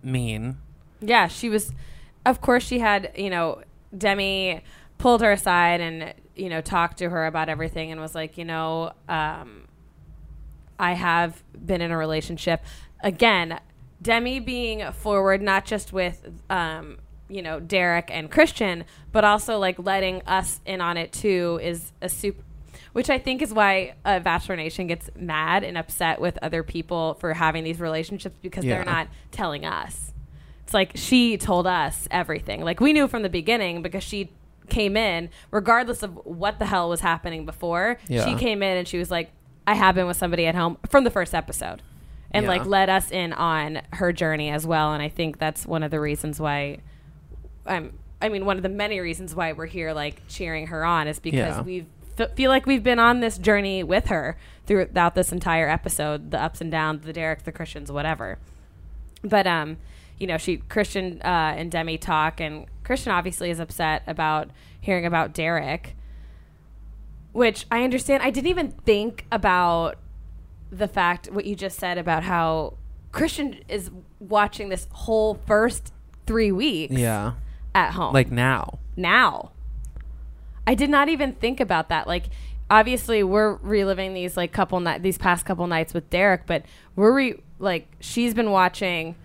D: mean.
B: Yeah, she was. Of course, she had you know Demi pulled her aside and you know talked to her about everything and was like, you know, um, I have been in a relationship. Again, Demi being forward, not just with um, you know Derek and Christian, but also like letting us in on it too is a super. Which I think is why uh, Bachelor Nation gets mad and upset with other people for having these relationships because
D: Yeah.
B: they're not telling us. It's like she told us everything. Like we knew from the beginning because she came in, regardless of what the hell was happening before.
D: Yeah.
B: She came in and she was like, "I have been with somebody at home" from the first episode, and
D: Yeah.
B: like let us in on her journey as well. And I think that's one of the reasons why I'm. I mean, one of the many reasons why we're here, like cheering her on, is because
D: Yeah.
B: we f- feel like we've been on this journey with her throughout this entire episode, the ups and downs, the Derek, the Christians, whatever but um you know she christian uh, and demi talk and christian obviously is upset about hearing about derek which i understand i didn't even think about the fact what you just said about how christian is watching this whole first three weeks
D: Yeah.
B: at home
D: Like now.
B: now. I did not even think about that. Like, obviously we're reliving these like couple night these past couple nights with Derek, but we're re- like she's been watching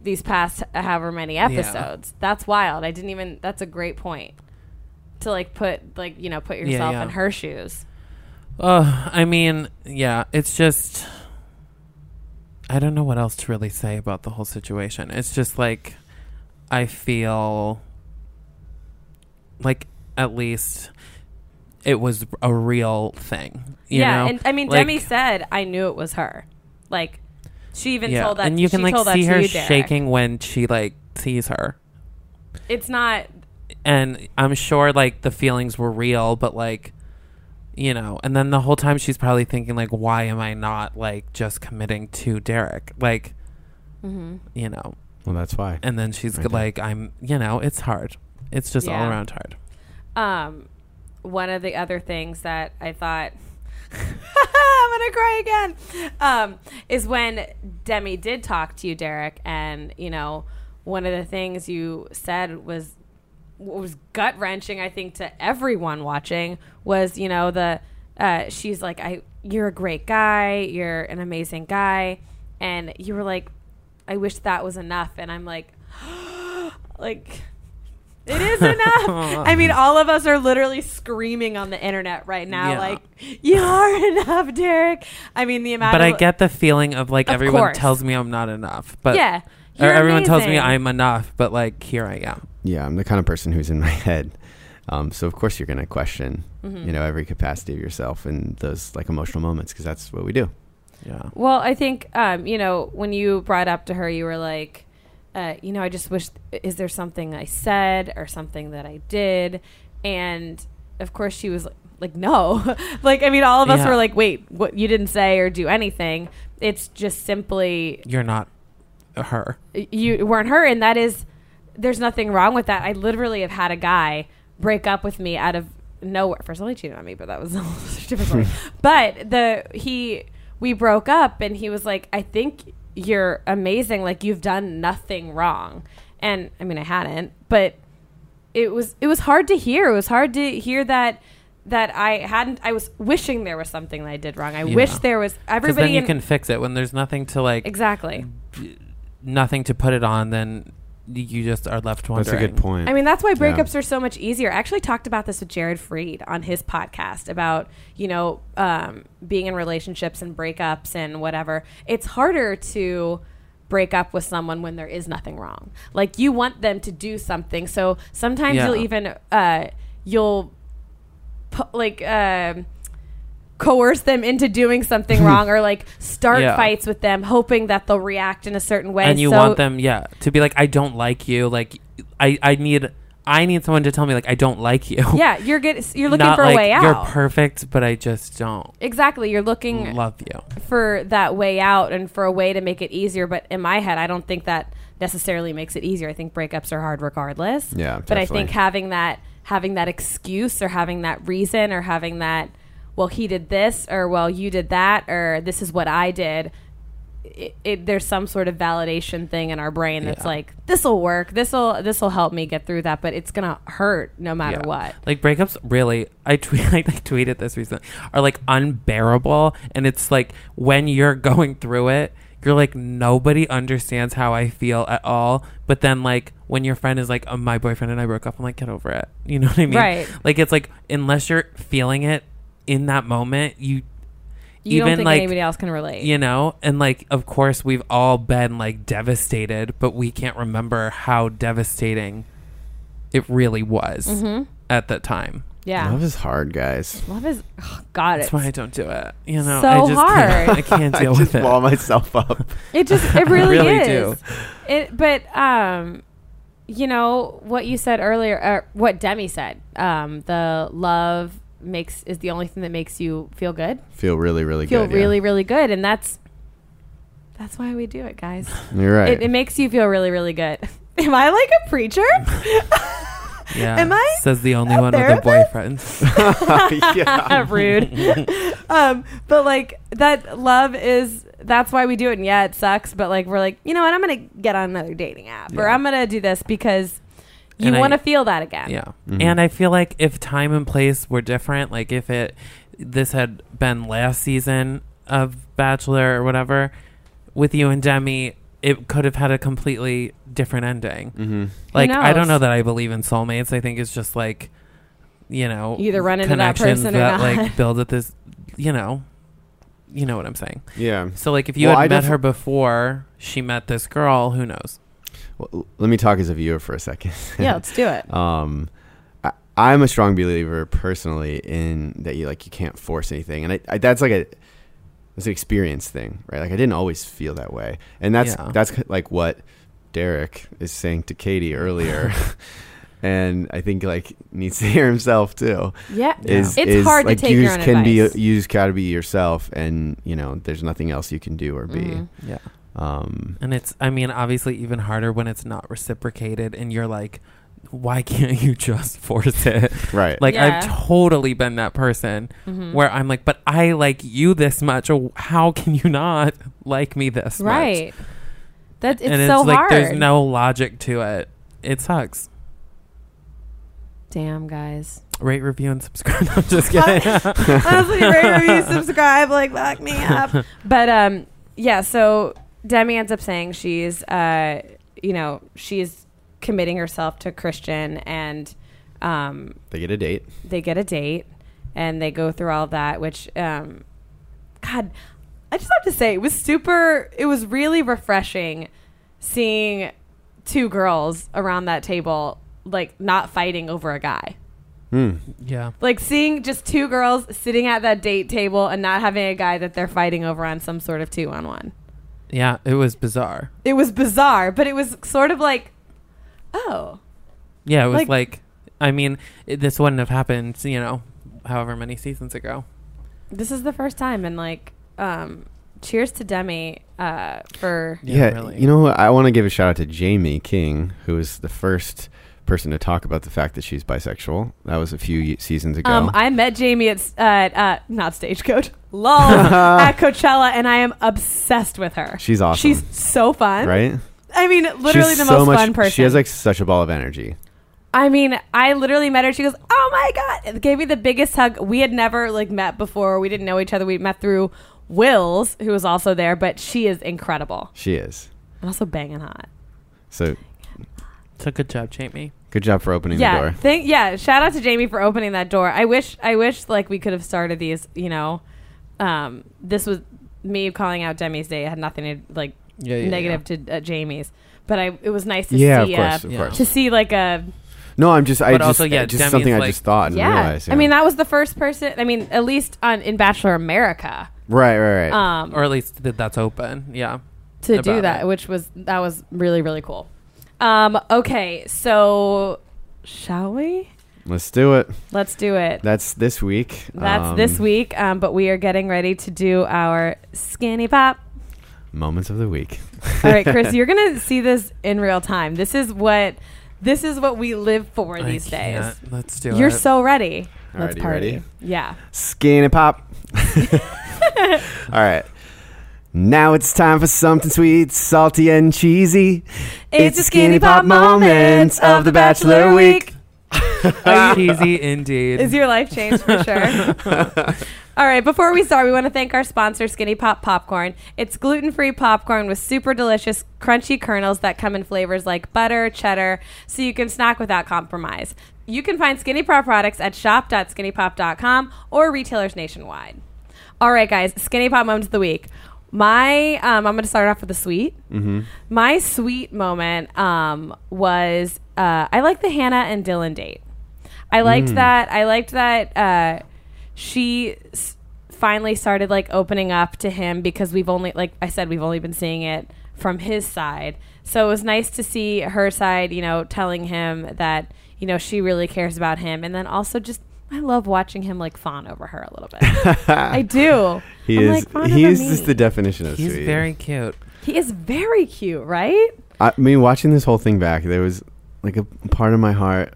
B: these past however many episodes. That's wild. I didn't even. That's a great point to like put like you know put yourself
D: yeah.
B: in her shoes.
D: Uh, I mean, yeah, it's just I don't know what else to really say about the whole situation. It's just like I feel like at least it was a real thing. You
B: yeah,
D: know?
B: and I mean
D: Like,
B: Demi said I knew it was her. Like she even
D: yeah,
B: told that.
D: and you can
B: she
D: like
B: told that
D: see
B: to
D: her
B: you, Derek.
D: shaking when she like sees her.
B: It's not.
D: and I'm sure like the feelings were real, but like, you know, and then the whole time she's probably thinking like, why am I not like just committing to Derek? Like,
B: Mm-hmm.
D: you know,
A: Well, that's why.
D: and then she's
A: Right.
D: like, I'm, you know, it's hard. It's just all
B: Yeah.
D: around hard.
B: Um, one of the other things that I thought <laughs> I'm gonna cry again um, is when Demi did talk to you, Derek, and you know one of the things you said was was gut wrenching. I think to everyone watching was you know the uh, she's like I you're a great guy, you're an amazing guy, and you were like I wish that was enough, and I'm like <gasps> like it is enough. I mean, all of us are literally screaming on the internet right now,
D: Yeah.
B: like, <laughs> you are enough, Derek. I mean, the amount
D: But
B: of.
D: I get the feeling of like
B: Of
D: everyone
B: course.
D: tells me I'm not enough, but
B: Yeah.
D: or
B: you're
D: everyone tells me
B: amazing.
D: I'm enough, but like here I am.
A: yeah, I'm the kind of person who's in my <laughs> head. Um, so of course you're going to question,
B: Mm-hmm.
A: you know, every capacity of yourself in those like emotional moments because that's what we do.
D: Yeah.
B: Well, I think, um, you know, when you brought up to her, you were like, uh, you know, I just wish, is there something I said or something that I did? And of course, she was like, no. <laughs> like, I mean, all of us
D: Yeah.
B: were like, wait, what? You didn't say or do anything. It's just simply
D: You're not her.
B: you weren't her and that is there's nothing wrong with that i literally have had a guy break up with me out of nowhere first of all he cheated on me but that was <laughs> a whole different story
D: <laughs>
B: but the he we broke up and he was like i think you're amazing like you've done nothing wrong and i mean i hadn't but it was it was hard to hear it was hard to hear that that i hadn't i was wishing there was something that i did wrong i wish there was
D: Because
B: everybody
D: then you
B: in-
D: can fix it when there's nothing to like,
B: exactly
D: nothing to put it on. Then you just are left wondering.
A: That's a good point.
B: I mean, that's why breakups are so much easier. I actually talked about this with Jared Freed on his podcast about, you know, um, being in relationships and breakups and whatever. It's harder to break up with someone when there is nothing wrong. Like, you want them to do something. So sometimes
D: Yeah.
B: you'll even, uh, you'll, pu- like, um coerce them into doing
D: <laughs>
B: something wrong or like start
D: Yeah.
B: fights with them hoping that they'll react in a certain way
D: and you
B: So-
D: want them yeah to be like i don't like you like i i need i need someone to tell me like i don't like you
B: yeah you're get, you're looking
D: Not
B: for a
D: like,
B: way out
D: you're perfect but i just don't
B: Exactly. You're looking
D: love you
B: for that way out and for a way to make it easier. But in my head, I don't think that necessarily makes it easier. I think breakups are hard regardless.
A: Yeah,
B: But I
A: definitely.
B: think having that having that excuse or having that reason or having that well he did this or well you did that or this is what I did. It, it, there's some sort of validation thing in our brain that's
D: Yeah.
B: like this will work. This will this will help me get through that. But it's gonna hurt no matter
D: yeah.
B: what.
D: like breakups really i tweet <laughs> I, like tweeted this recently are like unbearable and it's like when you're going through it you're like nobody understands how i feel at all but then like when your friend is like oh, my boyfriend and i broke up i'm like get over it <laughs> you know what i mean
B: Right.
D: like it's like unless you're feeling it in that moment you
B: You
D: even
B: don't think
D: like
B: anybody else can relate.
D: you know and like of course we've all been like devastated but we can't remember how devastating it really was
B: Mm-hmm.
D: at that time
B: yeah.
A: Love is hard,
B: <laughs>
A: guys.
B: Love is God.
D: that's
B: It's
D: why i don't do it you know
B: So
D: i just can't,
B: hard.
D: i
A: <laughs>
D: can't
A: I
D: deal
A: just
D: with it
A: wall myself up.
B: It just it really,
D: really
B: is. It but um you know what you said earlier or what Demi said. Um the love makes is the only thing that makes you feel good.
A: Feel really, really
B: Feel
A: good. yeah.
B: really really good and that's that's why we do it, guys.
A: You're right.
B: It, it makes you feel really really good. <laughs> Am I like a preacher?
D: yeah
B: Am I
D: says the only
B: a
D: one with a
B: therapist?
A: <laughs>
D: boyfriend <laughs>
A: yeah.
B: <laughs> Rude. um but like that love is that's why we do it and yeah, it sucks, but like we're like, you know what? I'm going to get on another dating app or
D: Yeah.
B: I'm going to do this because you
D: And I-
B: want to feel that again.
A: Mm-hmm.
D: yeah and i feel like if time and place were different like if it this had been last season of Bachelor or whatever, with you and Demi, it could have had a completely different ending. Mm-hmm. Like I don't
B: knows?
D: know that I believe in soulmates. I think it's just like you know
B: You either run into that
D: connections
B: person or
D: that
B: not. <laughs>
D: like build at this. You know, you know what I'm saying.
A: Yeah.
D: So like if you
A: Well,
D: had
A: I
D: met
A: def-
D: her before she met this girl, who knows?
A: Well, l- let me talk as a viewer for a second.
B: Yeah, let's do it.
A: um I, i'm a strong believer personally in that you like you can't force anything and I, I that's like a it's an experience thing right like i didn't always feel that way and that's
D: Yeah.
A: that's like what derek is saying to katie
D: <laughs>
A: earlier <laughs> and i think like needs to hear himself too
B: Yeah.
A: is
B: It's
A: is,
B: hard to
A: like
B: take
A: you
B: your
A: just
B: own
A: can
B: advice.
A: be you just gotta be yourself and you know there's nothing else you can do or be
B: Mhm.
D: Mm-hmm. Yeah.
A: um
D: And it's, I mean, obviously even harder when it's not reciprocated and you're like, why can't you just force it?
A: right
D: Like,
G: Yeah.
D: I've totally been that person
B: Mm-hmm.
D: where I'm like, but I like you this much. Oh, How can you not like me this much?
B: Right. That it's
D: and it's
B: so
D: like,
B: hard.
D: there's no logic to it. It sucks.
B: Damn, guys.
D: Rate, review, and subscribe. <laughs> I'm
B: <laughs>
D: just kidding.
B: Honestly, rate, review, subscribe, like lock me up. <laughs> But um, yeah. So Demi ends up saying she's uh, you know, she's committing herself to Christian, and um,
A: they get a date
B: they get a date and they go through all that which um god i just have to say it was super it was really refreshing seeing two girls around that table like not fighting over a guy
D: yeah.
B: like seeing just two girls sitting at that date table and not having a guy that they're fighting over on some sort of two on one
D: Yeah. It was bizarre.
B: it was bizarre but it was sort of like oh
D: Yeah. It was
B: Like-
D: like, I mean, it, this wouldn't have happened, you know, however many seasons ago.
B: this is the first time and like um cheers to demi uh for
A: Yeah, you know, what? I want to give a shout out to Jamie King, who is the first person to talk about the fact that she's bisexual. That was a few ye- seasons ago.
B: Um, I met Jamie at s- uh, at, uh, not stagecoach, <laughs>
A: <laughs>
B: lol, at Coachella, and I am obsessed with her.
A: she's awesome,
B: She's so fun,
A: right?
B: I mean, literally
A: she's
B: the
A: so
B: most
A: much-
B: fun person.
A: She has like such a ball of energy.
B: I mean, I literally met her. She goes, "Oh my god!" It gave me the biggest hug. We had never like met before. We didn't know each other. We met through Will's, who was also there, but she is incredible
A: She is.
B: and also banging hot.
A: So
D: So good job, Jamie.
A: good job for opening
B: yeah,
A: the door.
B: Thank, yeah. Shout out to Jamie for opening that door. I wish, I wish, like we could have started these. You know, um, this was me calling out Demi's day. It had nothing to like
D: Yeah, yeah,
B: negative to uh, Jamie's, but I it was nice to
A: yeah, of
B: see
A: course,
B: uh,
A: of
D: yeah.
A: course.
B: to see like a
A: No, I'm just, I
D: But
A: just,
D: also, yeah,
A: just
D: Demi's
A: something I
D: like-
A: just thought and
B: yeah.
A: realized.
B: I mean,
A: yeah.
B: that was the first person. I mean, at least on in Bachelor America,
A: right, right, right.
B: um,
D: or at least that that's open. Yeah.
B: to do
D: about
B: that,
D: it.
B: which was that was really really cool. Um, okay, so shall we?
A: Let's do it.
B: Let's do it.
A: That's this week.
B: That's
A: Um,
B: this week, um, but we are getting ready to do our skinny pop.
A: Moments of the week.
B: All right, Chris, you're gonna see this in real time. This is what this is what we live for
D: I
B: these days.
D: can't. Let's do it.
B: You're so ready.
A: All
B: Let's
A: right, you
B: party.
A: ready?
B: Yeah.
A: Skinny
B: <laughs>
A: pop. All right. Now it's time for something sweet, salty, and cheesy.
B: It's a Skinny Pop Moments of the Bachelor Week. <laughs>
D: cheesy indeed.
B: Is your life changed for sure? All right, before we start, we want to thank our sponsor, Skinny Pop Popcorn. It's gluten free popcorn with super delicious, crunchy kernels that come in flavors like butter, cheddar, so you can snack without compromise. You can find Skinny Pop products at shop.skinnypop.com or retailers nationwide. All right, guys, Skinny Pop Moments of the Week. My, um, I'm going to start off with a sweet. My sweet moment um, was uh, I like the Hannah and Dylan date. I
A: Mm.
B: liked that. I liked that uh, she s- finally started like opening up to him because we've only, like I said, we've only been seeing it from his side. So it was nice to see her side, you know, telling him that, you know, she really cares about him. And then also just, I love watching him like fawn over her a little
A: <laughs>
B: bit. I do.
A: He
B: I'm
A: is.
B: like, fawn
A: he
B: over
A: is
B: me.
A: just the definition of
D: He's
A: sweet.
D: very cute.
B: he is very cute, right?
A: I mean, watching this whole thing back, there was like a part of my heart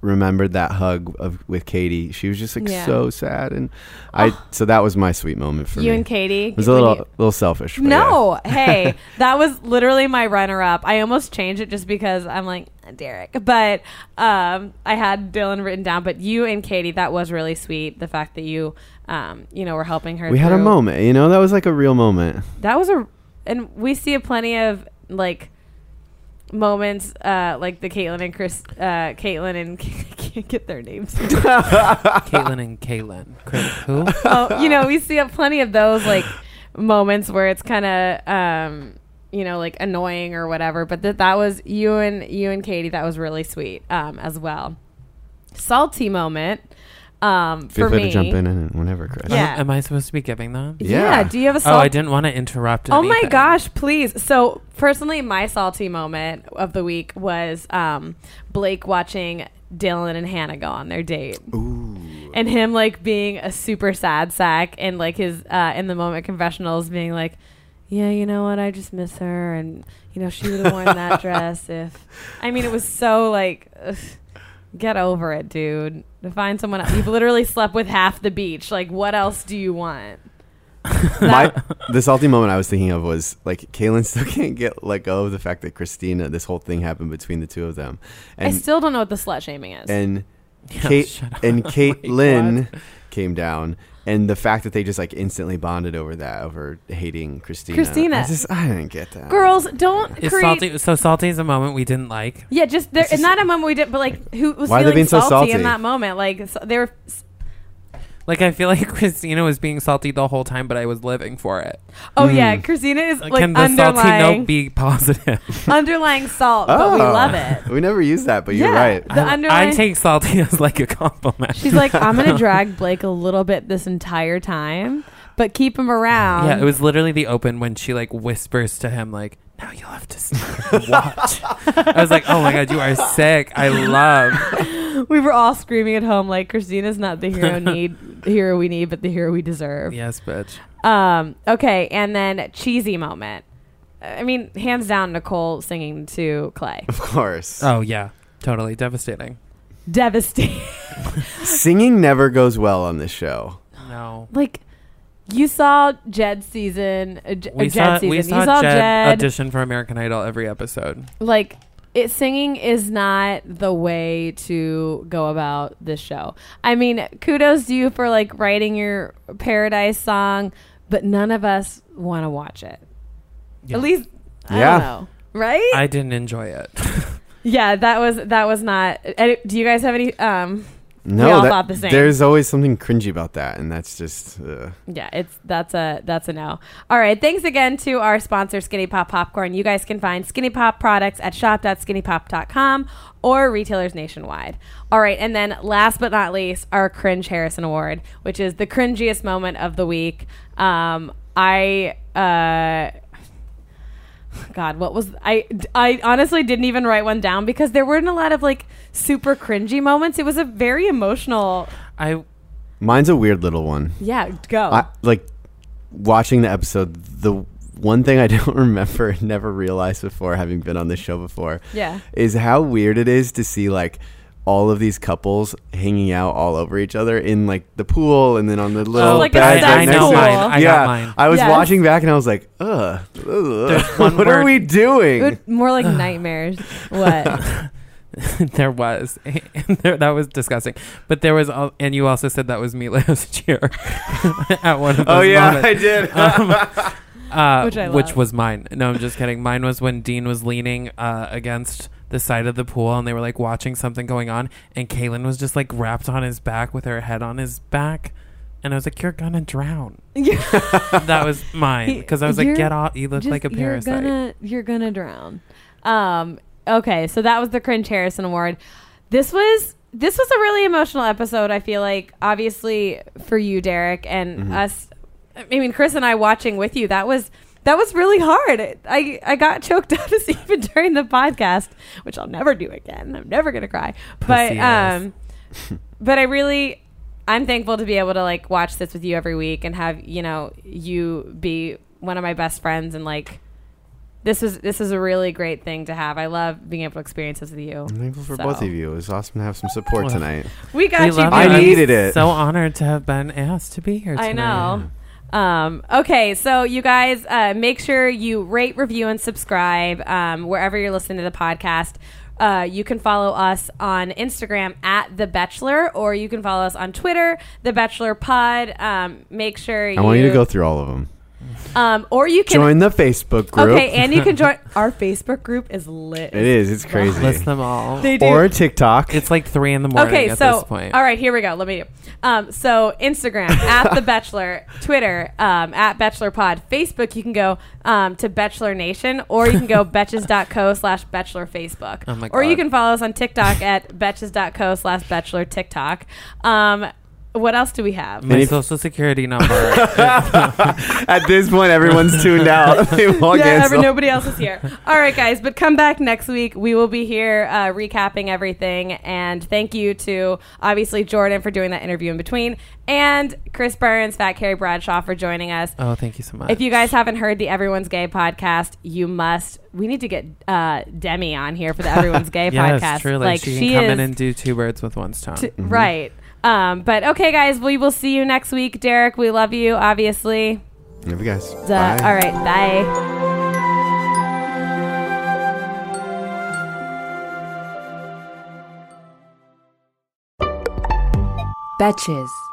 A: remembered that hug of with Katie. She was just like
B: Yeah.
A: so
B: Oh.
A: sad, and I. So that was my sweet moment for
B: You
A: me.
B: and Katie.
A: It was a
B: when
A: little,
B: you-
A: little selfish. but
B: No,
A: <laughs>
B: hey, that was literally my runner up. I almost changed it just because I'm like Derek, but um, I had Dylan written down. But you and Katie, that was really sweet. The fact that you um, you know, we're helping her.
A: We had a
B: through.
A: moment, you know, that was like a real moment.
B: That was a, and we see a plenty of like moments, uh, like the Caitlin and Chris, uh, Caitlin and <laughs> I can't get their names.
D: Caitlin and Caitlin. Chris,
B: <laughs>
D: who?
B: oh, you know,
D: <laughs>
B: we see a plenty of those like moments where it's kind of, um, you know, like annoying or whatever. But that that was you and you and Katie. That was really sweet um, as well. Salty moment um,
A: Feel
B: for
A: free
B: me.
A: to jump in and whenever, Chris.
B: Yeah.
D: Am I supposed to be giving them?
B: Yeah.
A: Yeah.
B: Do you have a salty?
D: Oh, I didn't want to interrupt.
B: Oh my
D: anything.
B: gosh, please. So, personally, my salty moment of the week was um, Blake watching Dylan and Hannah go on their date. And him like being a super sad sack and like his uh, in the moment confessionals being like, yeah, you know what? I just miss her. And, you know, she would have worn that dress if. I mean, it was so like, ugh, get over it, dude. To find someone else. You've literally slept with half the beach. Like, what else do you want?
A: My,
B: <laughs>
A: the salty moment I was thinking of was like Kaylin still <laughs> can't get let go of the fact that Christina, this whole thing happened between the two of them,
B: I
A: and
B: still don't know what the slut shaming is. <laughs>
A: and Kate
D: shut up.
B: Oh
A: and Caitlin
D: what?
A: came down, and the fact that they just like instantly bonded over that, over hating Christina.
B: Christina.
A: I just I didn't get that.
B: girls don't
D: Is
B: create.
D: salty, so salty is a moment we didn't like.
B: Yeah, just there. Not a moment we did, but like who was
A: Why are they
B: feeling
A: being so
B: salty, in
A: salty?
B: that moment? Like so they were. s-
D: Like I feel <laughs> like Christina was being salty the whole time, but I was living for it.
B: Oh
A: Hmm.
B: yeah, Christina is like
D: Can the salty
B: underlying
D: note be <laughs> positive?
B: underlying salt, but we
A: Oh.
B: love it.
A: We never use that, but <laughs> you're
B: Yeah.
A: right.
B: The underlying.
D: I take salty <laughs> as like a
B: <laughs>
D: compliment.
B: she's like, I'm
D: <laughs>
B: gonna drag Blake a little bit this entire time, but keep him around.
D: yeah, it was literally the open when she like whispers to him like, "Now you'll have
B: <laughs>
D: to sneak and watch." I was like, "Oh my god, you are sick." I love.
B: <laughs>
D: <laughs>
B: we were all screaming at home like Christina's not the hero need hero we need, but the hero we deserve.
D: Yes, bitch.
B: Um, okay, and then cheesy moment. I mean, hands down, Nicole singing to Clay.
A: Of course.
D: Oh yeah, totally devastating.
B: Devastating. <laughs>
A: Singing never goes well on this show.
D: No.
B: Like, you saw Jed season. Uh, J-
D: We
B: uh, Jed
D: saw,
B: season.
D: we
B: you
D: saw
B: saw
D: Jed,
B: Jed.
D: audition for American Idol every episode.
B: like, it, singing is not the way to go about this show. I mean, kudos to you for, like, writing your Paradise song, but none of us want to watch it.
D: Yeah.
B: At least, I
A: Yeah.
B: don't know. Right?
D: I didn't enjoy it.
B: yeah, that was that was not. uh, Do you guys have any? Um,
A: No,
B: all
A: that-
B: thought the same.
A: there's always something cringy about that, and that's just uh,
B: Yeah, it's that's a that's a no. All right, thanks again to our sponsor Skinny Pop Popcorn. You guys can find Skinny Pop products at shop.skinnypop.com or retailers nationwide. All right, and then last but not least, our Cringe Harrison Award, which is the cringiest moment of the week. Um, I uh God, what was I? I honestly didn't even write one down because there weren't a lot of like super cringy moments. It was a very emotional.
D: I <laughs>
A: mine's a weird little one.
B: Yeah, go.
A: I like watching the episode. The one thing I <laughs> don't remember, and never realized before, having been on this show before,
B: Yeah.
A: is how weird it is to see like all of these couples hanging out all over each other in like the pool, and then on the little
B: Oh, like a
A: bed
B: sex
A: right next
B: pool.
A: to it.
B: I know mine.
D: I got
A: yeah,
D: mine.
A: I was
B: Yes.
A: watching back, and I was like, ugh, ugh
D: one
A: what are
D: word-
A: we doing?
B: It would- more
D: <sighs>
B: like nightmares. What?
D: <laughs> there was <laughs> and there, that was disgusting. But there was al- and you also said that was me <laughs> last year at one of those
A: oh yeah,
D: moments.
A: I did. <laughs>
D: Um, uh,
B: Which I love.
D: was mine. No, I'm just kidding. Mine was when Dean was leaning uh, against the side of the pool and they were like watching something going on, and Kaylin was just like wrapped on his back with her head on his back. And I was like, "You're
B: <laughs>
D: gonna drown." that was mine because I was like,
B: You're
D: "Get off! You look like a
B: Just-
D: parasite."
B: You're gonna, you're gonna drown. Um, okay, so that was the Cringe Harrison Award. This was this was a really emotional episode. I feel like, obviously, for you, Derek, and
D: Mm-hmm.
B: us. I mean, Chris and I watching with you. That was that was really hard. I I got choked <laughs> up even during the podcast, which I'll never do again. I'm never gonna cry. But
D: Pussy ass. <laughs>
B: um, but I really I'm thankful to be able to like watch this with you every week and have, you know, you be one of my best friends and like this is this is a really great thing to have. I love being able to experience this with you.
A: I'm thankful for
B: So.
A: both of you. It was awesome to have some support
D: Well,
A: tonight.
B: We got
D: We
B: you.
D: love
A: I
D: you.
B: guys.
D: I'm
A: needed it.
D: So honored to have been asked to be here. Tonight.
B: I know. Um, okay, so you guys, uh, make sure you rate, review, and subscribe um, wherever you're listening to the podcast. Uh, you can follow us on Instagram at The Bachelor, or you can follow us on Twitter, The Bachelor Pod. Um, make sure
A: I want you to go through all of them.
B: Um, or you can
A: Join the Facebook group.
B: Okay, and you can
D: <laughs>
B: join our Facebook group is
A: it
B: lit.
A: is. It's crazy.
D: List them all.
B: They do.
A: or TikTok.
D: It's like three in the morning
B: okay,
D: at
B: so
D: this point.
B: all right, here we go. Let me do. Um, so
D: <laughs>
B: Instagram at the Bachelor, Twitter um, at Bachelor Pod, Facebook you can go um, to Bachelor Nation, or you can
D: <laughs>
B: go betches.co slash Bachelor Facebook,
D: Oh my
B: or you
D: God.
B: can follow us on TikTok at betches.co slash Bachelor TikTok. Um, what else do we have?
D: My
A: And if-
D: social security number.
A: <laughs> At this point, everyone's tuned out. they all
B: yeah, every,
A: cancel.
B: nobody else is
D: <laughs>
B: here. All right, guys, but come back next week. We will be here uh, recapping everything. And thank you to obviously Jordan for doing that interview in between, and Chris Burns, Fat Carrie Bradshaw for joining us.
D: oh, thank you so much.
B: If you guys haven't heard the Everyone's Gay podcast, you must. We need to get uh, Demi on here for the
D: <laughs>
B: Everyone's Gay
D: yes,
B: podcast.
D: truly,
B: Like
D: she,
B: she,
D: can come
B: is
D: in and mm-hmm. do two birds with one stone.
B: t- right. Um, but okay, guys, we will see you next week, Derek. We love you, obviously.
A: Love you guys.
B: Duh.
A: Bye.
B: All right, bye.
H: Betches.